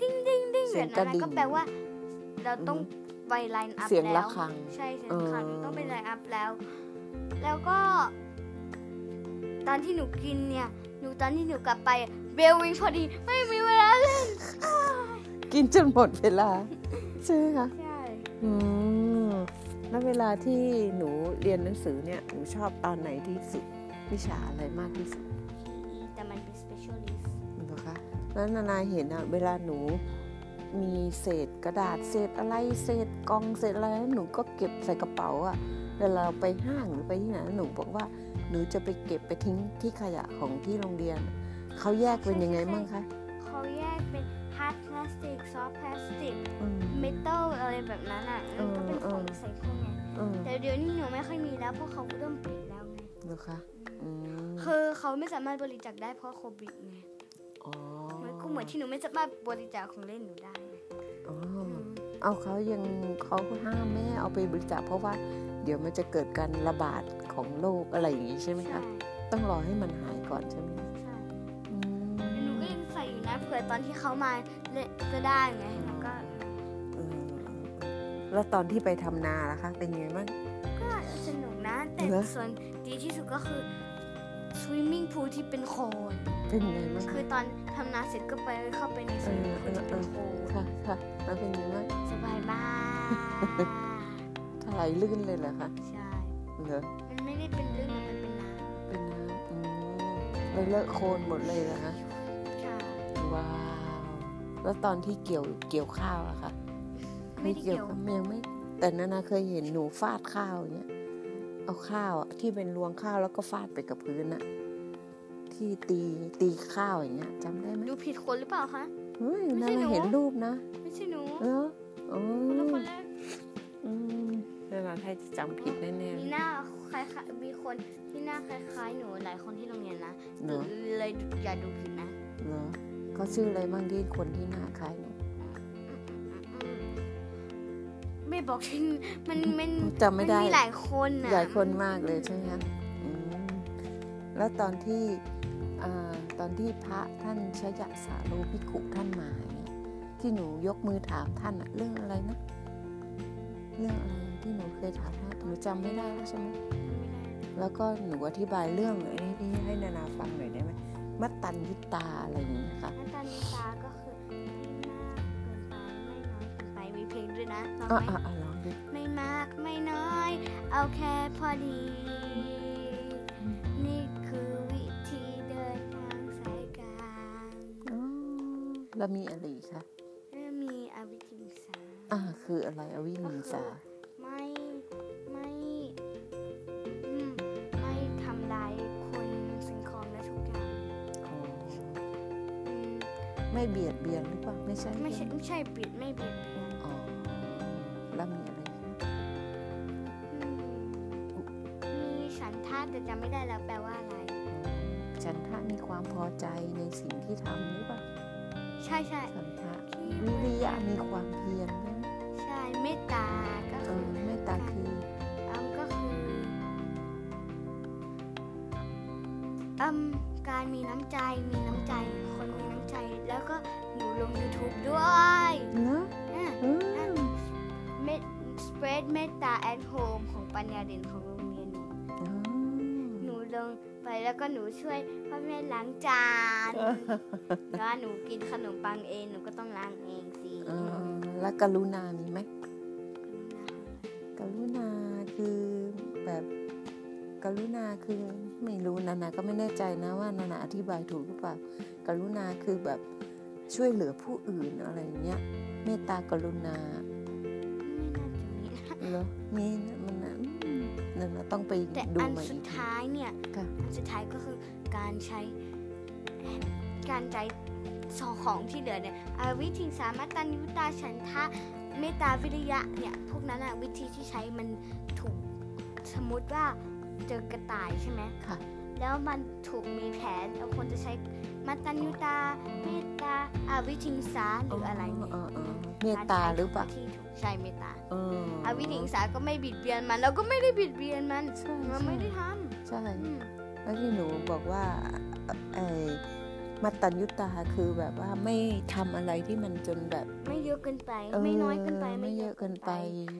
Speaker 2: ดิ้งดิ้งดิ้ง
Speaker 1: เสียง
Speaker 2: แบบนั้
Speaker 1: ก
Speaker 2: น
Speaker 1: ระดิ่
Speaker 2: นะ
Speaker 1: ง
Speaker 2: ก็แปลว่า เราต้อง
Speaker 1: อื
Speaker 2: ไปไลน์อัพ
Speaker 1: เสียง
Speaker 2: แล้
Speaker 1: ระ
Speaker 2: ว
Speaker 1: ฆัง
Speaker 2: ใช่เสียงระฆัง
Speaker 1: เออ
Speaker 2: ต้องไปไลน์อัพแล้ว แล้วก็ ตอนที่หนูกินเนี่ยหนูตอนที่หนูกลับไปเบลวิ่งพอดีไม่มีเวลาเล่น
Speaker 1: กินจนหมดเวลาใช่ไหมคะ
Speaker 2: ใช่
Speaker 1: อืมแล้วเวลาที่หนูเรียนหนังสือเนี่ย หนูชอบตอนไหนที่สุด วิชาอะไรมากที่สุด
Speaker 2: แต่มันเป็น specialist
Speaker 1: นะคะแล้วนานาเห็นอะเวลาหนูมีเศษกระดาษเศษอะไรเศษกล่องเศษอะไรหนูก็เก็บใส่กระเป๋าอะเวลาเราไปห้างหรือไปที่ไหนหนูบอกว่าหนูจะไปเก็บไปทิ้งที่ขยะของที่โรงเรียน เขาแยกเป็นยังไงบ้างคะ
Speaker 2: เขาแยกเป็น hard plastic soft plastic
Speaker 1: อืม
Speaker 2: metal อะไรแบบนั้นอ่ะ
Speaker 1: เอ
Speaker 2: มัน
Speaker 1: อ
Speaker 2: ก็เป็นของ
Speaker 1: เออ
Speaker 2: ใส่พวกเนี้ย
Speaker 1: อืม
Speaker 2: แต่เดี๋ยวนี้หนูไม่ค่อยมีแล้วเพราะเขาเริ่มปิดแล้วไง
Speaker 1: นะคะอืม
Speaker 2: คือเขาไม่สามารถบริจาคได้เพราะโควิดไง
Speaker 1: อ๋อ
Speaker 2: มันก็เหมือนที่หนูไม่สามารถบริจาคของเล่นหนูได้นะ
Speaker 1: อ๋
Speaker 2: อื
Speaker 1: อ
Speaker 2: ม
Speaker 1: เอาเขายังเขาห้ามไม่ให้เอาไปบริจาคเพราะว่าเดี๋ยวมันจะเกิดการระบาดของโรคอะไรอย่างนี้ใช่ไหม
Speaker 2: ใช่
Speaker 1: คะต้องรอให้มันหายก่อนใช่ไหม
Speaker 2: ใช่
Speaker 1: อืม
Speaker 2: หนูก็ยังใส่อยู่นะเผื่อตอนที่เขามาเล่นก็ได้ไงแล้วก็
Speaker 1: เออแล้วตอนที่ไปทำนาล่ะคะ เป็นยังไงบ้าง
Speaker 2: ก็สนุกนะ แต่
Speaker 1: เหรอ
Speaker 2: ส่วนดีที่สุดก็คือ swimming pool ที่เป็นโคลน
Speaker 1: เป็นยังไงบ้าง
Speaker 2: คือตอนทำนาเสร็จก็ไปเข้าไปใน swimming pool ที่เป็นโคลน
Speaker 1: ค่ะค่ะแล้วเป็นยังไงบ้าง
Speaker 2: สบายมาก
Speaker 1: ถลายลื่นเลยเหรอคะ
Speaker 2: ใช่
Speaker 1: เหรอ
Speaker 2: มันไม่ได้เป็นเรื่องมันเป็นน้
Speaker 1: เป็นน้ำอืมแล้วเลอะโคลนหมดเลยเหรอคะ
Speaker 2: ำใช่
Speaker 1: ว้าวแล้วตอนที่เกี่ยวเกี่ยวข้าวล่ะคะ
Speaker 2: ไม่ได้เกี่ยว
Speaker 1: บยังไม่ แต่นานาเคยเห็นหนูฟาดข้าวอย่างเงี้ยเอาข้าวอะที่เป็นรวงข้าวแล้วก็ฟาดไปกับพื้นอะที่ตีตีข้าวอย่างเงี้ยจำได้ไหม
Speaker 2: ดูผิดคนหรือเปล่าคะ
Speaker 1: เฮ้ย
Speaker 2: ไม่
Speaker 1: นา
Speaker 2: ใช่หนู
Speaker 1: นาเห็นรูปนะ
Speaker 2: ไม่ใช่หนู
Speaker 1: เออโอ้
Speaker 2: คนละคนแรก
Speaker 1: อืมนานาไทยจะจำผิดแน่
Speaker 2: มีหน้าคล้ายๆมีคนที่หน้าคล้ายๆ หนูหลายคนที่โรงเรียนนะ
Speaker 1: ๆเนาะ
Speaker 2: เลยอย่าดูผิดนะ
Speaker 1: เนาะเขาชื่ออะไรบ้างที่คนที่หน้าคล้ายหนู
Speaker 2: อืมไม่บอกชื่อมันมัน
Speaker 1: จำไม่ได้
Speaker 2: นมีหลายคนนะ
Speaker 1: ใหญ่คนมากเลยใช่ไหมคะอืมแล้วตอนที่อ่าตอนที่พระท่านชยสาโรภิกขุท่านมาเนี่ยที่หนูยกมือถามท่านอะเรื่องอะไรนะ เรื่องอะไรที่หนูเคยถามท่านหนูจำไม่ได้แล้วใช่ไหมแล้วก็หนูอธิบายเรื่องหน่อยให้พี่ให้นานาฟังหน่อยได้ไหมมัตตัญญิตาอะไรอย่างเงี้ยค่ะ
Speaker 2: หน้าตานิตาก็คือไม่มากเกินไปไม่น้อยเกินไปมีเพลงด้วยนะฟัง
Speaker 1: อ่ะ
Speaker 2: ไหม
Speaker 1: อ่ะอ่ะลองดู
Speaker 2: ไม่มากไม่น้อย เอาแค่พอดี
Speaker 1: อืม
Speaker 2: นี่คือวิธีเดินทางสายกลาง
Speaker 1: อ๋อแล้วมีอะไรอีกคะ
Speaker 2: เริ่มมีอวิจิงสา
Speaker 1: อ่าคืออะไรอวิหิงสา
Speaker 2: ไม่ไม่อืมไม่ทำร้ายคนสิ่งของและทุกอย่าง
Speaker 1: อ๋อ
Speaker 2: อืม
Speaker 1: ไม่เบียดเบียนหรือเปล่าไม่ใช่
Speaker 2: ไม่
Speaker 1: ใช่
Speaker 2: ใช่
Speaker 1: ไหม
Speaker 2: ไม่ใช่ปิดไม่เบียดเบียน
Speaker 1: อ๋อแล้วมีอะไรอีกนะ
Speaker 2: อืมมีฉันท่าแต่จำไม่ได้แล้วแปลว่าอะไร
Speaker 1: ฉันทะมีความพอใจในสิ่งที่ทำหรือเปล่า
Speaker 2: ใช่ใช่
Speaker 1: ฉันทะ
Speaker 2: ที่
Speaker 1: วิริยะมีความเพียรไหม
Speaker 2: ใช่เมตตาก็
Speaker 1: เอ
Speaker 2: คือ
Speaker 1: อเมตตาคือ
Speaker 2: อืมก็คืออืมการมีน้ำใจมีน้ำใจคนมีน้ำใจแล้วก็หนูลง YouTube ด้วย
Speaker 1: เนอะ
Speaker 2: อ่ะ
Speaker 1: อืม
Speaker 2: เม็ดสเปรดเมตตาแอนโฮมของปัญญาเด่นของโรงเรียนหนู
Speaker 1: อ๋อ
Speaker 2: หนูลงไปแล้วก็หนูช่วยพ่อแม่ล้างจานแล้วหนูกินขนมปังเองหนูก็ต้องล้างเองสิ
Speaker 1: เออแล้วกรุณามีไหม กรุณาคือแบบกรุณาคือไม่รู้นานาก็ไม่แน่ใจนะว่านานาอธิบายถูกหรือเปล่ากรุณาคือแบบช่วยเหลือผู้อื่นอะไรอย่างเงี้ยเมตตากรุณาเหรอมีนะมันนะอืมนานาต้องไป
Speaker 2: แต่
Speaker 1: ดู
Speaker 2: อัน
Speaker 1: ใหม่
Speaker 2: สุ
Speaker 1: อี
Speaker 2: ด
Speaker 1: กที
Speaker 2: ท้ายเนี่ย
Speaker 1: ค่ะ
Speaker 2: อันสุดท้ายก็คือการใช้การใช้สองของที่เหลือเนี่ยอ่าวิธีสามารถตันยุตาฉันทะเมตตาวิริยะเนี่ยพวกนั้นอะวิธีที่ใช้มันถูกสมมติว่าเจอกระต่ายใช่ไหม
Speaker 1: ค่ะ
Speaker 2: แล้วมันถูกมีแผนเราควรจะใช้มาตัญญูตาเมตตาอาวิทิงสาหรืออะไรเนี่ย
Speaker 1: เออเออเมตตาหรือเปล่า
Speaker 2: ที่ถูกใช่เมตตา
Speaker 1: เอออ
Speaker 2: อาวิทิงสาก็ไม่บิดเบียนมันเราก็ไม่ได้บิดเบียนมัน
Speaker 1: ใช่
Speaker 2: มัน
Speaker 1: ใช่
Speaker 2: ไม่ได้ท
Speaker 1: ใช่
Speaker 2: ำอืม
Speaker 1: แล้วที่หนูบอกว่าไอ้มัตตัญญุตาคือแบบว่าไม่ทำอะไรที่มันจนแบบ
Speaker 2: ไม่เยอะเกินไป
Speaker 1: เ
Speaker 2: ไม่น้อยเกินไป
Speaker 1: ไม่เยอะเกินไป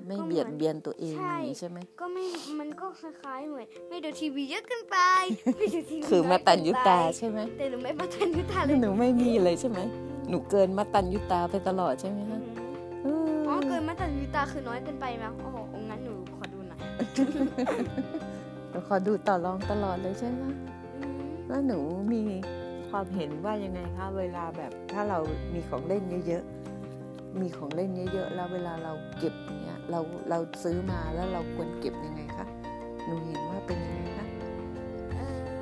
Speaker 1: ไม่
Speaker 2: ก็เหมือน
Speaker 1: เบียดเบียนตัวเอง
Speaker 2: ใช่
Speaker 1: อย่างนี้ใช่ไหม
Speaker 2: ก็ไม่มันก็คล้ายๆเหมือนไม่ดูทีวีเยอะเกินไปไม่ดูทีวี
Speaker 1: คือมัตตัญญุตาใช่ไหม
Speaker 2: แต่หนูไม่มาตัญญูตาเลย
Speaker 1: หนูไม่มีเลยใช่ไหมหนูเกินมัตตัญญุตาไปตลอดใช่ไหม
Speaker 2: อื
Speaker 1: คะ
Speaker 2: ม
Speaker 1: เออ
Speaker 2: อ๋อเกินมาตัญญูตาคือน้อยเกินไปไหมโอ้โหงั้นหนูขอดูหน่อย
Speaker 1: หนูขอดูต่อรองตลอดเลยใช่ไหม
Speaker 2: อืม
Speaker 1: แล้วหนูมีความเห็นว่ายังไงคะเวลาแบบถ้าเรามีของเล่นเยอะๆ มีของเล่นเยอะๆ แล้วเวลาเราเก็บเนี่ยเราเราซื้อมาแล้วเราควรเก็บยังไงคะหนูเห็นว่าเป็นยังไงคะ
Speaker 2: เอ่อ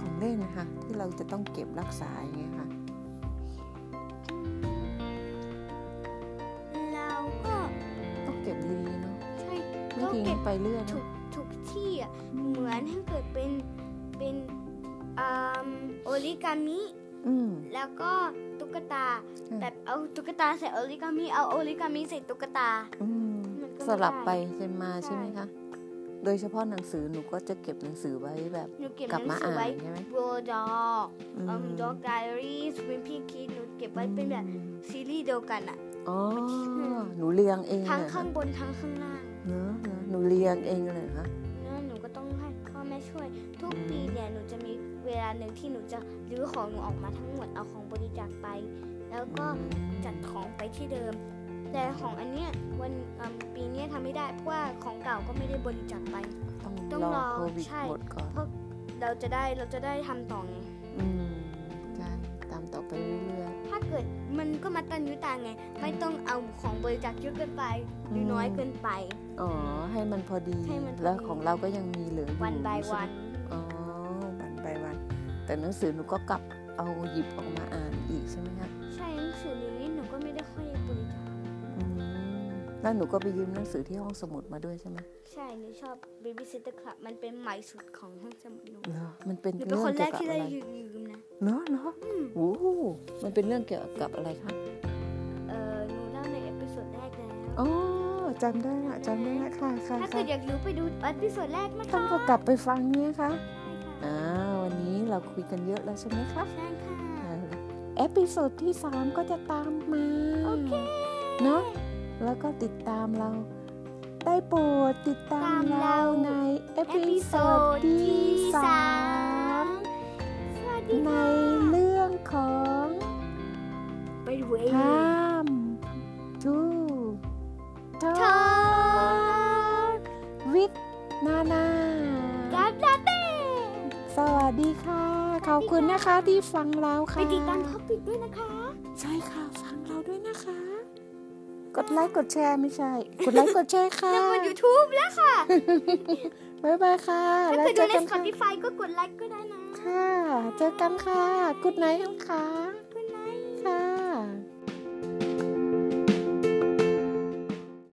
Speaker 1: ข
Speaker 2: ทำไม
Speaker 1: องเล่นนะคะที่เราจะต้องเก็บรักษาอย่างเงี้ยค่ะ
Speaker 2: เราก็
Speaker 1: ต้องเก็บดีเนาะ
Speaker 2: ใช้
Speaker 1: ไม่
Speaker 2: ต้อง
Speaker 1: ทิ้ง
Speaker 2: เก็บ
Speaker 1: ไปเรื่อย
Speaker 2: ทุ
Speaker 1: เนาะ
Speaker 2: กทุกที่อะเหมือนถ้าเกิดเป็นเป็นอืมโอริกามิ
Speaker 1: อืม
Speaker 2: แล้วก็ตุ๊กตา
Speaker 1: อืม
Speaker 2: แบบเอาตุ๊กตาใส่โอริกามิเอาโอริกามิใส่ตุ๊กตา
Speaker 1: อืม
Speaker 2: มันก็ไม่
Speaker 1: สลับ
Speaker 2: ได้
Speaker 1: ไปใช่มา
Speaker 2: ใช่
Speaker 1: ใช่ไหมคะโดยเฉพาะหนังสือหนูก็จะเก็บหนังสือไว้แบบ
Speaker 2: หนูเก็บ
Speaker 1: กลับ
Speaker 2: หนั
Speaker 1: มาง
Speaker 2: สือ
Speaker 1: อ่า
Speaker 2: ไว้
Speaker 1: นใช่ไหม
Speaker 2: โบดอก
Speaker 1: อื
Speaker 2: อื
Speaker 1: ม
Speaker 2: มดอกไดอารี่สวิมพี่คิดหนูเก็บไว้เป็นแบบซีรีส์เดียวกันอะ
Speaker 1: อ๋อหนูเรียงเอง
Speaker 2: ทั้ง
Speaker 1: เหรอคะ
Speaker 2: ข้างบนทั้งข้างล่าง
Speaker 1: เนอะเนอะหนูเรียงเองเลยเหรอคะ
Speaker 2: แล้วหนูก็ต้องให้พ่อแม่ช่วย ทุกปีเนี่ยหนูจะมีเวลาหนึ่งที่หนูจะรื้อของหนูออกมาทั้งหมดเอาของบริจาคไป แล้วก็จัดของไปที่เดิม แต่ของอันเนี้ยวันอืมปีเนี้ยทำไม่ได้เพราะว่าของเก่าก็ไม่ได้บริจาคไป ต้
Speaker 1: ต้
Speaker 2: อ
Speaker 1: อง ง
Speaker 2: ร
Speaker 1: ร
Speaker 2: อ
Speaker 1: อโควิด
Speaker 2: ใช่
Speaker 1: หมดก่อน
Speaker 2: เพราะเราจะได้เราจะได้ทำต่อไง
Speaker 1: อืมใช่ตามต่อไปเรื่อย
Speaker 2: ถ้าเกิดมันก็มาตันยุตาไง ไม่ต้องเอาของบริจาคเยอะเกินไปหรือน้อยเกินไป
Speaker 1: ๆ อ๋อ ให้มันพอดี
Speaker 2: ให้มันพอดี
Speaker 1: แล้วของเราก็ยังมีเหลืออยู่
Speaker 2: วัน by
Speaker 1: ใช่ไหม
Speaker 2: วัน
Speaker 1: อ๋อ วันไปวัน แต่หนังสือหนูก็กลับเอาหยิบออกมาอ่านอีกใช่ไหมคะ
Speaker 2: ใช่หนังสือเดี๋ยวนี้หนูก็ไม่ได้ค่อยบริจาค
Speaker 1: อืมแล้วหนูก็ไปยืมหนังสือที่ห้องสมุดมาด้วยใช่ไหม
Speaker 2: ใช่หนูชอบ Babysitter Club มันเป็นใหม่สุดของห้องสมุดหนู
Speaker 1: เหรอมันเป็น
Speaker 2: หนู
Speaker 1: เรื่
Speaker 2: เป็
Speaker 1: อน ง
Speaker 2: คนแร
Speaker 1: เกี่ยว
Speaker 2: ก
Speaker 1: กับ
Speaker 2: ที่
Speaker 1: อะ
Speaker 2: ได้
Speaker 1: ไร
Speaker 2: ยืมนะ
Speaker 1: เนาะเนาะ
Speaker 2: อืม
Speaker 1: โอ้โหมันเป็นเรื่องเกี่ยวกับอะไรคะ
Speaker 2: เออหนูเล่าในเอพิโซดแรกแล้ว
Speaker 1: อ๋อจำได้ละจำได้ละค่ะค่ะ
Speaker 2: ถ้าเกิ
Speaker 1: ค่ะ
Speaker 2: ดอยากรู้ไปดูเอพิโซดแรกนะ
Speaker 1: ต้อ
Speaker 2: คะ
Speaker 1: งก็กลับไปฟังเนี่ยค่ะ
Speaker 2: ใช่ค่ะ
Speaker 1: อ่าวันนี้เราคุยกันเยอะแล้วใช่ไหมคะ
Speaker 2: ใช่ค่ะ
Speaker 1: อ่าเอพิโซดที่ 3 ก็จะตามมา
Speaker 2: โอเค
Speaker 1: เนาะแล้วก็ติดตามเรา ได้โปรดติดตาม
Speaker 2: ตาม
Speaker 1: เรา
Speaker 2: เรา
Speaker 1: ในเอ
Speaker 2: เอ
Speaker 1: พิ
Speaker 2: พิ
Speaker 1: โซ
Speaker 2: โซ
Speaker 1: ด
Speaker 2: ด
Speaker 1: ที่
Speaker 2: ที่สาม
Speaker 1: 3
Speaker 2: สวัสดี
Speaker 1: ใน
Speaker 2: ค่ะ
Speaker 1: เรื่องของ
Speaker 2: ไปดูเอง
Speaker 1: ทามทูท
Speaker 2: ท
Speaker 1: อ
Speaker 2: อด
Speaker 1: วิทนานา
Speaker 2: กับลาเต้
Speaker 1: สวัสดีค่ะ ขอบคุณนะคะที่ฟังเรา
Speaker 2: ไป
Speaker 1: ค่ะ
Speaker 2: ติดตามท็อปิกด้วยนะคะ
Speaker 1: ใช่ค่ะ ฟังเราด้วยนะคะ กดไลค์กดแชร์ไม่ใช่ กดไลค์กดแชร์ค่ะ
Speaker 2: แล้วบน YouTube แล้วค่ะ
Speaker 1: บ๊ายบายค่ะ
Speaker 2: ถ้า
Speaker 1: แล้ว
Speaker 2: เกิด
Speaker 1: เจ
Speaker 2: ดู
Speaker 1: อ
Speaker 2: ใน
Speaker 1: กันค่ะ
Speaker 2: Spotify ก็กดไลค์ก็ได้นะ
Speaker 1: ค่ะ เจอกันค่ะ กุดไนท์ค่ะ
Speaker 2: Good night
Speaker 1: ค่ะ